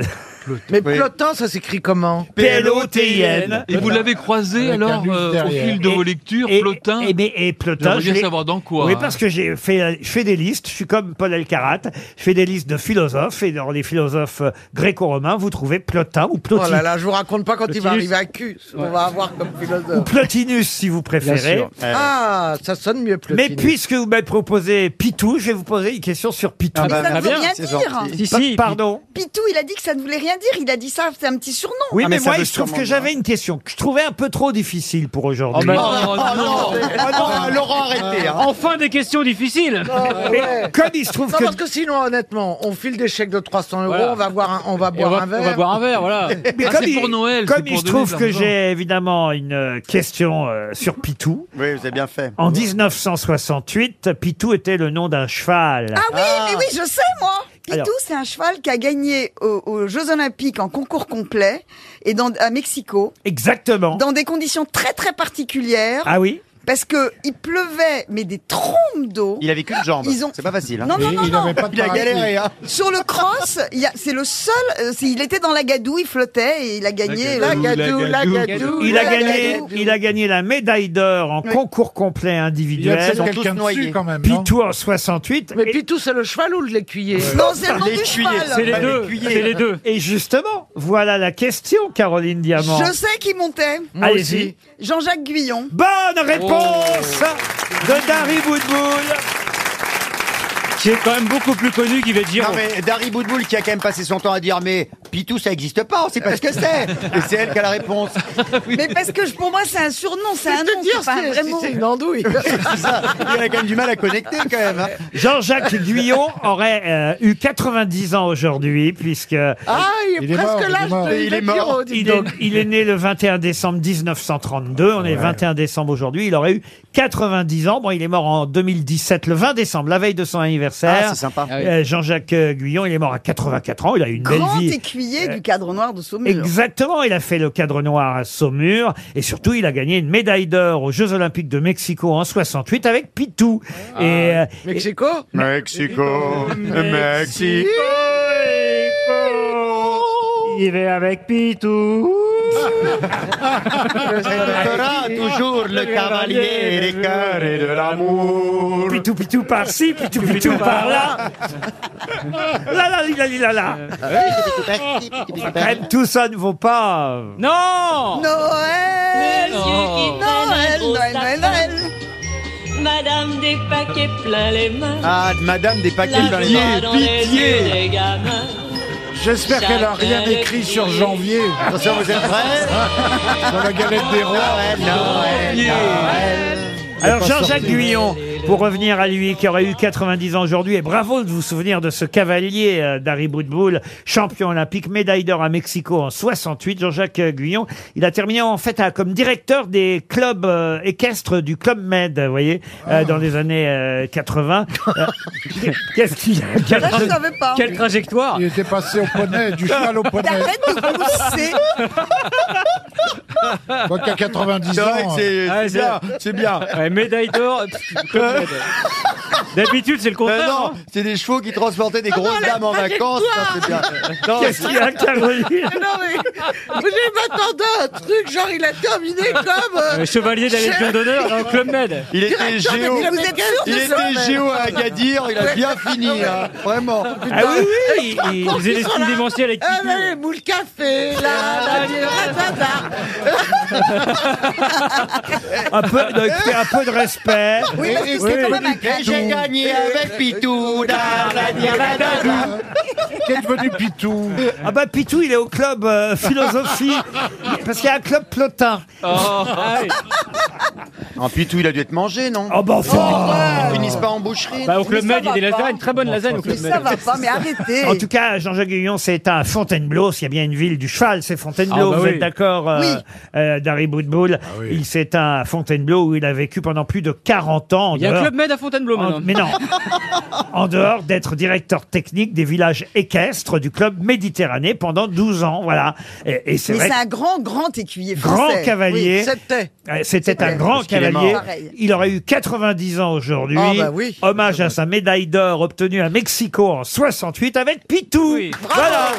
S8: Mais Plotin, ça s'écrit comment
S2: P-L-O-T-I-N.
S7: Et vous l'avez croisé
S2: Avec un
S7: alors
S2: luge
S7: euh, au
S2: derrière.
S7: fil de vos
S2: Et-
S7: lectures,
S2: et-
S7: Plotin
S2: et- mais- et Plotin,
S7: J'aimerais
S2: je
S7: bien
S2: l'ai-
S7: savoir dans quoi. hein.
S2: Oui, parce que j'ai fait, je fais des listes, je suis comme Paul Elkarat, je fais des listes de philosophes, et dans les philosophes euh, gréco-romains, vous trouvez Plotin ou Plotin.
S8: Oh là là, je vous raconte pas quand il va
S2: Plotinus.
S8: arriver à Cus. On va avoir comme
S2: Ou
S8: philosophe.
S2: Plotinus, si vous préférez.
S8: Ah, ça sonne mieux Plotinus.
S2: Mais puisque vous m'avez proposé Pitou, je vais vous poser une question sur Pitou.
S17: Ah, bah,
S3: Mais ça ne veut rien dire.
S2: Pa- Pardon.
S3: Pitou, il a dit que ça ne voulait rien dire. Il a dit ça, c'est un petit surnom.
S2: Oui,
S17: Ah,
S2: mais, moi, je trouve que j'avais une question que je trouvais un peu trop difficile pour aujourd'hui.
S6: Oh, mais- Oh, non.
S2: Ah,
S8: non, Laurent, arrêtez, hein.
S6: Enfin des questions difficiles.
S13: Ah,
S2: Mais Ah, comme il se trouve
S8: Ah Non,
S2: que-
S8: parce que sinon, honnêtement, on file des chèques de 300 euros,
S6: Voilà.
S8: on va boire un, on va
S6: Et
S8: boire
S6: on va-
S8: un verre.
S6: on va boire un verre, voilà.
S2: Mais
S6: Ah,
S2: comme
S6: c'est
S2: il,
S6: pour Noël,
S2: comme
S6: c'est pour
S2: il se
S6: donner de
S2: trouve que
S6: l'argent.
S2: j'ai évidemment une euh, question euh, sur Pitou.
S17: Oui, vous avez bien fait.
S2: En 1968, Pitou était le nom d'un cheval.
S3: Ah oui, mais oui, je sais, moi Pitou,
S2: Alors.
S3: c'est un cheval qui a gagné aux, aux Jeux Olympiques en concours complet et dans, à Mexico.
S2: Exactement.
S3: Dans des conditions très, très particulières.
S2: Ah oui
S3: Parce que il pleuvait, mais des trombes d'eau.
S17: Il avait qu'une jambe.
S3: Ils ont-
S17: C'est pas facile. hein.
S3: Non, non, non, non.
S17: Il a galéré, hein.
S3: Sur le cross, il y a- c'est le seul. euh, c'est- il était dans la gadoue, il flottait et il a gagné. euh,
S8: gadoue, La gadoue, la la gadoue. gadoue.
S2: Il a
S8: La
S2: gagné,
S8: gadoue.
S2: il a gagné la médaille d'or en concours complet individuel.
S5: Il y a peut-être Ils sont quelqu'un tous dessus, noyés. quand même, non
S2: Pitou en 68.
S8: Mais Pitou, c'est le cheval ou l'écuyer
S3: Non, c'est le nom du cheval.
S2: Et justement, voilà la question, Caroline Diamant.
S3: Je sais qui montait.
S2: Moi Allez-y. aussi.
S3: Jean-Jacques Guyon.
S2: Bonne réponse de Dari Boudboul.
S6: Qui est quand même beaucoup plus connu qu'Yvette Giraud.
S17: Non mais Dari Boudboul qui a quand même passé son temps à dire mais Pitou ça existe pas, on sait pas ce que c'est. Et c'est elle qui a la réponse.
S3: Mais parce que je- pour moi, c'est un surnom, c'est
S8: Je
S3: un
S8: vais te
S3: nom,
S8: dire,
S3: c'est pas
S8: c'est-
S3: un vrai
S8: c'est-
S3: mot.
S8: c'est une andouille.
S17: C'est ça. Il a quand même du mal à connecter quand même. hein.
S2: Jean-Jacques Guyon aurait euh, eu 90 ans aujourd'hui, puisque...
S8: Ah, il est, presque l'âge de Yvette Giraud, dis
S2: Il est,
S8: donc.
S2: il est né le 21 décembre 1932. On est le 21 décembre aujourd'hui. Il aurait eu 90 ans. Bon, il est mort en 2017, le 20 décembre, la veille de son anniversaire.
S17: Ah, c'est sympa.
S2: Euh, Jean-Jacques euh, Guyon, il est mort à 84 ans. Il a eu une
S3: Grand
S2: belle vie.
S3: s'appuyait du cadre noir de Saumur.
S2: Exactement, il a fait le cadre noir à Saumur et surtout il a gagné une médaille d'or aux Jeux Olympiques de Mexico en 68 avec Pitou. Et, euh,
S8: Ah, Mexico
S5: Mexico, Mexico.
S6: Il est avec Pitou.
S13: Restera toujours le cavalier des cœurs et de l'amour.
S2: Pitou pitou par-ci, pitou pitou par-là. Là là là là là là. Enfin, quand même, tout ça ne vaut pas.
S6: Non
S3: Noël
S18: Monsieur
S3: Noël,
S18: qui
S3: Noël,
S18: traîne un gros
S3: Noël, Noël.
S18: sapin. Madame des paquets plein les mains.
S4: Ah, madame des paquets
S18: La
S4: dans les
S18: joie
S4: mains.
S18: dans les yeux des gamins.
S5: J'espère qu'elle a rien
S18: Chacun le
S5: écrit sur
S18: crie.
S5: janvier.
S18: Attention, vous êtes prêts
S5: Dans la galette des rois.
S2: Alors Jean-Jacques Guyon, pour revenir à lui, qui aurait eu 90 ans aujourd'hui, et bravo de vous souvenir de ce cavalier euh, d'Harry Boudboul, champion olympique, médaille d'or à Mexico en 68, Jean-Jacques euh, Guyon, il a terminé en fait à- comme directeur des clubs euh, équestres du Club Med, vous voyez, euh, dans les années euh, 80. Euh, Qu'est-ce qu'il a
S3: Là, je savais pas.
S6: trajectoire
S5: Il était passé au poney, du cheval au poney.
S3: T'arrêtes de pousser.
S5: Moi qui a 90
S6: C'est
S5: ans.
S6: vrai que c'est-
S5: euh,
S6: ouais, c'est-
S5: c'est bien.
S6: Ouais, médaille d'or. pff, comme médaille. D'habitude, c'est le contraire.
S4: Euh, non,
S6: hein.
S4: c'est des chevaux qui transportaient des grosses dames
S8: Bah,
S4: en vacances. ça, c'est bien. Non, c'est-
S8: Ah Non, mais j'ai pas tenté un truc, genre il a terminé comme. euh,
S6: Euh, chevalier de la Légion d'honneur dans le Club Med.
S4: Il était
S8: Directeur
S4: géo.
S8: des clubs
S4: Il
S8: de
S4: était
S8: Saumur.
S4: géo à Agadir. Il a bien fini, hein, vraiment.
S2: Ah oui, oui, il- il-
S6: Il faisait des styles démentiels avec
S8: Ah, là, les boules café, là, là, du ratata.
S2: un peu, non, écoutez, un peu de respect.
S8: Oui, parce que c'est quand même un
S13: Et j'ai gagné euh, avec Pitou. da, da, da, da, da, da.
S2: Qu'est devenu Pitou Ah bah Pitou, il est au club euh, philosophie, parce qu'il y a un club plotin.
S6: Oh.
S2: Oh.
S4: Ah, En pitou, il a dû être mangé, non
S2: Oh, bah
S4: enfin Finissent pas en boucherie.
S6: Bah, au Club Med, il y a des lasagnes, une très bonne lasagne au
S4: Mais
S6: Club Med.
S4: ça va
S3: pas, mais arrêtez.
S2: En tout cas, Jean-Jacques Guillon, c'est à Fontainebleau. S'il y a bien une ville du cheval, c'est Fontainebleau.
S6: Ah, bah
S2: Vous
S6: oui.
S2: êtes d'accord, euh,
S6: Oui.
S2: euh, Darry Boudboul
S4: Ah
S2: Il s'éteint à Fontainebleau où il a vécu pendant plus de 40 ans. en
S6: Il y a un
S2: dehors-
S6: Club Med à
S5: Oh,
S6: Fontainebleau
S2: en-
S6: maintenant.
S2: mais non, en dehors d'être directeur technique des villages équestres du club Méditerranée pendant 12 ans, voilà. Et, et c'est
S3: Mais
S2: vrai
S3: c'est
S2: que-
S3: un grand, grand écuyer
S2: Grand
S3: français.
S2: cavalier.
S3: Oui, c'était.
S2: Euh, C'était un
S3: C'était.
S2: grand
S3: Parce qu'il est
S2: cavalier.
S3: mort. Pareil.
S2: Il aurait eu 90 ans aujourd'hui.
S8: Ah bah oui.
S2: Hommage à sa médaille d'or obtenue à Mexico en 68 avec Pitou. Voilà.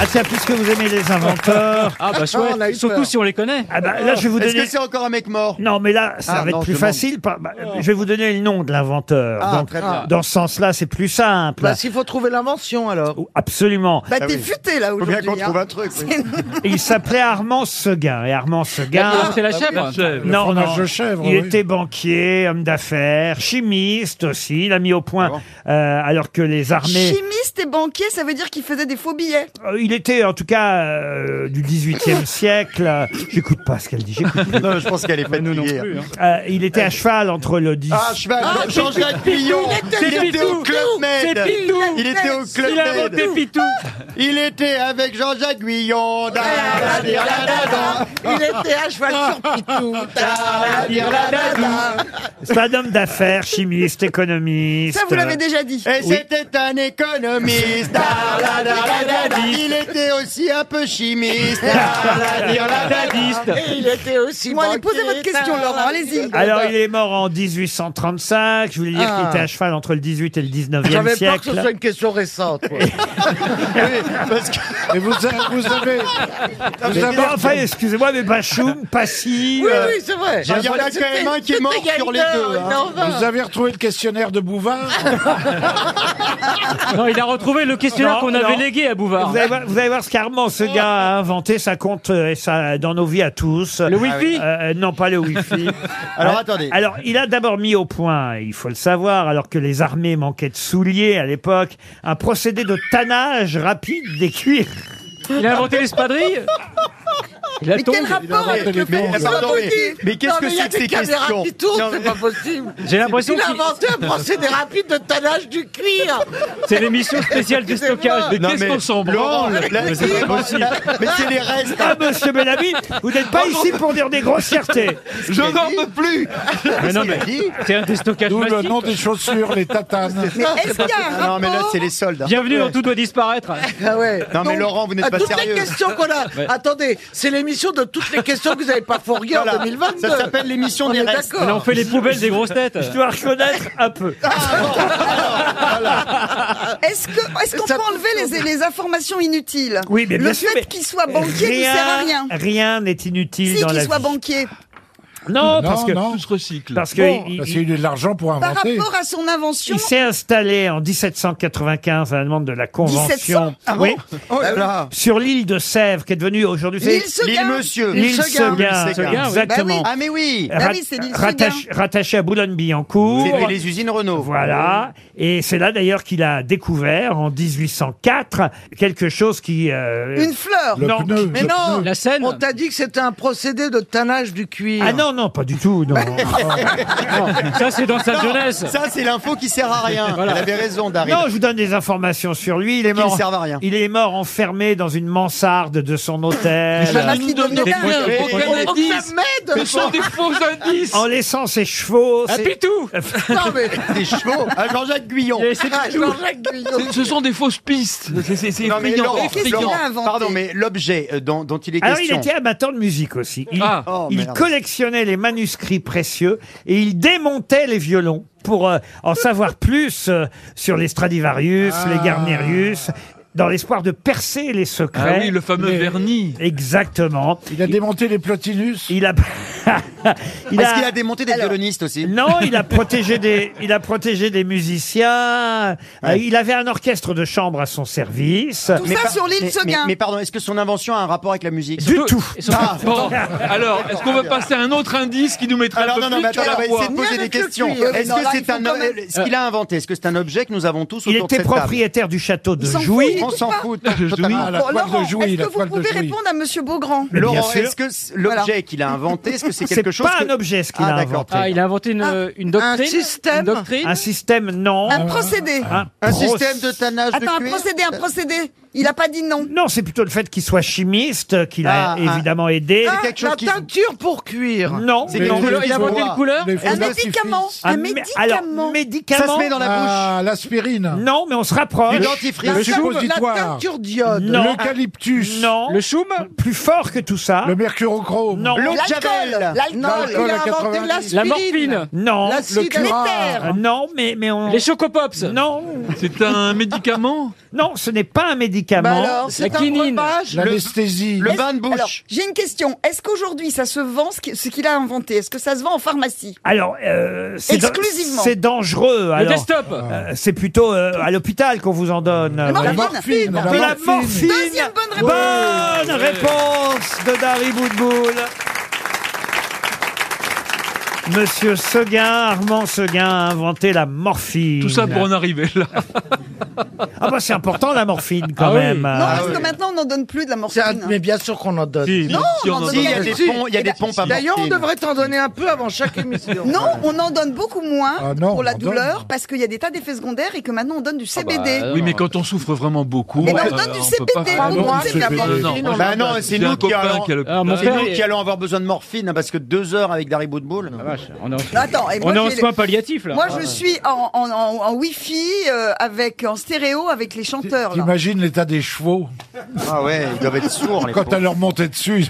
S2: Ah tiens, puisque vous aimez les inventeurs.
S6: Ah bah chouette, surtout si on les connaît.
S2: Ah bah, là, je vais vous
S4: Est-ce
S2: donner-
S4: que c'est encore un mec mort
S2: Non, mais là, ça
S4: Ah,
S2: va
S4: non,
S2: être plus
S4: je demande.
S2: facile. par- bah, je vais vous donner le nom de l'inventeur.
S8: Oh. Ah,
S2: Donc,
S8: très bien.
S2: dans ce sens-là, c'est plus simple.
S8: Bah, s'il faut trouver l'invention alors.
S2: Absolument.
S8: Bah, t'es futé là
S4: bien
S8: aujourd'hui.
S4: qu'on trouve
S8: hein.
S4: un truc, oui.
S2: Et il s'appelait Armand Seguin. Et Armand Seguin.
S6: Ah, c'est la chèvre. La chèvre.
S5: Le
S2: Non, non.
S5: fromage de chèvre,
S2: il
S5: oui.
S2: était banquier, homme d'affaires, chimiste aussi. Il a mis au point, euh, alors que les armées.
S3: Chimiste et banquier, ça veut dire qu'il faisait des faux billets.
S2: Euh, Il était en tout cas euh, du 18e siècle. euh, J'écoute pas ce qu'elle dit. j'écoute plus.
S4: Ah, Non, je pense qu'elle est fatiguée.
S2: Euh, il était à cheval entre le 10.
S4: Ah, cheval,
S8: Ah,
S4: Jean-Jacques
S8: c'est Pitou,
S4: Pillon,
S8: il était-
S4: il
S8: c'est
S4: était au
S8: Pitou,
S4: Club Med.
S8: c'est Pitou.
S4: Il était au Club
S6: Il a
S4: Med.
S6: inventé Pitou.
S4: Il était avec Jean-Jacques Guyon. Da, da, da, da, da, da.
S8: Il était à cheval sur Pitou. Ta, la, di, la, da, da.
S2: C'est un homme d'affaires, chimiste, économiste.
S3: Ça, vous l'avez déjà dit.
S4: Et c'était un économiste. Da, da, da, da, da, da. Il était aussi un peu chimiste. Da, da, di, la, da, da.
S8: Et il était aussi. Eh
S3: Bon, allez, posez
S8: banquier.
S3: votre question,
S8: Ta,
S3: Laurent,
S8: la,
S3: allez-y.
S8: di, la,
S2: Alors,
S8: da.
S2: il est mort en 1835. Je voulais dire qu'il
S8: Ah.
S2: était à cheval entre le 18 et le 19e
S8: J'avais
S2: siècle.
S8: peur que ce soit une question récente. quoi.
S5: Et vous, a- vous avez.
S4: Ah,
S2: Mais
S5: Vous avez-
S2: non, enfin, excusez-moi, mais Bachoum, Passy.
S8: Oui,
S2: euh,
S8: oui, c'est vrai.
S10: Ah,
S4: Il y en a quand même un qui est mort sur les deux. hein.
S5: Vous avez retrouvé le questionnaire de Bouvard
S6: Non, il a retrouvé le questionnaire
S2: Non,
S6: qu'on avait
S2: non.
S6: légué à Bouvard.
S2: Vous allez, voir, vous allez voir ce qu'Armand, ce gars, a inventé, ça compte euh, et ça, dans nos vies à tous.
S6: Le Wi-Fi
S2: Euh, Non, pas le Wi-Fi. Euh,
S4: Alors, attendez.
S2: Alors, il a d'abord mis au point, il faut le savoir, alors que les armées manquaient de souliers à l'époque, un procédé de tannage rapide des cuirs.
S6: Il a inventé l'espadrille La
S8: Mais quel
S6: tombe,
S8: rapport avec le fait
S6: Mais-
S8: qu'on soit
S6: pardon, mais-
S8: maudit
S6: mais qu'est-ce
S8: Non,
S6: que
S8: il y a
S6: c'est que ces
S8: des caméras
S6: questions
S8: qui tournent,
S6: Non,
S8: c'est pas possible.
S6: J'ai l'impression
S8: Il a
S6: qu'il-
S8: inventé un procédé rapide de tannage du cuir.
S6: C'est l'émission spéciale du
S8: Excusez-moi.
S6: stockage.
S7: Mais qu'est-ce qu'on s'en branle
S6: Laurent,
S7: Mais Oh, c'est pas possible. Mais c'est les restes.
S2: Ah, monsieur Bellamy, vous n'êtes pas ici pour dire des grossièretés.
S7: Je n'en peux plus.
S6: Mais non, mais c'est un déstockage
S5: D'où le
S6: massif.
S5: nom des chaussures, les tatanes.
S8: Mais est-ce qu'il y a un rapport
S4: Non, mais là, c'est les soldes. hein.
S6: Bienvenue dans Tout doit disparaître.
S8: Ah ouais.
S4: Non, mais
S8: Donc,
S4: Laurent, vous n'êtes
S8: à
S4: pas
S8: toutes
S4: sérieux.
S8: les questions qu'on a.
S4: Ouais.
S8: Attendez, c'est l'émission de toutes les questions que vous n'avez pas fourguées en
S4: Voilà.
S8: 2022.
S4: Ça s'appelle l'émission
S8: On
S4: des
S8: est
S4: restes.
S8: d'accord.
S6: Mais on fait les poubelles des grosses têtes.
S2: Je dois reconnaître un peu.
S3: Est-ce que- est-ce qu'on peut enlever les, les informations inutiles
S2: Oui, mais bien
S3: Le
S2: sûr,
S3: fait
S2: mais-
S3: qu'il soit banquier ne sert à rien.
S2: Rien n'est inutile
S3: Si
S2: dans
S3: qu'il
S2: la
S3: soit
S2: vie.
S3: banquier.
S2: Non,
S5: Non,
S2: parce que
S5: non.
S7: Tout se recycle.
S2: parce que
S5: Bon,
S2: il-
S5: parce
S2: il-
S5: qu'il a eu de l'argent pour
S3: Par
S5: inventer.
S3: rapport à son invention,
S2: Il s'est installé en 1795 à la demande de la Convention
S3: 1700, ah bon
S2: oui,
S8: Oh là là.
S2: sur l'île de Sèvres, qui est devenue aujourd'hui c'est-
S3: l'île Seguin.
S4: L'île Monsieur.
S2: l'île Seguin.
S4: L'île Seguin, oui.
S2: Exactement.
S4: Ah, mais oui.
S3: Bah oui,
S2: Rat-
S3: c'est l'île
S2: rattache-
S3: Seguin.
S2: rattaché à Boulogne-Billancourt.
S4: C'est les usines Renault.
S2: Voilà. Et c'est là d'ailleurs qu'il a découvert en 1804 quelque chose qui... euh,
S8: Une fleur.
S5: Le
S2: Non.
S5: pneu.
S8: Mais
S5: le
S8: non,
S5: pneu.
S6: La scène.
S8: on t'a dit que c'était un procédé de tannage du cuir.
S2: Ah non, non, pas du tout. Non.
S6: Ça, c'est dans sa jeunesse.
S4: Ça, c'est l'info qui sert à rien. Elle avait raison, Dari.
S2: Non, je vous donne des informations sur lui. Il est
S4: Qui ne
S2: mort.
S4: servent à rien.
S2: Il est mort enfermé dans une mansarde de son hôtel.
S8: Ça m'a fait devenir
S7: Des
S8: dingue.
S7: faux-
S8: Faut
S7: des faux
S8: que ça
S7: indices.
S8: m'aide.
S7: Mais ce sont des faux indices.
S2: en laissant ses chevaux. ses-
S6: Pitou
S8: Non, mais-
S4: Des chevaux. Ah, Jean-Jacques Guyon.
S8: Ah, Jean-Jacques Guillaume.
S7: Ce sont des fausses pistes. C'est- C'est c'est
S4: Non, mais
S7: effrayant.
S4: Laurent,
S3: Qu'est-ce qu'il a
S4: Laurent,
S3: inventé
S4: pardon, mais l'objet euh, dont, dont il est
S2: Alors, Ah il
S4: question.
S2: était amateur de musique aussi. Il,
S7: Ah.
S4: Oh,
S2: il
S4: merde.
S2: collectionnait les manuscrits précieux et il démontait les violons pour euh, en savoir plus euh, sur les Stradivarius, les Garnerius, dans l'espoir de percer les secrets.
S7: Ah oui, le fameux
S5: Mais-
S7: vernis.
S2: Exactement.
S5: Il a démonté les plotinus.
S2: Il a. il
S4: Est-ce qu'il a démonté des violonistes aussi
S2: Non, il a protégé des, il a protégé des musiciens. Euh, il avait un orchestre de chambre à son service.
S3: tout ça sur l'île
S4: mais,
S3: Seguin.
S4: mais- mais pardon, est-ce que son invention a un rapport avec la musique Ah,
S2: Du tout.
S6: Et surtout-
S7: Bon, alors, est-ce qu'on veut passer à un autre indice qui nous mettrait un
S4: Alors
S7: peu
S4: non, non,
S7: plus
S4: mais attends,
S7: sur la
S4: on va
S7: voie
S4: essayer de poser
S8: Ni
S4: des
S8: avec le
S4: questions.
S8: cuir.
S4: Est-ce
S8: Non,
S4: que
S8: là, il
S4: c'est
S8: faut
S4: un,
S8: quand même-
S4: ce qu'il a inventé Est-ce que c'est un objet que nous avons tous
S2: Il
S4: autour de
S2: était
S4: cette table
S2: propriétaire du château de
S3: Il s'en
S2: Jouy.
S3: fout.
S4: On s'en fout.
S7: Je
S5: Ah, la
S3: Bon,
S5: toile
S3: Laurent,
S5: de Jouy,
S3: est-ce
S5: la
S3: que vous
S5: toile de
S3: pouvez
S5: Jouy.
S3: répondre à Monsieur Beaugrand
S2: Mais bien
S4: Laurent,
S2: sûr.
S4: est-ce que c- l'objet qu'il a inventé, est-ce que c'est
S2: C'est
S4: quelque chose
S2: pas
S4: que-
S2: un objet ce qu'il
S4: Ah,
S2: a
S4: d'accord.
S2: inventé.
S6: Ah, il a inventé une,
S8: Ah,
S6: une doctrine.
S8: un système.
S6: Une doctrine.
S2: Un système, non.
S3: Un procédé.
S6: Hein
S2: Un,
S4: Un
S2: pro-
S4: système de tannage
S3: Attends,
S4: de
S3: un
S4: cuir
S3: procédé, un procédé. Il n'a pas dit non.
S2: Non, c'est plutôt le fait qu'il soit chimiste qu'il a
S4: Ah, ah.
S2: évidemment aidé.
S8: Ah,
S4: quelque chose
S8: la
S4: qui-
S8: teinture pour cuir.
S2: Non.
S4: C'est
S2: Mais-
S4: quelque chose
S6: Il a
S4: qui
S6: inventé
S4: se
S6: une
S4: voit.
S6: couleur.
S5: Les
S3: Un
S5: faux
S3: médicament.
S5: artifices.
S3: Un
S2: un mé- Ah, Alors,
S3: médicament.
S2: médicament.
S4: Ça se met dans la bouche.
S5: Ah, l'aspirine.
S2: Non, mais on se rapproche.
S4: Du dentifrice.
S5: Le
S8: La teinte-
S5: suppositoire.
S8: La teinture d'iode.
S2: Non.
S4: Ah,
S5: L'eucalyptus.
S2: Non.
S6: Le choum.
S2: Plus fort que tout ça.
S5: Le mercurochrome.
S2: Non.
S4: L'eau de
S8: L'alcool.
S4: Javel.
S8: L'alcool.
S5: L'alcool
S8: Il
S5: à
S8: a inventé
S5: 90.
S8: l'aspirine.
S6: La morphine.
S2: Non.
S5: Le
S8: L'acide
S5: curare.
S2: Euh, Non, mais mais on.
S6: Les chocopops.
S2: Non,
S7: C'est un médicament
S2: non, ce n'est pas un
S8: Bah
S2: médicament.
S8: alors, c'est un
S6: quinine.
S8: breuvage.
S5: L'anesthésie.
S4: Le bain de
S3: Alors,
S4: bouche.
S3: j'ai une question. Est-ce qu'aujourd'hui, ça se vend ce qui- ce qu'il a inventé Est-ce que ça se vend en pharmacie
S2: Alors, euh, c'est dan-
S3: Exclusivement.
S2: C'est dangereux.
S6: Le
S2: Alors,
S6: desktop.
S2: euh, c'est plutôt euh, à l'hôpital qu'on vous en donne.
S3: Non,
S2: euh,
S5: La
S2: voilà.
S3: la morphine.
S5: morphine.
S2: de la morphine.
S3: Deuxième bonne réponse.
S2: Bonne réponse de Dari Boudboul. Monsieur Seguin, Armand Seguin a inventé la morphine.
S7: Tout ça pour en arriver là.
S2: Ah bah c'est important la morphine quand
S6: Ah oui.
S3: Non,
S2: même.
S3: parce
S4: oui.
S3: que maintenant, on n'en donne plus de la
S8: C'est un-
S3: morphine.
S8: Mais bien sûr qu'on en donne.
S7: Non,
S3: on en
S4: Si, il y a
S3: regarde
S4: des
S8: dessus.
S4: ponts- il y a des pompes à
S8: D'ailleurs, on
S4: morphine.
S8: devrait t'en donner un peu avant chaque émission.
S3: Non, on en donne beaucoup moins
S5: Ah non,
S3: pour la
S5: on en
S3: douleur
S5: donne.
S3: parce qu'il y a des tas d'effets secondaires et que maintenant on donne du CBD.
S7: Ah bah Oui, mais quand on souffre vraiment beaucoup,
S3: Mais non,
S7: euh,
S3: on donne du
S7: on peut pas
S3: CBD,
S7: faire-
S8: Trois
S5: non,
S8: mois,
S5: c'est
S8: c'est de la
S5: pas-
S7: Euh,
S8: morphine.
S7: non,
S8: on
S7: moi,
S8: en
S4: Bah
S8: donne.
S4: non, c'est
S7: j'ai un
S4: nous qui
S7: copain
S4: allons.
S7: qui a le-
S6: Ah, mon
S4: C'est
S6: père.
S4: nous
S6: est-
S4: qui allons avoir besoin de morphine hein, parce que deux heures avec Dari Boudboul.
S6: Ah, vache, On est en-
S3: Bah, Attends, et moi,
S6: on est en
S3: j'ai-
S6: soins palliatifs là.
S3: Moi, je suis en, en, en, en Wi-Fi euh, avec en stéréo avec les chanteurs. Là.
S5: T'imagines l'état des chevaux
S4: Ah ouais, ils doivent être sourds. les
S5: quand
S4: pauvres.
S5: elle leur montait dessus.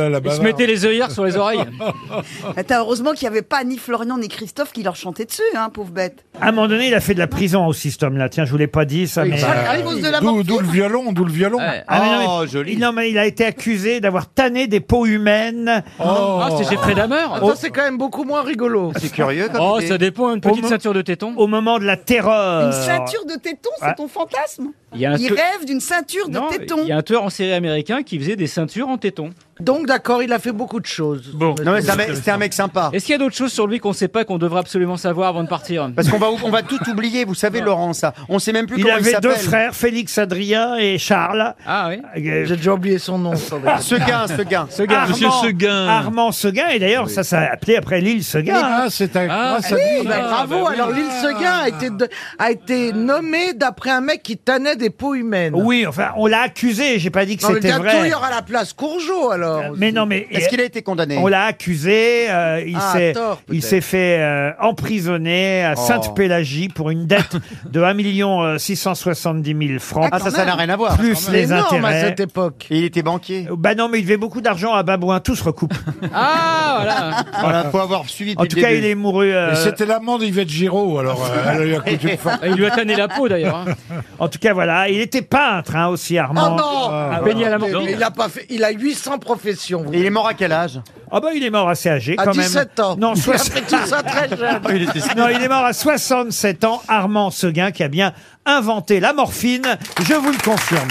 S6: Ils se
S5: voilà la bavarde.
S6: mettaient les œillères sur les oreilles. Oh.
S3: Attends, heureusement qu'il n'y avait pas ni Florian ni Christophe qui leur chantaient dessus, hein, pauvre bête.
S2: À un moment donné, il a fait de la prison aussi, cet homme-là. Tiens, je vous l'ai pas dit ça. mais...
S3: À cause de la
S5: D'où
S3: morphine.
S5: d'où le violon, d'où le violon.
S6: Ouais.
S2: Ah, mais
S4: Oh,
S2: mais-
S4: joli.
S2: il, non, mais il a été accusé d'avoir tanné des peaux humaines.
S5: Oh.
S6: Ah, c'est Jeffrey Dahmer.
S8: Attends, c'est quand même beaucoup moins rigolo.
S4: C'est curieux comme
S6: Oh,
S4: idée.
S6: ça dépend, une petite
S2: Au mo-
S6: ceinture de téton.
S2: au moment de la terreur.
S3: Une ceinture de téton, c'est
S2: Ouais.
S3: ton fantasme
S6: Euh, Il y a un
S3: Il
S6: teu-
S3: rêve d'une ceinture de
S6: Non,
S3: téton.
S6: Il y a un tueur en série américain qui faisait des ceintures en téton.
S8: Donc d'accord, il a fait beaucoup de choses. Bon,
S4: Non, mais c'est un mec- c'est un mec sympa.
S6: Est-ce qu'il y a d'autres choses sur lui qu'on sait pas, qu'on devrait absolument savoir avant de partir
S4: Parce qu'on va, on va tout oublier, vous savez, Laurent, ça. On sait même plus
S2: Il
S4: comment il
S2: avait
S4: s'appelle.
S2: deux frères, Félix Adrien et Charles. Euh,
S6: Ah oui
S2: J'ai
S8: déjà oublié son nom.
S4: Seguin, Seguin. Seguin. Monsieur Seguin.
S2: Armand Seguin, et d'ailleurs, ça s'est appelé après l'île Seguin.
S8: Ah,
S2: c'est un...
S8: oui, bah, bravo.
S2: Ah,
S8: Alors l'île Seguin a été, de- a été nommée d'après un mec qui tannait des peaux humaines.
S2: Oui, enfin, on l'a accusé, j'ai pas dit que
S8: Non, mais
S2: c'était
S8: bientôt,
S2: vrai.
S8: il y aura la place Courgeot alors.
S2: Mais non, mais
S8: Est-ce qu'il a été condamné
S2: On l'a accusé. euh, il
S8: Ah, à
S2: s'est,
S8: tort,
S2: il
S8: peut-être.
S2: s'est fait euh, emprisonner à
S4: Oh.
S2: Sainte-Pélagie pour une dette de euh, 1 670 000 francs.
S4: Ah, ça, ça n'a rien à voir.
S2: Plus les intérêts.
S8: époque.
S4: Il était banquier.
S2: Bah non, mais il devait beaucoup d'argent à Babouin. Tout se recoupe.
S6: Ah, voilà.
S4: Voilà, faut avoir suivi.
S2: En tout cas, il est mouru. euh,
S5: Et c'était l'amende Yvette Giraud, alors euh, elle lui a coûté une fortune.
S6: Il lui a tanné la peau d'ailleurs. hein.
S2: En tout cas, voilà. Il était peintre hein, aussi, Armand. Ah,
S8: Peigné
S2: voilà.
S8: à la mort. Il a, pas fait, il a 800 professions.
S4: Et il est mort à quel âge
S2: Ah bah il est mort assez âgé
S8: À
S2: quand même.
S8: 17 ans.
S2: Non,
S8: Il a
S2: soix-
S8: fait tout ça très
S13: Ah,
S8: jeune.
S4: Il était si-
S2: non, il est mort à 67 ans, Armand Seguin qui a bien inventé la morphine, je vous le confirme.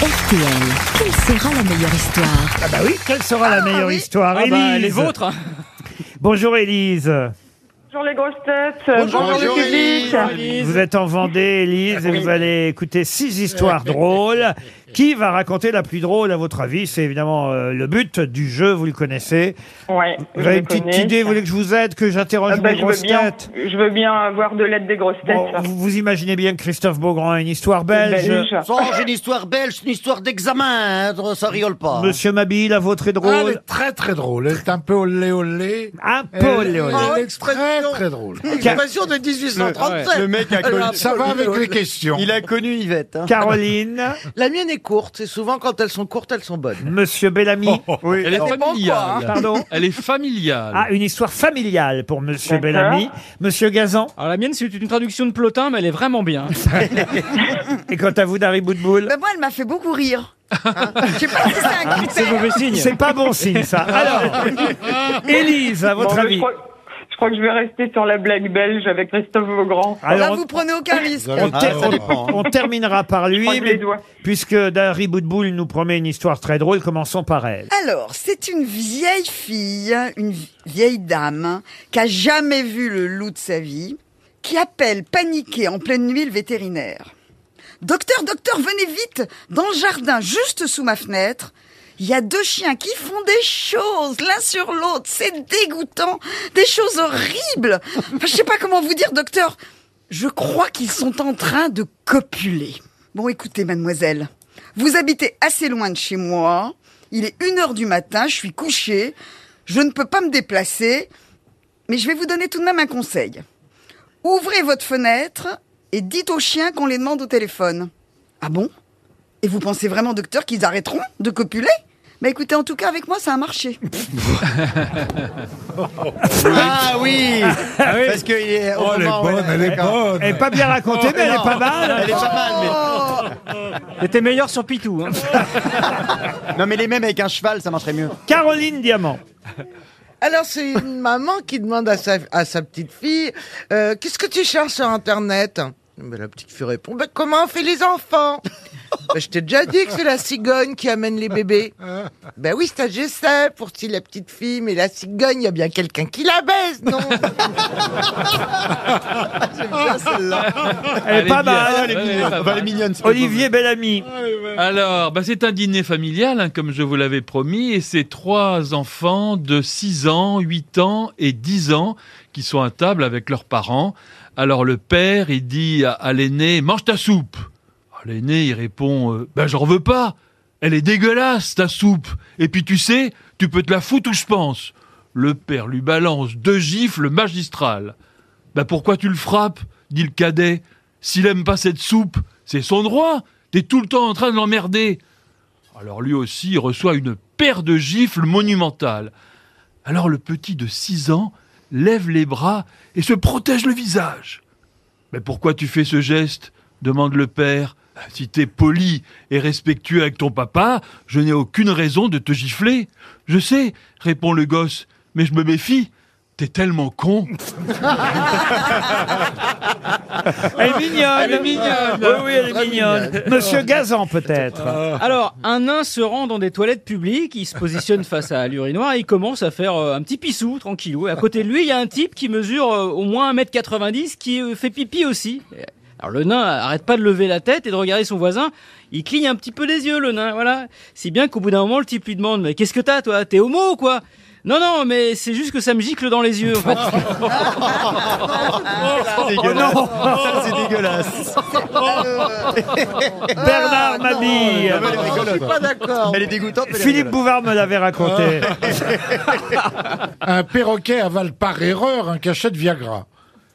S11: RTL, quelle sera la meilleure histoire
S2: Ah bah oui, quelle sera la meilleure histoire
S6: Ah bah,
S2: Élise
S6: les vôtres.
S2: Bonjour Élise.
S9: Bonjour les grosses têtes, euh, bonjour,
S2: Bonjour,
S9: le public.
S2: Vous êtes en Vendée, Élise, et vous allez écouter six histoires drôles. Qui va raconter la plus drôle à votre avis C'est évidemment euh, le but du jeu, vous le connaissez.
S9: Ouais,
S2: Vous
S9: je
S2: avez
S9: les
S2: une petite
S9: connais.
S2: idée, vous voulez que je vous aide, que j'interroge
S9: Ah bah,
S2: mes
S9: je, veux
S2: grosses
S9: bien,
S2: têtes
S9: je veux bien avoir de l'aide des grosses têtes.
S2: Bon, vous, vous imaginez bien que Christophe Beaugrand a une histoire belge.
S4: Songe une histoire belge, une histoire d'examen, hein, ça rigole pas.
S2: Monsieur Mabille, la vôtre est drôle.
S5: Ah, elle est très très drôle. Elle est un peu olé olé.
S2: Un
S5: Elle-
S2: peu olé olé.
S5: Elle est très très drôle.
S8: Expression de 1837.
S4: Le mec a connu.
S5: Ça va avec les questions.
S4: Il a connu Yvette. hein.
S2: Caroline,
S8: La mienne est courte, et souvent quand elles sont courtes, elles sont bonnes. Oh,
S2: Monsieur Bellamy.
S4: Oui.
S7: Elle est
S8: dépend quoi, hein.
S7: familiale.
S2: Pardon
S7: Elle est familiale.
S2: Ah, une histoire familiale pour Monsieur
S7: D'accord.
S2: Bellamy. Monsieur Gazan.
S6: Alors Ah, la mienne, c'est une traduction de Plotin, mais elle est vraiment bien.
S2: Et quant à vous, Dari Boudboul
S3: Ben moi, elle m'a fait beaucoup rire. Je sais pas si c'est un
S6: C'est
S3: critère.
S6: mauvais signe. Ah,
S2: C'est pas bon signe, ça. Alors, Élise, à votre
S9: Bon, bah,
S2: avis.
S9: je crois, je crois que je vais rester sur la blague belge avec Christophe Beaugrand.
S3: Là,
S2: Alors,
S3: vous prenez aucun risque.
S2: on, ter-
S4: ça
S6: Ah,
S4: dépend, hein.
S2: on terminera par
S9: croise
S2: lui,
S9: les
S2: mais-
S9: doigts.
S2: puisque Dari Boudboul nous promet une histoire très drôle, commençons par elle.
S3: Alors, c'est une vieille fille, une vieille dame, qui a jamais vu le loup de sa vie, qui appelle paniquée en pleine nuit le vétérinaire. Docteur, docteur, venez vite Dans le jardin, juste sous ma fenêtre, il y a deux chiens qui font des choses l'un sur l'autre. C'est dégoûtant, des choses horribles. Enfin, je sais pas comment vous dire, docteur. Je crois qu'ils sont en train de copuler. Bon, écoutez, mademoiselle, vous habitez assez loin de chez moi. Il est une heure du matin, je suis couchée. Je ne peux pas me déplacer. Mais je vais vous donner tout de même un conseil. Ouvrez votre fenêtre et dites aux chiens qu'on les demande au téléphone. Ah bon Et vous pensez vraiment, docteur, qu'ils arrêteront de copuler Bah écoutez, en tout cas, avec moi, ça a marché.
S4: Ah oui Parce que il est. au
S5: Oh, elle est
S4: moment où
S5: bonne, elle est bonne.
S2: Elle est pas bien racontée, mais elle est pas mal. Oh.
S4: Elle est pas mal,
S6: T'étais meilleur sur Pitou. hein.
S4: mais. Non, Eh, mais les mêmes avec un cheval, ça marcherait mieux.
S2: Caroline Diamant.
S8: Alors, c'est une maman qui demande à sa, à sa petite fille euh, Qu'est-ce que tu cherches sur Internet Mais La petite fille répond Bah, Comment on fait les enfants Bah, Je t'ai déjà dit que c'est la cigogne qui amène les bébés. Ben oui, ça je sais, pour si la petite fille, mais la cigogne, il y a bien quelqu'un qui la baise, non
S2: Elle est
S7: bien.
S2: pas
S7: Elle
S2: mal.
S7: est mignonne.
S4: Ah, bah, elle est mignonne, c'est pas
S2: Olivier Bellamy.
S7: Alors, bah, c'est un dîner familial, hein, comme je vous l'avais promis, et c'est trois enfants de 6 ans, 8 ans et 10 ans qui sont à table avec leurs parents. Alors le père, il dit à, à l'aîné, mange ta soupe. Ah, L'aîné, il répond, euh, ben j'en veux pas, elle est dégueulasse ta soupe. Et puis tu sais, tu peux te la foutre où je pense. Le père lui balance deux gifles magistrales. Bah pourquoi tu le frappes dit le cadet. S'il aime pas cette soupe, c'est son droit. T'es tout le temps en train de l'emmerder. Alors lui aussi il reçoit une paire de gifles monumentales. Alors le petit de 6 ans lève les bras et se protège le visage. Mais pourquoi tu fais ce geste demande le père. Si t'es poli et respectueux avec ton papa, je n'ai aucune raison de te gifler. Je sais, répond le gosse, mais je me méfie. T'es tellement con.
S2: Elle est mignonne,
S6: elle est mignonne.
S2: Oui, oui, elle est mignonne. Monsieur Gazan, peut-être.
S4: Oh.
S6: Alors, un nain se rend dans des toilettes publiques, il se positionne face à l'urinoir et il commence à faire euh, un petit pissou, tranquillou. Et à côté de lui, il y a un type qui mesure euh, au moins 1m90 qui euh, fait pipi aussi. Alors le nain arrête pas de lever la tête et de regarder son voisin. Il cligne un petit peu des yeux, le nain, voilà. Si bien qu'au bout d'un moment, le type lui demande Mais qu'est-ce que t'as, toi T'es homo ou quoi non, non, mais c'est juste que ça me gicle dans les yeux. En fait.
S2: dégueulasse. Oh non.
S4: Ça, c'est dégueulasse. Ah,
S2: Bernard Mabille.
S4: Je suis pas d'accord. Elle est dégoûtante. mais elle est
S2: Philippe Ah, Bouvard me l'avait raconté.
S5: Un perroquet avale par erreur un cachet de Viagra.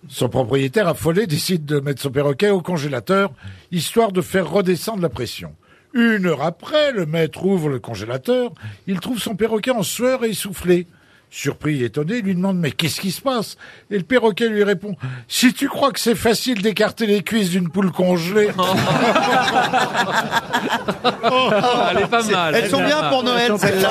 S5: Son propriétaire affolé décide de mettre son perroquet au congélateur, histoire de faire redescendre la pression. Une heure après, le maître ouvre le congélateur, il trouve son perroquet en sueur et essoufflé. Surpris et étonné, il lui demande Mais qu'est-ce qui se passe Et le perroquet lui répond Si tu crois que c'est facile d'écarter les cuisses d'une poule congelée.
S7: elle est pas
S4: C'est-
S7: mal.
S4: Elles sont bien pour Noël,
S2: Ah,
S4: celles-là.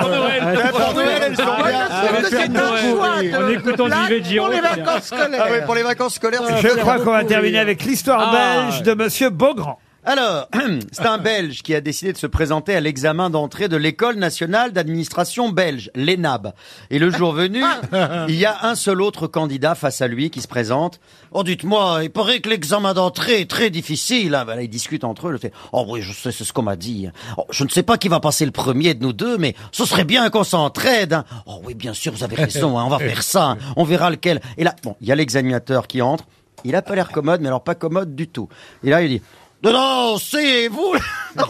S7: Pour Noël,
S4: Ouais,
S7: pour
S4: Pour Noël, elles sont bien.
S7: Parce que c'est un choix de- En écoutant
S4: Là,
S7: Vivet Giraud,
S4: Pour les vacances scolaires. Ah ouais, pour les vacances scolaires. Ah.
S2: Je crois qu'on va terminer avec l'histoire belge de Monsieur Beaugrand.
S4: Alors, c'est un Belge qui a décidé de se présenter à l'examen d'entrée de l'École nationale d'administration belge, l'ENAB. Et le jour venu, il y a un seul autre candidat face à lui qui se présente. Oh, dites-moi, il paraît que l'examen d'entrée est très difficile. Ah, voilà, ils discutent entre eux. Je fais, oh oui, je sais, c'est ce qu'on m'a dit. Oh, je ne sais pas qui va passer le premier de nous deux, mais ce serait bien qu'on s'entraide. hein. Oh oui, bien sûr, vous avez raison, hein, on va faire ça. hein. On verra lequel. Et là, bon, il y a l'examinateur qui entre. Il a pas l'air commode, mais alors pas commode du tout. Et là, il dit Non,
S2: Oh,
S4: non, c'est vous
S13: Ça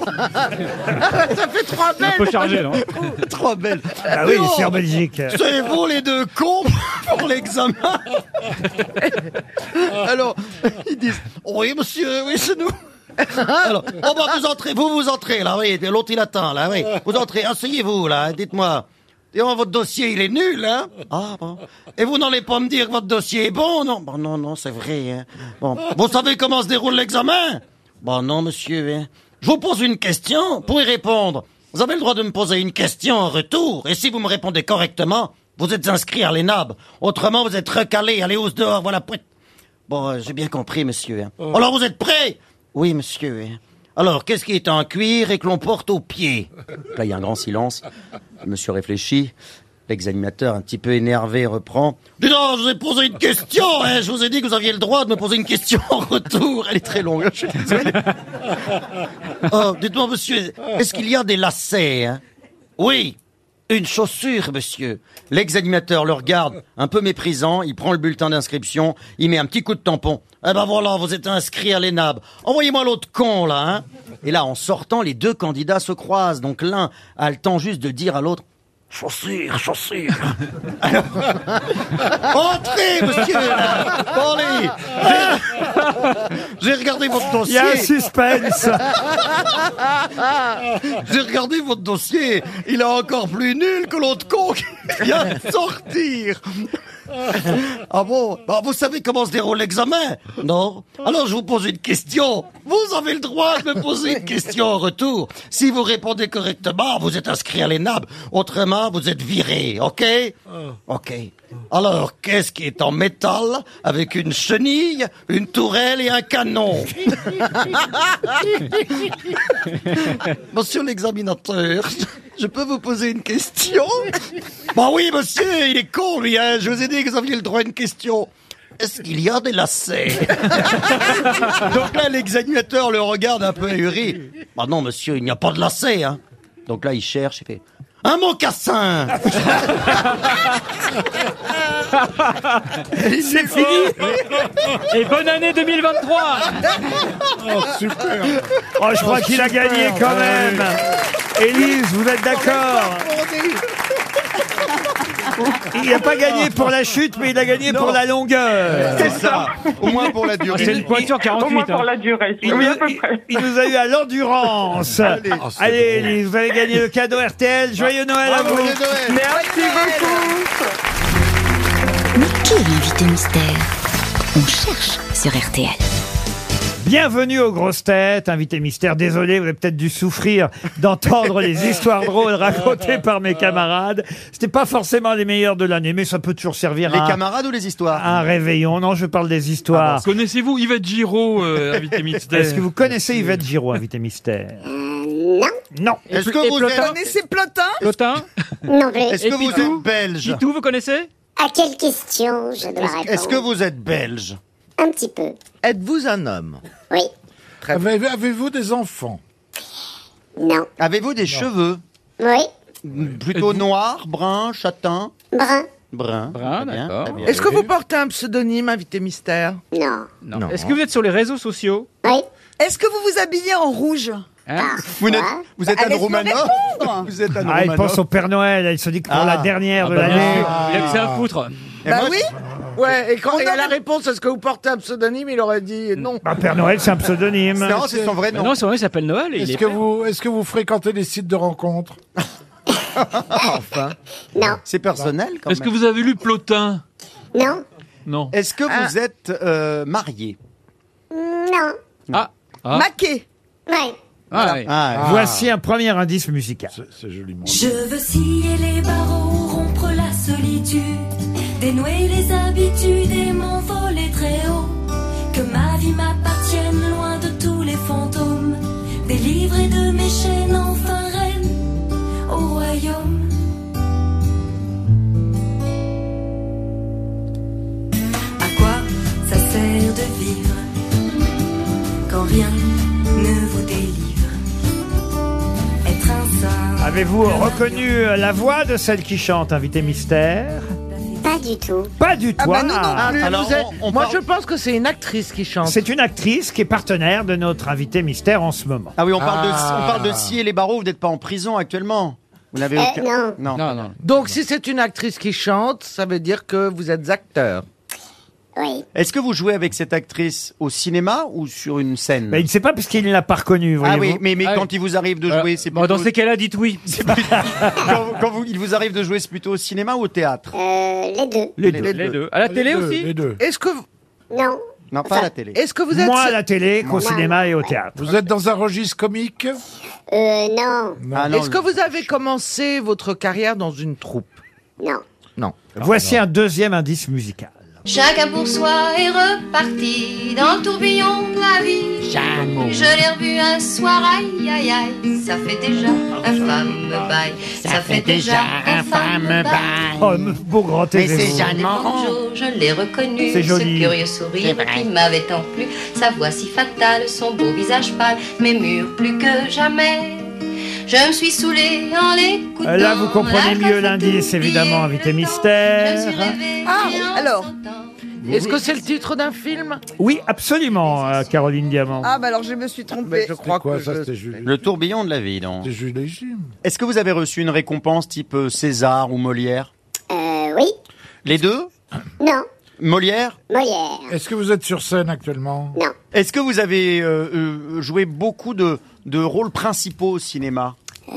S13: fait trois belles.
S4: Trois belles
S2: Ah oui,
S4: Non,
S2: c'est en Belgique.
S4: C'est vous les deux cons pour l'examen Alors, ils disent Oui, monsieur, oui, c'est nous alors, oh bah vous entrez, vous vous entrez là, oui, l'autre il attend là, oui. Vous entrez, asseyez-vous là, dites-moi. Et oh, votre dossier il est nul, hein Ah bon. Et vous n'allez pas me dire que votre dossier est bon, non Bon non, non, c'est vrai. hein. Bon, vous savez comment se déroule l'examen Bon non, monsieur. hein. Je vous pose une question, pour y répondre. Vous avez le droit de me poser une question en retour, et si vous me répondez correctement, vous êtes inscrit à l'ENAB. Autrement, vous êtes recalé, allez hausse dehors, voilà. pouet. Bon, euh, j'ai bien compris, monsieur. hein. Alors, vous êtes prêts Oui, monsieur. hein. Alors, qu'est-ce qui est en cuir et que l'on porte aux pieds Là, il y a un grand silence. Monsieur réfléchit. L'examinateur, un petit peu énervé, reprend. Dis donc, je vous ai posé une question, hein. Je vous ai dit que vous aviez le droit de me poser une question en retour. Elle est très longue, je suis désolé. Oh, dites-moi, monsieur, est-ce qu'il y a des lacets hein Oui, une chaussure, monsieur. L'examinateur le regarde, un peu méprisant, il prend le bulletin d'inscription, il met un petit coup de tampon. Eh ben voilà, vous êtes inscrit à l'ENAB. Envoyez-moi l'autre con, là, hein Et là, en sortant, les deux candidats se croisent, donc l'un a le temps juste de dire à l'autre Chaussure, chaussure Alors, Entrez, monsieur là. Allez J'ai- J'ai regardé votre
S2: Il
S4: dossier
S2: y a un suspense.
S4: J'ai regardé votre dossier, il est encore plus nul que l'autre con qui vient de sortir. Ah bon Bah, Vous savez comment se déroule l'examen Non Alors je vous pose une question. Vous avez le droit de me poser une question en retour. Si vous répondez correctement, vous êtes inscrit à l'ENAB. Autrement, vous êtes viré, ok Ok. Alors, qu'est-ce qui est en métal avec une chenille, une tourelle et un canon Monsieur l'examinateur, je peux vous poser une question Bah oui, monsieur, il est con, lui, hein. Je vous ai dit que vous aviez le droit à une question. Est-ce qu'il y a des lacets Donc là, l'examinateur le regarde un peu ahuri. Bah non, monsieur, il n'y a pas de lacets, hein. Donc là, il cherche, il fait un mocassin
S2: C'est fini.
S6: Et bonne année 2023
S19: Oh,
S5: super.
S2: Oh, je crois qu'il a gagné
S4: Ah
S2: quand même. Élise, vous êtes d'accord Il n'a pas gagné pour la chute, mais il a gagné pour la longueur.
S4: C'est ça, au moins pour la
S2: Ah,
S4: durée.
S6: C'est une pointure 48.
S8: Au moins pour
S6: hein.
S8: la durée.
S2: Il,
S8: Oui, à
S2: nous-
S8: peu
S2: il-
S8: près.
S2: il nous a eu à l'endurance. Allez, Élise, vous avez gagné le cadeau RTL. Joyeux Noël à vous.
S8: Merci beaucoup.
S20: Mais qui est l'invité mystère On cherche sur RTL.
S2: Bienvenue aux grosses têtes, invité mystère. Désolé, vous avez peut-être dû souffrir d'entendre les histoires drôles racontées par mes camarades. C'était pas forcément les meilleures de l'année, mais ça peut toujours servir
S4: Les
S2: à,
S4: camarades ou les histoires
S2: à Ah. un réveillon. Non, je parle des histoires.
S7: Ah Connaissez-vous Yvette Giraud, euh, invité mystère
S2: Est-ce que vous connaissez Yvette Giraud, invité mystère
S4: Mm,
S21: Non.
S2: Non.
S4: Est-ce que vous
S3: connaissez Plotin
S6: Plotin
S21: Non plus.
S4: Est-ce que vous êtes belge
S6: Pitou, vous connaissez
S21: À quelle question je dois
S4: Est-ce-
S21: répondre
S4: Est-ce que vous êtes belge
S21: Un petit peu.
S4: Êtes-vous un homme
S21: Oui.
S5: Avez- Avez-vous des enfants
S21: Non.
S4: Avez-vous des cheveux Mm,
S21: Oui.
S4: Plutôt noirs, bruns, châtains
S21: Brun.
S4: Brun.
S6: Ah,
S4: Brun, d'accord.
S8: Est-ce que vous portez un pseudonyme, invité mystère
S21: Non.
S6: Non. Est-ce que vous êtes sur les réseaux sociaux Hein
S21: Oui.
S3: Est-ce que vous vous habillez en rouge
S4: Vous n'êtes-
S8: Hein
S4: vous êtes
S3: Bah,
S4: Anne
S3: laisse-moi
S4: Romanoff
S3: répondre.
S4: Vous êtes un
S2: Ah, il
S4: Romanoff
S2: pense au Père Noël. Il se dit que pour
S4: Ah.
S2: la dernière
S4: Ah
S2: de
S4: bah, bien
S2: l'année.
S4: sûr. Il a que ça à foutre. Et
S8: Bah
S4: moi,
S8: oui Ouais, et quand il a la réponse, est-ce que vous portez un pseudonyme Il aurait dit non.
S2: Bah, Père Noël, c'est un pseudonyme.
S6: Bah non, son vrai nom il s'appelle Noël. et il
S5: Est-ce
S6: est
S5: que,
S6: prêt.
S5: vous, est que vous fréquentez les sites de rencontres
S4: Enfin. C'est personnel quand
S7: Est-ce que
S4: même.
S7: vous avez lu Plotin
S21: Non. Ah.
S7: Non.
S4: Est-ce que vous êtes euh, marié
S21: Non.
S7: Ah.
S3: Maqué
S21: Ouais.
S7: Ah, oui.
S2: Voici un premier indice musical.
S5: C'est joliment.
S18: Je veux scier les barreaux, rompre la solitude, dénouer les habitudes et m'envoler très haut. Que ma vie m'appartienne loin de tous les fantômes, délivrée de mes chaînes, enfin reine au royaume. À quoi ça sert de vivre quand rien ne vous délivre Être un saint.
S2: Avez-vous reconnu la voix de celle qui chante, invité mystère
S21: Pas du tout.
S2: Pas du tout.
S8: Ah bah non, non
S2: Ah.
S8: plus, vous êtes- Moi, je pense que c'est une actrice qui chante.
S2: C'est une actrice qui est partenaire de notre invité mystère en ce moment.
S4: Ah oui, on parle, de,
S2: Ah.
S4: on parle de scier les barreaux, vous n'êtes pas en prison actuellement. Vous n'avez
S8: Euh,
S4: aucun...
S8: non.
S4: non.
S8: Donc, si c'est une actrice qui chante, ça veut dire que vous êtes acteur.
S21: Oui.
S4: Est-ce que vous jouez avec cette actrice au cinéma ou sur une scène
S2: Mais il ne sait pas parce qu'il ne l'a pas reconnue,
S4: Ah
S2: voyez-vous.
S4: oui, mais, mais quand il vous arrive de jouer, c'est plutôt...
S6: Dans ces cas-là, dites oui.
S4: quand, quand vous- il vous arrive de jouer, c'est plutôt au cinéma ou au théâtre
S21: Euh, les deux.
S2: Les deux.
S6: Les deux. À la télé aussi
S8: Est-ce que vous-
S21: Non.
S4: Non, pas à la télé.
S8: Est-ce que vous êtes
S2: Moins à la télé qu'au
S8: Moi,
S2: cinéma et au théâtre.
S5: Vous êtes dans un registre comique
S21: Euh, non.
S5: Ah non,
S8: Est-ce que vous avez commencé votre carrière dans une troupe
S21: Non.
S8: Non.
S2: Ah, Voici un deuxième indice musical.
S18: Chacun pour soi est reparti dans le tourbillon de la vie. Je l'ai revu un soir, aïe aïe aïe, ça fait déjà un femme bail. Ah, Ça fait déjà un femme bail.
S2: Oh, me- beau grand
S18: Mais
S2: événement.
S18: c'est Jeanne Moreau, je l'ai reconnu,
S2: C'est
S18: ce
S2: joli.
S18: curieux sourire
S2: C'est vrai.
S18: qui m'avait tant plu, sa voix si fatale, son beau visage pâle, mais mûr plus que jamais. Je me suis saoulée en l'écoutant.
S2: Euh, Là, vous comprenez
S18: La
S2: mieux l'indice, évidemment, invité mystère.
S8: Ah,
S3: alors
S8: Est-ce que c'est le titre d'un film
S2: Oui, absolument, euh, Caroline Diamant.
S3: Ah, bah alors je me suis trompée.
S5: quoi, ça, c'était Julie
S4: Le tourbillon de la vie, donc.
S5: C'est Julie Jim.
S4: Est-ce que vous avez reçu une récompense type euh, César ou Molière
S21: Euh, oui.
S4: Les deux
S21: Non.
S4: Molière
S21: Molière.
S5: Est-ce que vous êtes sur scène actuellement
S21: Non.
S4: Est-ce que vous avez euh, euh, joué beaucoup de, de rôles principaux au cinéma
S21: Euh,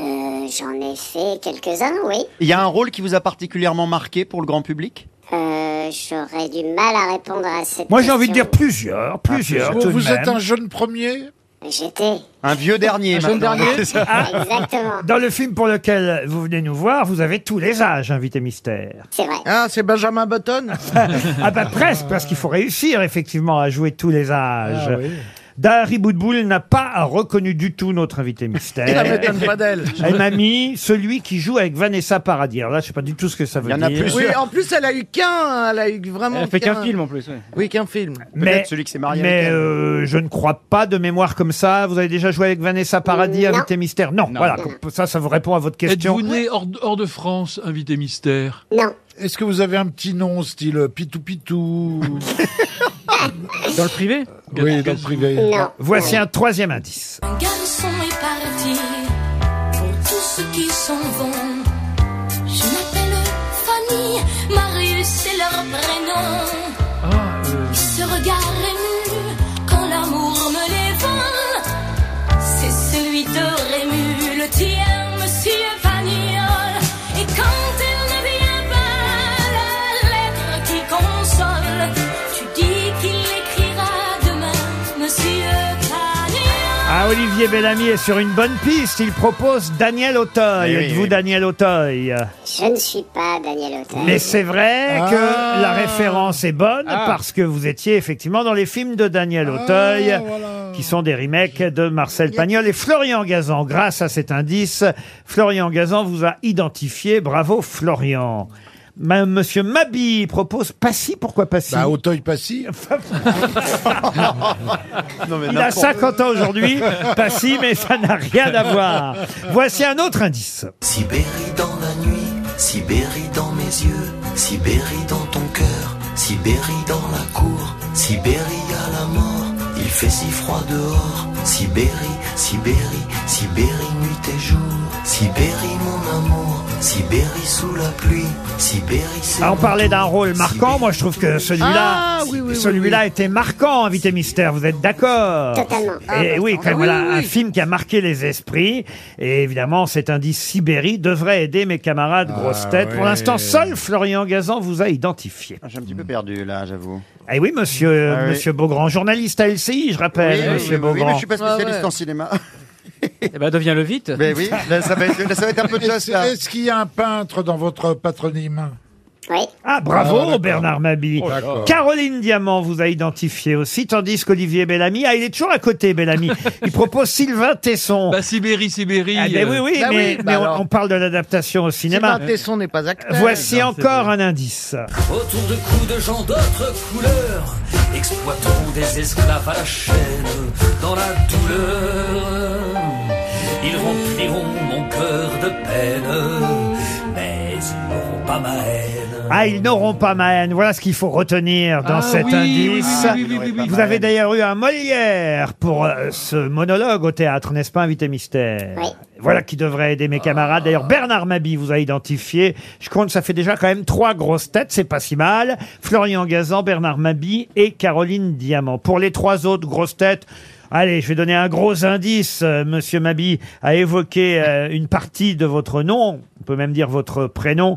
S21: j'en ai fait quelques-uns, oui.
S4: Il y a un rôle qui vous a particulièrement marqué pour le grand public
S21: Euh, j'aurais du mal à répondre à cette
S2: Moi, j'ai envie de
S21: question.
S2: dire plusieurs, plusieurs.
S5: Vous,
S2: tout de
S5: Ah, vous êtes
S2: même.
S5: un jeune premier
S21: J'étais.
S4: Un vieux dernier.
S2: Un jeune
S4: maintenant.
S2: dernier
S4: C'est ça.
S2: Ah.
S21: Exactement.
S2: Dans le film pour lequel vous venez nous voir, vous avez tous les âges, invité mystère.
S21: C'est vrai.
S8: Ah, c'est Benjamin Button
S2: ah bah presque, parce qu'il faut réussir effectivement à jouer tous les âges.
S8: Ah
S2: Dari Boudboul n'a pas reconnu du tout notre invité
S8: Ça
S2: mystère.
S8: m'étonne pas d'elle.
S2: Elle m'a mis celui qui joue avec Vanessa Paradis. Alors là, je sais pas du tout ce que ça veut dire.
S8: Oui, en plus, elle a eu qu'un. hein, Elle a eu vraiment.
S6: Elle a fait qu'un film en plus. ouais.
S8: Oui, qu'un film.
S2: Mais, mais euh, je ne crois pas de mémoire comme ça. Vous avez déjà joué avec Vanessa Paradis,
S21: Non.
S2: invité mystère Non, voilà,
S21: non,
S2: comme ça, ça vous répond à votre question.
S7: Êtes-vous né hors, de- hors de France, invité mystère
S21: Non.
S5: Est-ce que vous avez un petit nom, style euh, Pitou Pitou
S6: Dans le privé
S5: Oui, dans le privé.
S21: Non.
S2: Voici un troisième indice.
S18: Un garçon est parti pour tous ceux qui s'en vont. Je m'appelle Fanny, Marius c'est leur prénom.
S7: Ah, euh,
S18: Ce regard ému quand l'amour me l'évole, c'est celui de Rému, le tien, monsieur Pagnol. Et quand elle ne vient pas, la lettre qui console, tu dis qu'il écrira demain, monsieur.
S2: Ah, Olivier Bellamy est sur une bonne piste. Il propose Daniel Auteuil.
S21: Eh oui,
S2: Êtes-vous
S21: oui.
S2: Daniel Auteuil
S21: Je ne suis pas Daniel Auteuil.
S2: Mais c'est vrai
S5: Ah.
S2: que la référence est bonne
S21: Ah.
S2: parce que vous étiez effectivement dans les films de Daniel Auteuil, qui sont des remakes de Marcel Pagnol et Florian Gazan. Grâce à cet indice, Florian Gazan vous a identifié. Bravo Florian. Ma- Monsieur Mabi propose Passy, pourquoi Passy
S5: Bah, Auteuil Passy.
S2: Il a 50 ans aujourd'hui, Passy, mais ça n'a rien à voir. Voici un autre indice.
S15: Sibérie dans la nuit, Sibérie dans mes yeux, Sibérie dans ton cœur, Sibérie dans la cour, Sibérie à la mort, il fait si froid dehors, Sibérie, Sibérie, Sibérie nuit et jour, Sibérie mon amour, Sibérie sous la pluie, Sibérie c'est
S2: Ah, on parlait d'un rôle marquant. Moi, je trouve que celui-là,
S15: Ah, oui, oui, oui,
S2: celui-là était marquant, Invité Mystère. Vous êtes d'accord
S15: Totalement. Ah,
S2: Et
S15: bah,
S2: oui,
S15: attends.
S2: quand même,
S15: Oui,
S2: voilà,
S15: oui,
S2: un
S15: oui.
S2: film qui a marqué les esprits. Et évidemment, cet indice Sibérie devrait aider mes
S17: Ah,
S2: camarades grosses têtes. Pour
S17: oui.
S2: l'instant, seul Florian Gazan vous a identifié.
S17: Ah, J'ai un petit peu perdu là, j'avoue.
S2: Eh oui, monsieur,
S17: Ah, oui.
S2: monsieur Beaugrand, journaliste à LCI, je rappelle,
S17: Oui, oui,
S2: Euh,
S17: oui,
S2: monsieur
S17: oui,
S2: Beaugrand.
S17: mais je suis pas spécialiste
S5: Ah ouais.
S17: en cinéma.
S6: Eh ben, deviens-le vite.
S17: Mais oui, là, ça va être, là, ça va être un peu de
S5: Est-ce-
S17: chasse, là.
S5: Est-ce qu'il y a un peintre dans votre patronyme
S21: Oui.
S2: Ah,
S5: Ah,
S2: bravo
S5: d'accord.
S2: Bernard Mabille.
S5: Oh, d'accord.
S2: Caroline Diamant vous a identifié aussi, tandis qu'Olivier Bellamy, ah, il est toujours à côté, Bellamy. Il propose Sylvain Tesson.
S7: Bah, Sibérie, Sibérie.
S2: Ah, ben oui,
S7: euh,
S2: oui,
S8: Bah
S2: mais,
S8: oui, bah
S2: mais on-
S8: alors.
S2: on, parle de l'adaptation au cinéma.
S8: Sylvain Tesson n'est pas acteur.
S2: Voici
S8: Non, c'est
S2: encore un indice.
S15: Autour de coups de gens d'autres couleurs, exploitons des esclaves à la chaîne, dans la douleur. Ils rempliront mon cœur de peine, mais ils n'auront pas ma haine.
S2: Ah, ils n'auront pas ma haine. Voilà ce qu'il faut retenir dans
S15: Ah
S2: cet
S15: oui,
S2: indice.
S15: oui, oui, oui, oui, oui,
S2: Vous
S15: oui.
S2: avez d'ailleurs eu un Molière pour euh, ce monologue au théâtre, n'est-ce pas, invité mystère Voilà qui devrait aider mes camarades. D'ailleurs, Bernard Mabi vous a identifié. Je compte, ça fait déjà quand même trois grosses têtes, c'est pas si mal. Florian Gazan, Bernard Mabi et Caroline Diamant. Pour les trois autres grosses têtes, Allez, je vais donner un gros indice. Euh, Monsieur Mabi a évoqué euh, une partie de votre nom, on peut même dire votre prénom.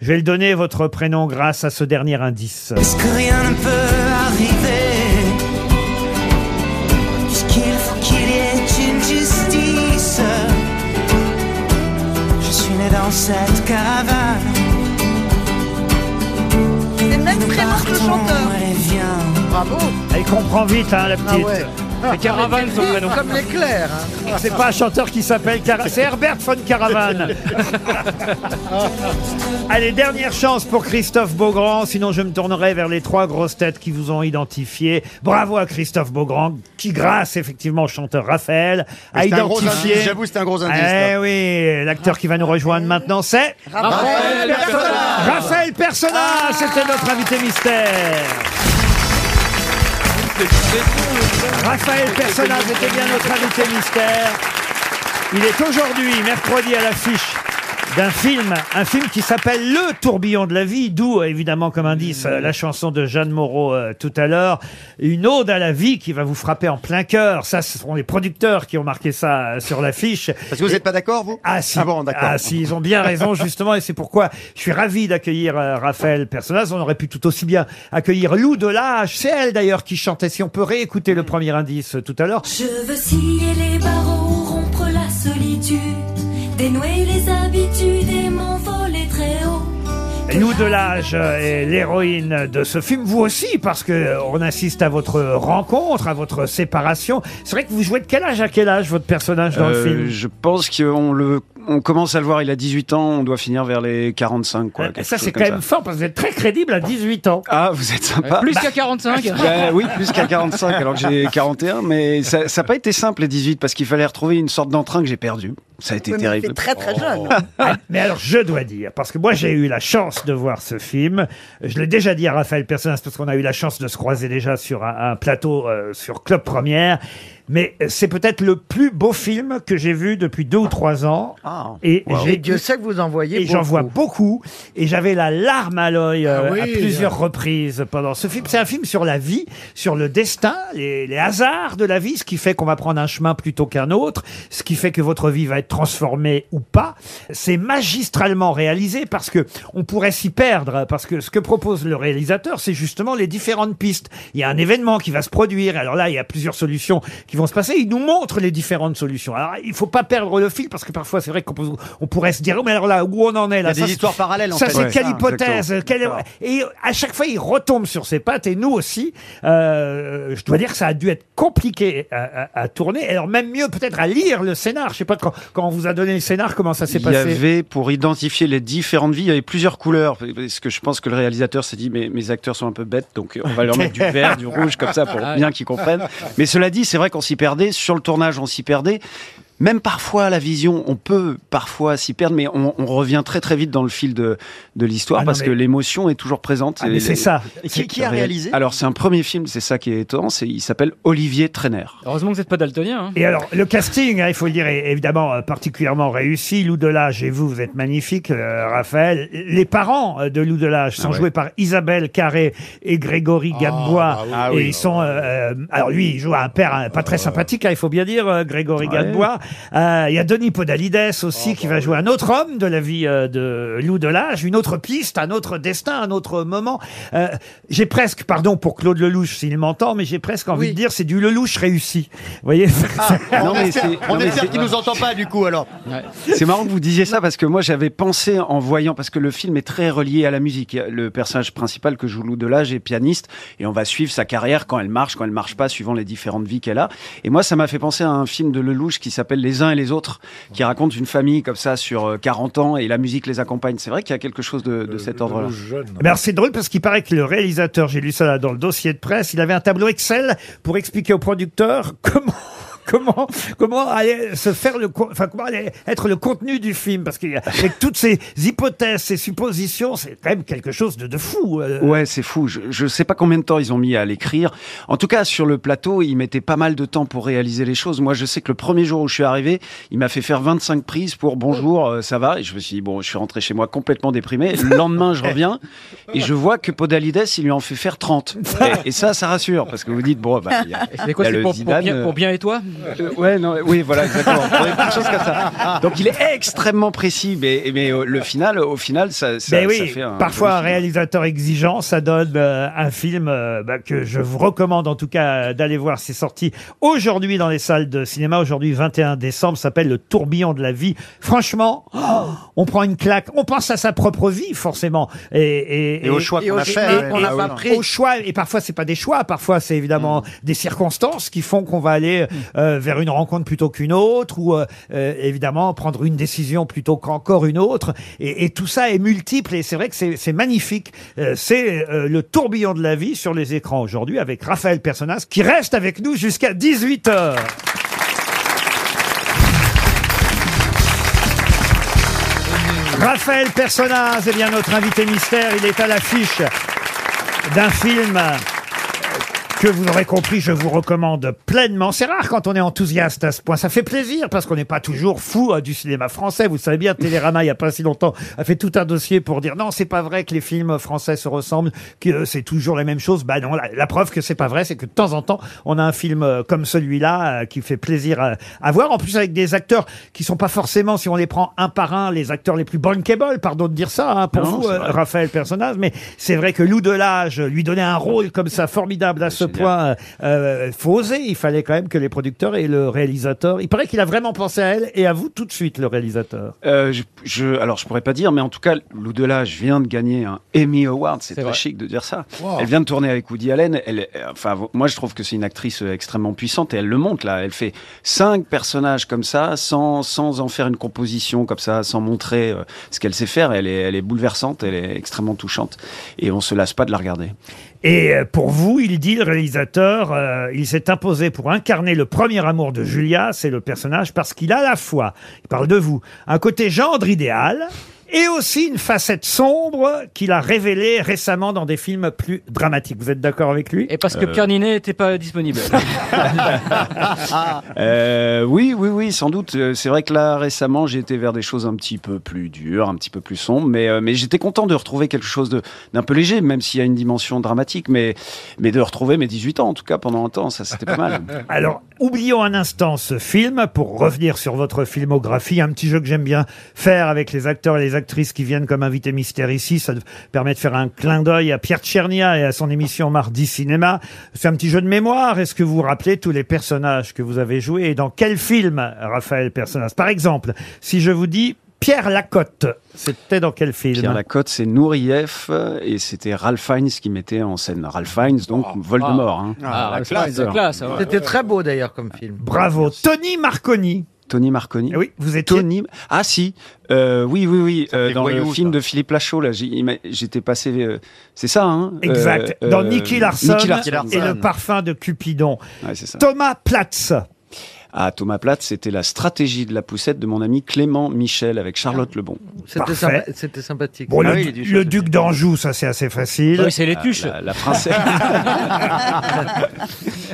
S2: Je vais le donner votre prénom grâce à ce dernier indice.
S15: Est-ce que rien ne peut arriver Puisqu'il faut qu'il y ait une justice Je suis né dans cette caravane
S8: C'est le même prénom que le chanteur. Bravo.
S2: Elle comprend vite, hein, la petite.
S8: Ah ouais.
S2: C'est Caravane, son prénom.
S8: Comme l'éclair. hein.
S2: C'est pas un chanteur qui s'appelle Caravane, c'est Herbert von Caravane. Allez, dernière chance pour Christophe Beaugrand, sinon je me tournerai vers les trois grosses têtes qui vous ont identifié. Bravo à Christophe Beaugrand, qui grâce effectivement au chanteur Raphaël a
S17: C'était un gros
S2: identifié...
S17: indice, j'avoue, c'était un gros indice,
S2: Eh oui, l'acteur qui va nous rejoindre maintenant c'est...
S15: Raphaël Persona.
S2: Raphaël Persona, c'était notre invité mystère Raphaël Persona, c'était bien notre invité mystère. Il est aujourd'hui, mercredi, à l'affiche d'un film, un film qui s'appelle Le tourbillon de la vie, d'où euh, évidemment comme indice euh, la chanson de Jeanne Moreau euh, tout à l'heure, une ode à la vie qui va vous frapper en plein cœur. Ça, ce seront les producteurs qui ont marqué ça euh, sur l'affiche. Parce
S17: que vous n'êtes pas d'accord, vous
S2: Ah si.
S17: Ah bon, d'accord.
S2: Ah si, ils ont bien raison justement, et c'est pourquoi je suis ravi d'accueillir euh, Raphaël Personnaz. On aurait pu tout aussi bien accueillir Lou Delage. C'est elle d'ailleurs qui chantait. Si on peut réécouter le premier indice euh, tout à l'heure.
S18: Je veux scier les barreaux, rompre la solitude, dénouer les habitudes et m'envoler très haut.
S2: Lou Delage euh, est l'héroïne de ce film, vous aussi, parce que euh, on assiste à votre rencontre, à votre séparation. C'est vrai que vous jouez de quel âge à quel âge votre personnage dans
S19: Euh,
S2: le film
S19: Je pense qu'on le, on commence à le voir, il a 18 ans, on doit finir vers les 45. Quoi,
S2: Ah, Ça, c'est quand même fort, parce que vous êtes très crédible à 18 ans.
S19: Ah, vous êtes sympa.
S6: Plus
S19: Bah,
S6: qu'à 45.
S19: bah oui, plus qu'à 45, alors que j'ai 41, mais ça n'a pas été simple les 18 parce qu'il fallait retrouver une sorte d'entrain que j'ai perdu. Ça a été
S2: Oui, mais
S19: terrible.
S2: c'est très, très
S4: Oh.
S2: jeune. Ah, mais alors, je dois dire, parce que moi, j'ai eu la chance de voir ce film. Je l'ai déjà dit à Raphaël Personnaz, parce qu'on a eu la chance de se croiser déjà sur un, un plateau euh, sur Club Première. Mais euh, c'est peut-être le plus beau film que j'ai vu depuis deux ou trois ans. Et,
S8: Ah. Wow.
S2: j'ai-
S8: Et Dieu sait que vous en voyez
S2: Et j'en
S8: beaucoup.
S2: vois beaucoup. Et j'avais la larme à l'œil euh,
S8: Ah oui.
S2: à plusieurs reprises pendant ce film. C'est un film sur la vie, sur le destin, les, les hasards de la vie, ce qui fait qu'on va prendre un chemin plutôt qu'un autre, ce qui fait que votre vie va être transformé ou pas, c'est magistralement réalisé parce que on pourrait s'y perdre. Parce que ce que propose le réalisateur, c'est justement les différentes pistes. Il y a un événement qui va se produire. Alors là, il y a plusieurs solutions qui vont se passer. Il nous montre les différentes solutions. Alors, il faut pas perdre le fil parce que parfois, c'est vrai qu'on peut- on pourrait se dire, oh, mais alors là, où on en est là
S17: Il y a
S2: Ça,
S17: des
S2: c'est-
S17: histoires parallèles, en
S2: Ça,
S17: fait.
S2: c'est
S17: Ouais.
S2: quelle
S17: Ah,
S2: hypothèse
S17: exactement.
S2: quelle-
S17: D'accord.
S2: et à chaque fois, il retombe sur ses pattes, et nous aussi. Euh, je dois dire que ça a dû être compliqué à, à- à tourner, alors même mieux peut-être à lire le scénar. Je sais pas quand, quand on vous a donné le scénar, comment ça s'est
S19: Il y
S2: passé.
S19: avait, pour identifier les différentes vies, il y avait plusieurs couleurs. Parce que je pense que le réalisateur s'est dit, mais mes acteurs sont un peu bêtes, donc euh, on va leur mettre du vert, du rouge, comme ça,
S2: Ah
S19: pour bien qu'ils comprennent. Mais cela dit, c'est vrai qu'on s'y perdait. Sur le tournage, on s'y perdait. Même parfois, à la vision, on peut parfois s'y perdre, mais on, on revient très très vite dans le fil de, de l'histoire
S2: Ah non,
S19: parce
S2: mais-
S19: que l'émotion est toujours présente.
S2: Ah, mais
S19: Et-
S2: c'est ça.
S19: et
S2: Qui- qui a
S19: réel-
S2: réalisé
S19: Alors, c'est un premier film, c'est ça qui est étonnant. c'est- Il s'appelle Olivier Trainer.
S6: Heureusement que vous n'êtes pas daltonien. hein.
S2: Et alors, le casting, hein, il faut le dire, est évidemment euh, particulièrement réussi. Lou Delage et vous, vous êtes magnifique, euh, Raphaël. Les parents euh, de Lou Delage sont
S19: Ah ouais.
S2: joués par Isabelle Carré et Grégory
S19: bah
S2: Gadebois.
S19: oui. Ah oui.
S2: Et ils sont... euh, euh, alors lui, il joue un père hein, pas très sympathique, hein, il faut bien dire, euh, Grégory
S19: Ouais.
S2: Gadebois. Euh, Il y a Denis Podalides
S17: Oh,
S2: aussi
S17: bah
S2: qui va jouer un autre homme de la vie euh, de Lou Delage, une autre piste, un autre destin, un autre moment. Euh, j'ai presque, pardon pour Claude Lelouch s'il m'entend, mais j'ai presque envie de dire c'est du Lelouch réussi. Vous voyez
S19: Non,
S17: Ah, on
S19: mais
S17: espère,
S19: c'est-
S17: on
S19: non, mais
S17: espère
S19: c'est-
S17: qu'il nous entend pas du coup alors.
S19: C'est marrant que vous disiez ça parce que moi j'avais pensé en voyant parce que le film est très relié à la musique. Il y a Le personnage principal que joue Lou Delage est pianiste et on va suivre sa carrière quand elle marche, quand elle marche pas, suivant les différentes vies qu'elle a. Et moi ça m'a fait penser à un film de Lelouch qui s'appelle Les uns et les autres, qui raconte une famille comme ça sur euh, 40 ans et la musique les accompagne. C'est vrai qu'il y a quelque chose de, de cet ordre-là.
S2: Mais alors, Eh ben, c'est drôle parce qu'il paraît que le réalisateur, j'ai lu ça là dans le dossier de presse, il avait un tableau Excel pour expliquer au producteur comment. Comment comment allait se faire le co- enfin comment allait être le contenu du film parce qu'il y a avec toutes ces hypothèses ces suppositions c'est quand même quelque chose de, de fou euh.
S19: Ouais, c'est fou. Je, je sais pas combien de temps ils ont mis à l'écrire. En tout cas, sur le plateau, ils mettaient pas mal de temps pour réaliser les choses. Moi, je sais que le premier jour où je suis arrivé, il m'a fait faire 25 prises pour bonjour, euh, ça va. Et je me suis dit, bon, je suis rentré chez moi complètement déprimé. Le lendemain, je reviens et je vois que Podalides, il lui en fait faire 30. Et, et ça, ça rassure parce que vous dites, bon, bah, il y a-
S6: Et c'est quoi,
S19: il y a
S6: c'est
S19: le
S6: pour, pour
S19: Zidane,
S6: bien,
S19: euh,
S6: pour bien et toi
S19: euh, ouais, non, oui, voilà, exactement. Pour des petites choses comme ça. euh,
S6: Ah.
S19: Donc il est extrêmement précis, mais, mais euh, le final, au final, ça, ça,
S2: Ben oui,
S19: ça fait un
S2: parfois
S19: joli
S2: un
S19: film.
S2: réalisateur exigeant, ça donne euh, un film euh, bah, que je vous recommande en tout cas euh, d'aller voir. C'est sorti aujourd'hui dans les salles de cinéma, aujourd'hui 21 décembre, ça s'appelle Le tourbillon de la vie. Franchement, oh, on prend une claque, on pense à sa propre vie forcément. Et, et,
S17: Et aux choix qu'on a
S2: et-
S17: fait, ah
S2: et-
S17: ouais.
S2: et
S17: qu'on n'a
S2: aux-
S17: pas pris.
S2: aux choix, et parfois c'est pas des choix, parfois c'est
S17: Mm.
S2: évidemment des circonstances qui font qu'on va aller euh, vers une rencontre plutôt qu'une autre, ou euh, euh, évidemment prendre une décision plutôt qu'encore une autre. Et, et tout ça est multiple, et c'est vrai que c'est c'est magnifique. Euh, c'est euh, le tourbillon de la vie sur les écrans aujourd'hui avec Raphaël Personnaz qui reste avec nous jusqu'à 18h. Raphaël Personnaz est bien notre invité mystère. Il est à l'affiche d'un film que vous aurez compris, je vous recommande pleinement. C'est rare quand on est enthousiaste à ce point. Ça fait plaisir parce qu'on n'est pas toujours fou euh, du cinéma français. Vous le savez bien, Télérama, il n'y a pas si longtemps, a fait tout un dossier pour dire non, c'est pas vrai que les films français se ressemblent, que euh, c'est toujours la même chose. Bah non, la, la preuve que c'est pas vrai, c'est que de temps en temps, on a un film euh, comme celui-là euh, qui fait plaisir à, à voir. En plus, avec des acteurs qui sont pas forcément, si on les prend un par un, les acteurs les plus bankable, pardon de dire ça, hein, pour
S19: Non,
S2: vous,
S19: c'est
S2: euh,
S19: vrai.
S2: Raphaël Personnage, mais c'est vrai que Lou Delage lui donnait un rôle comme ça formidable à ce point. Euh, faut oser, il fallait quand même que les producteurs et le réalisateur. Il paraît qu'il a vraiment pensé à elle et à vous tout de suite, le réalisateur.
S19: Euh, je, je- alors, je pourrais pas dire, mais en tout cas, Lou Delage vient de gagner un Emmy Award. C'est
S6: C'est
S19: très
S6: vrai.
S19: chic de dire ça.
S6: Wow.
S19: Elle vient de tourner avec Woody Allen. Elle, est- enfin, vo- moi, je trouve que c'est une actrice euh, extrêmement puissante et elle le montre là. Elle fait cinq personnages comme ça, sans, sans en faire une composition comme ça, sans montrer euh, ce qu'elle sait faire. Elle est, elle est bouleversante, elle est extrêmement touchante et on se lasse pas de la regarder.
S2: Et euh, pour vous, il dit, le réalisateur, euh, il s'est imposé pour incarner le premier amour de Julia, c'est le personnage, parce qu'il a à la fois, il parle de vous, un côté gendre idéal et aussi une facette sombre qu'il a révélée récemment dans des films plus dramatiques. Vous êtes d'accord avec lui
S6: Et parce que
S2: Euh.
S6: Pierre Ninet n'était pas disponible.
S19: Euh, oui, oui, oui, sans doute. Euh, C'est vrai que là, récemment, j'ai été vers des choses un petit peu plus dures, un petit peu plus sombres, mais, euh, mais j'étais content de retrouver quelque chose de- d'un peu léger, même s'il y a une dimension dramatique, mais, mais de retrouver mes 18 ans, en tout cas, pendant un temps, ça, c'était pas mal.
S2: Alors, oublions un instant ce film pour revenir sur votre filmographie. Un petit jeu que j'aime bien faire avec les acteurs et les actrices qui viennent comme invités mystères ici. Ça permet de faire un clin d'œil à Pierre Tchernia et à son émission Mardi Cinéma. C'est un petit jeu de mémoire. Est-ce que vous vous rappelez tous les personnages que vous avez joués et dans quel film, Raphaël Personnage Par exemple, si je vous dis Pierre Lacotte, c'était dans quel film
S19: Pierre Lacotte, c'est Nourieff, euh, et c'était Ralph Fiennes qui mettait en scène Ralph Fiennes, donc
S8: ah.
S4: Ah.
S19: Voldemort. hein.
S8: C'était très beau d'ailleurs comme film.
S2: Bravo. Tony Marconi. Eh
S19: Tony Marconi.
S2: Oui, vous étiez.
S19: Tony. Ah si. Euh, oui, oui, oui. euh,
S2: fait
S19: dans le
S2: voyou,
S19: film de Philippe Lachaud, là, j'ai- il m'a- j'étais passé. euh, c'est ça, hein euh,
S2: Exact. dans
S19: euh,
S2: Nicky Larson,
S19: Nicky
S2: et le parfum de Cupidon.
S19: Ouais, c'est ça.
S2: Thomas Platz.
S19: Ah, Thomas Platt, c'était la stratégie de la poussette de mon ami Clément Michel avec
S2: Ah.
S19: Charlotte Lebon.
S8: C'était, sympa- c'était sympathique.
S2: Bon, le, le duc d'Anjou, ça c'est assez facile.
S19: Ah
S2: Ah,
S19: Oui, c'est les tuches. La- la- la princesse.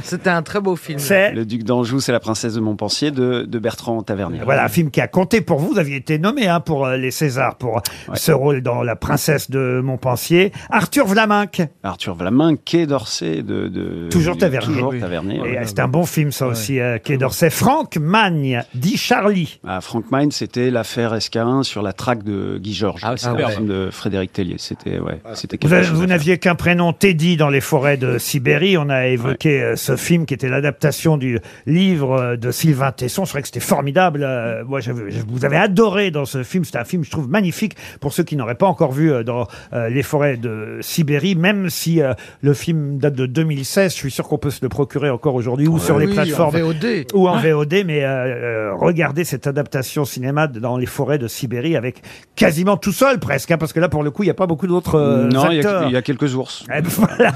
S8: C'était un très beau film.
S19: Le duc d'Anjou, c'est la princesse de Montpensier de, de Bertrand Tavernier.
S2: Voilà un film qui a compté pour vous. Vous aviez été nommé hein, pour euh, les Césars pour euh, ce rôle dans La Princesse de Montpensier. Arthur Vlaminck.
S19: Arthur Vlamin, Quai d'Orsay de, de-
S2: Toujours
S19: de-
S2: Tavernier.
S19: toujours
S2: Oui.
S19: Tavernier,
S2: Et,
S19: ouais.
S2: euh, c'est un bon film ça aussi. Euh, Quai d'Orsay. Franck Magne dit Charlie.
S19: Ah, Frank Mine, c'était l'affaire SK1 sur la traque de Guy Georges. Ah,
S2: Ah,
S19: un
S2: ouais.
S19: film de Frédéric Tellier. C'était ouais,
S4: Ah.
S19: c'était
S2: Vous,
S19: quelque
S2: avez-
S19: chose.
S2: vous n'aviez qu'un prénom, Teddy, dans les forêts de Sibérie. On a évoqué euh, ce film qui était l'adaptation du livre euh, de Sylvain Tesson. C'est vrai que c'était formidable. Euh, moi, j'avais- je, vous avez adoré dans ce film. C'était un film, je trouve, magnifique pour ceux qui n'auraient pas encore vu euh, dans euh, les forêts de Sibérie. Même si euh, le film date de 2016, je suis sûr qu'on peut se le procurer encore aujourd'hui ou
S8: Ouais.
S2: sur les
S8: Oui, en
S2: plateformes
S8: VOD.
S2: ou en VOD. Mais euh, euh, regardez cette adaptation cinéma de- dans les forêts de Sibérie avec quasiment tout seul presque, hein, parce que là, pour le coup, il n'y a pas beaucoup d'autres euh,
S19: non, il y,
S2: acteurs
S19: a, il y a quelques ours.
S2: Eh ben voilà,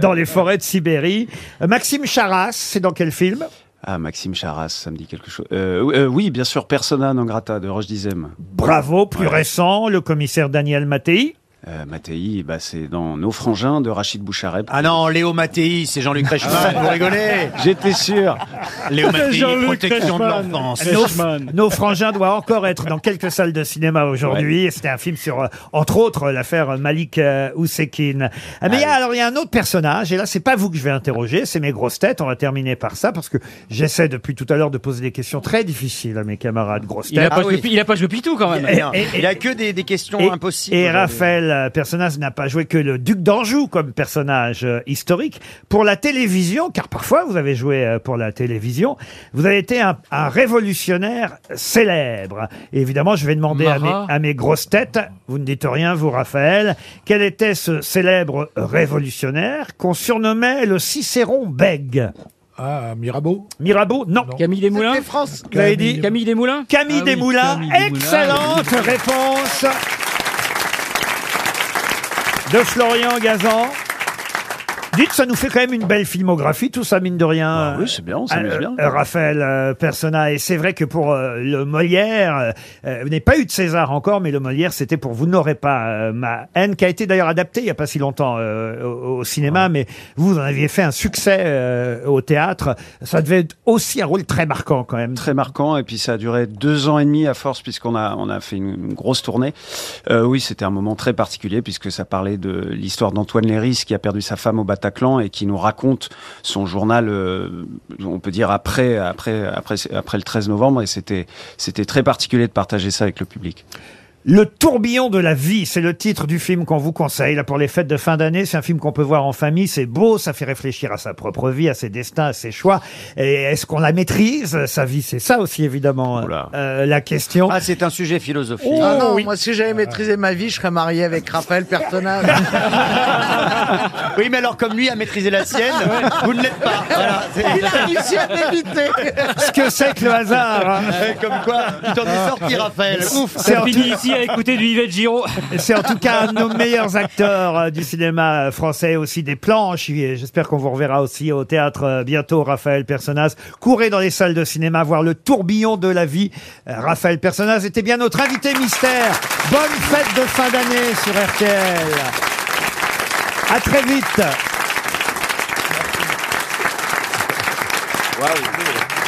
S2: dans les forêts de Sibérie. Euh, Maxime Charas, c'est dans quel film
S19: Ah, Maxime Charas, ça me dit quelque chose. Euh, euh, oui, bien sûr, Persona non grata de Roche Dizem.
S2: Bravo, plus récent, le commissaire Daniel Mattei.
S19: Euh, Mattei, bah, c'est dans Nos frangins de Rachid Bouchareb.
S4: Ah non, Léo Mattei, c'est Jean-Luc Reichmann, vous rigolez
S19: J'étais sûr.
S4: Léo Mattei, protection de l'enfance.
S2: Nos, Nos frangins doit encore être dans quelques salles de cinéma aujourd'hui. C'était un film sur, euh, entre autres, l'affaire Malik euh, Oussekine. Ah, mais il y a- alors, il y a un autre personnage, et là, c'est pas vous que je vais interroger, c'est mes grosses têtes. On va terminer par ça, parce que j'essaie depuis tout à l'heure de poser des questions très difficiles à mes camarades grosses têtes. Ah
S6: Il a
S19: Ah
S6: pas joué- il a pas joué Pitou quand même.
S2: Et- et-
S6: Il a que des, questions
S2: Et- Et Raphaël euh, personnage n'a pas joué que le duc d'Anjou comme personnage euh, historique pour la télévision, car parfois vous avez joué euh, pour la télévision. Vous avez été un, un révolutionnaire célèbre. Et évidemment, je vais demander à mes,
S6: Marat.
S2: à mes grosses têtes. Vous ne dites rien, vous, Raphaël. Quel était ce célèbre révolutionnaire qu'on surnommait le Cicéron Bègue
S5: Ah, Mirabeau
S2: Mirabeau Non.
S6: Camille Desmoulins France. Vous avez dit Camille Desmoulins
S2: Camille
S6: Ah oui,
S2: Desmoulins,
S6: Camille Desmoulins.
S2: excellente réponse de Florian Gazan. Dites, ça nous fait quand même une belle filmographie, tout ça, mine de rien. oui,
S19: c'est bien, on s'amuse bien.
S2: Raphaël euh, Persona, et c'est vrai que pour euh, le Molière, euh, euh, vous n'avez pas eu de César encore, mais le Molière, c'était pour Vous n'aurez pas euh, ma haine, qui a été d'ailleurs adapté il n'y a pas si longtemps euh, au, au cinéma, mais vous en aviez fait un succès euh, au théâtre. Ça devait être aussi un rôle très marquant quand même.
S19: Très marquant, et puis ça a duré deux ans et demi à force, puisqu'on a, on a fait une, une grosse tournée. Euh, oui, c'était un moment très particulier, puisque ça parlait de l'histoire d'Antoine Léris, qui a perdu sa femme au Bataclan, et qui nous raconte son journal, euh, on peut dire après, après, après, après le 13 novembre, et c'était, c'était très particulier de partager ça avec le public.
S2: Le tourbillon de la vie, c'est le titre du film qu'on vous conseille là pour les fêtes de fin d'année. C'est un film qu'on peut voir en famille, c'est beau, ça fait réfléchir à sa propre vie, à ses destins, à ses choix. Et est-ce qu'on la maîtrise euh, sa vie C'est ça aussi évidemment euh, euh, la question. Oh,
S4: Ah, c'est un sujet philosophique.
S8: Ah non, moi si j'avais maîtrisé ma vie, je serais marié avec Raphaël Persona.
S4: Oui, mais alors comme lui a maîtrisé la sienne, vous ne l'êtes pas. Voilà, c'est-
S8: Il a réussi à m'éviter.
S2: Ce que c'est que le hasard. hein.
S4: Ouais, Comme quoi, tu t'en es sorti, Raphaël. Ouf,
S2: C'est en, tout-
S6: plaisir à écouter du Yvette Giraud.
S2: C'est en tout cas un de nos meilleurs acteurs euh, du cinéma euh, français, aussi des planches. Et J'espère qu'on vous reverra aussi au théâtre euh, bientôt, Raphaël Personnaz. Courez dans les salles de cinéma, voir le tourbillon de la vie. Euh, Raphaël Personnaz était bien notre invité mystère. Bonne fête de fin d'année sur RTL. À très vite.
S22: Waouh.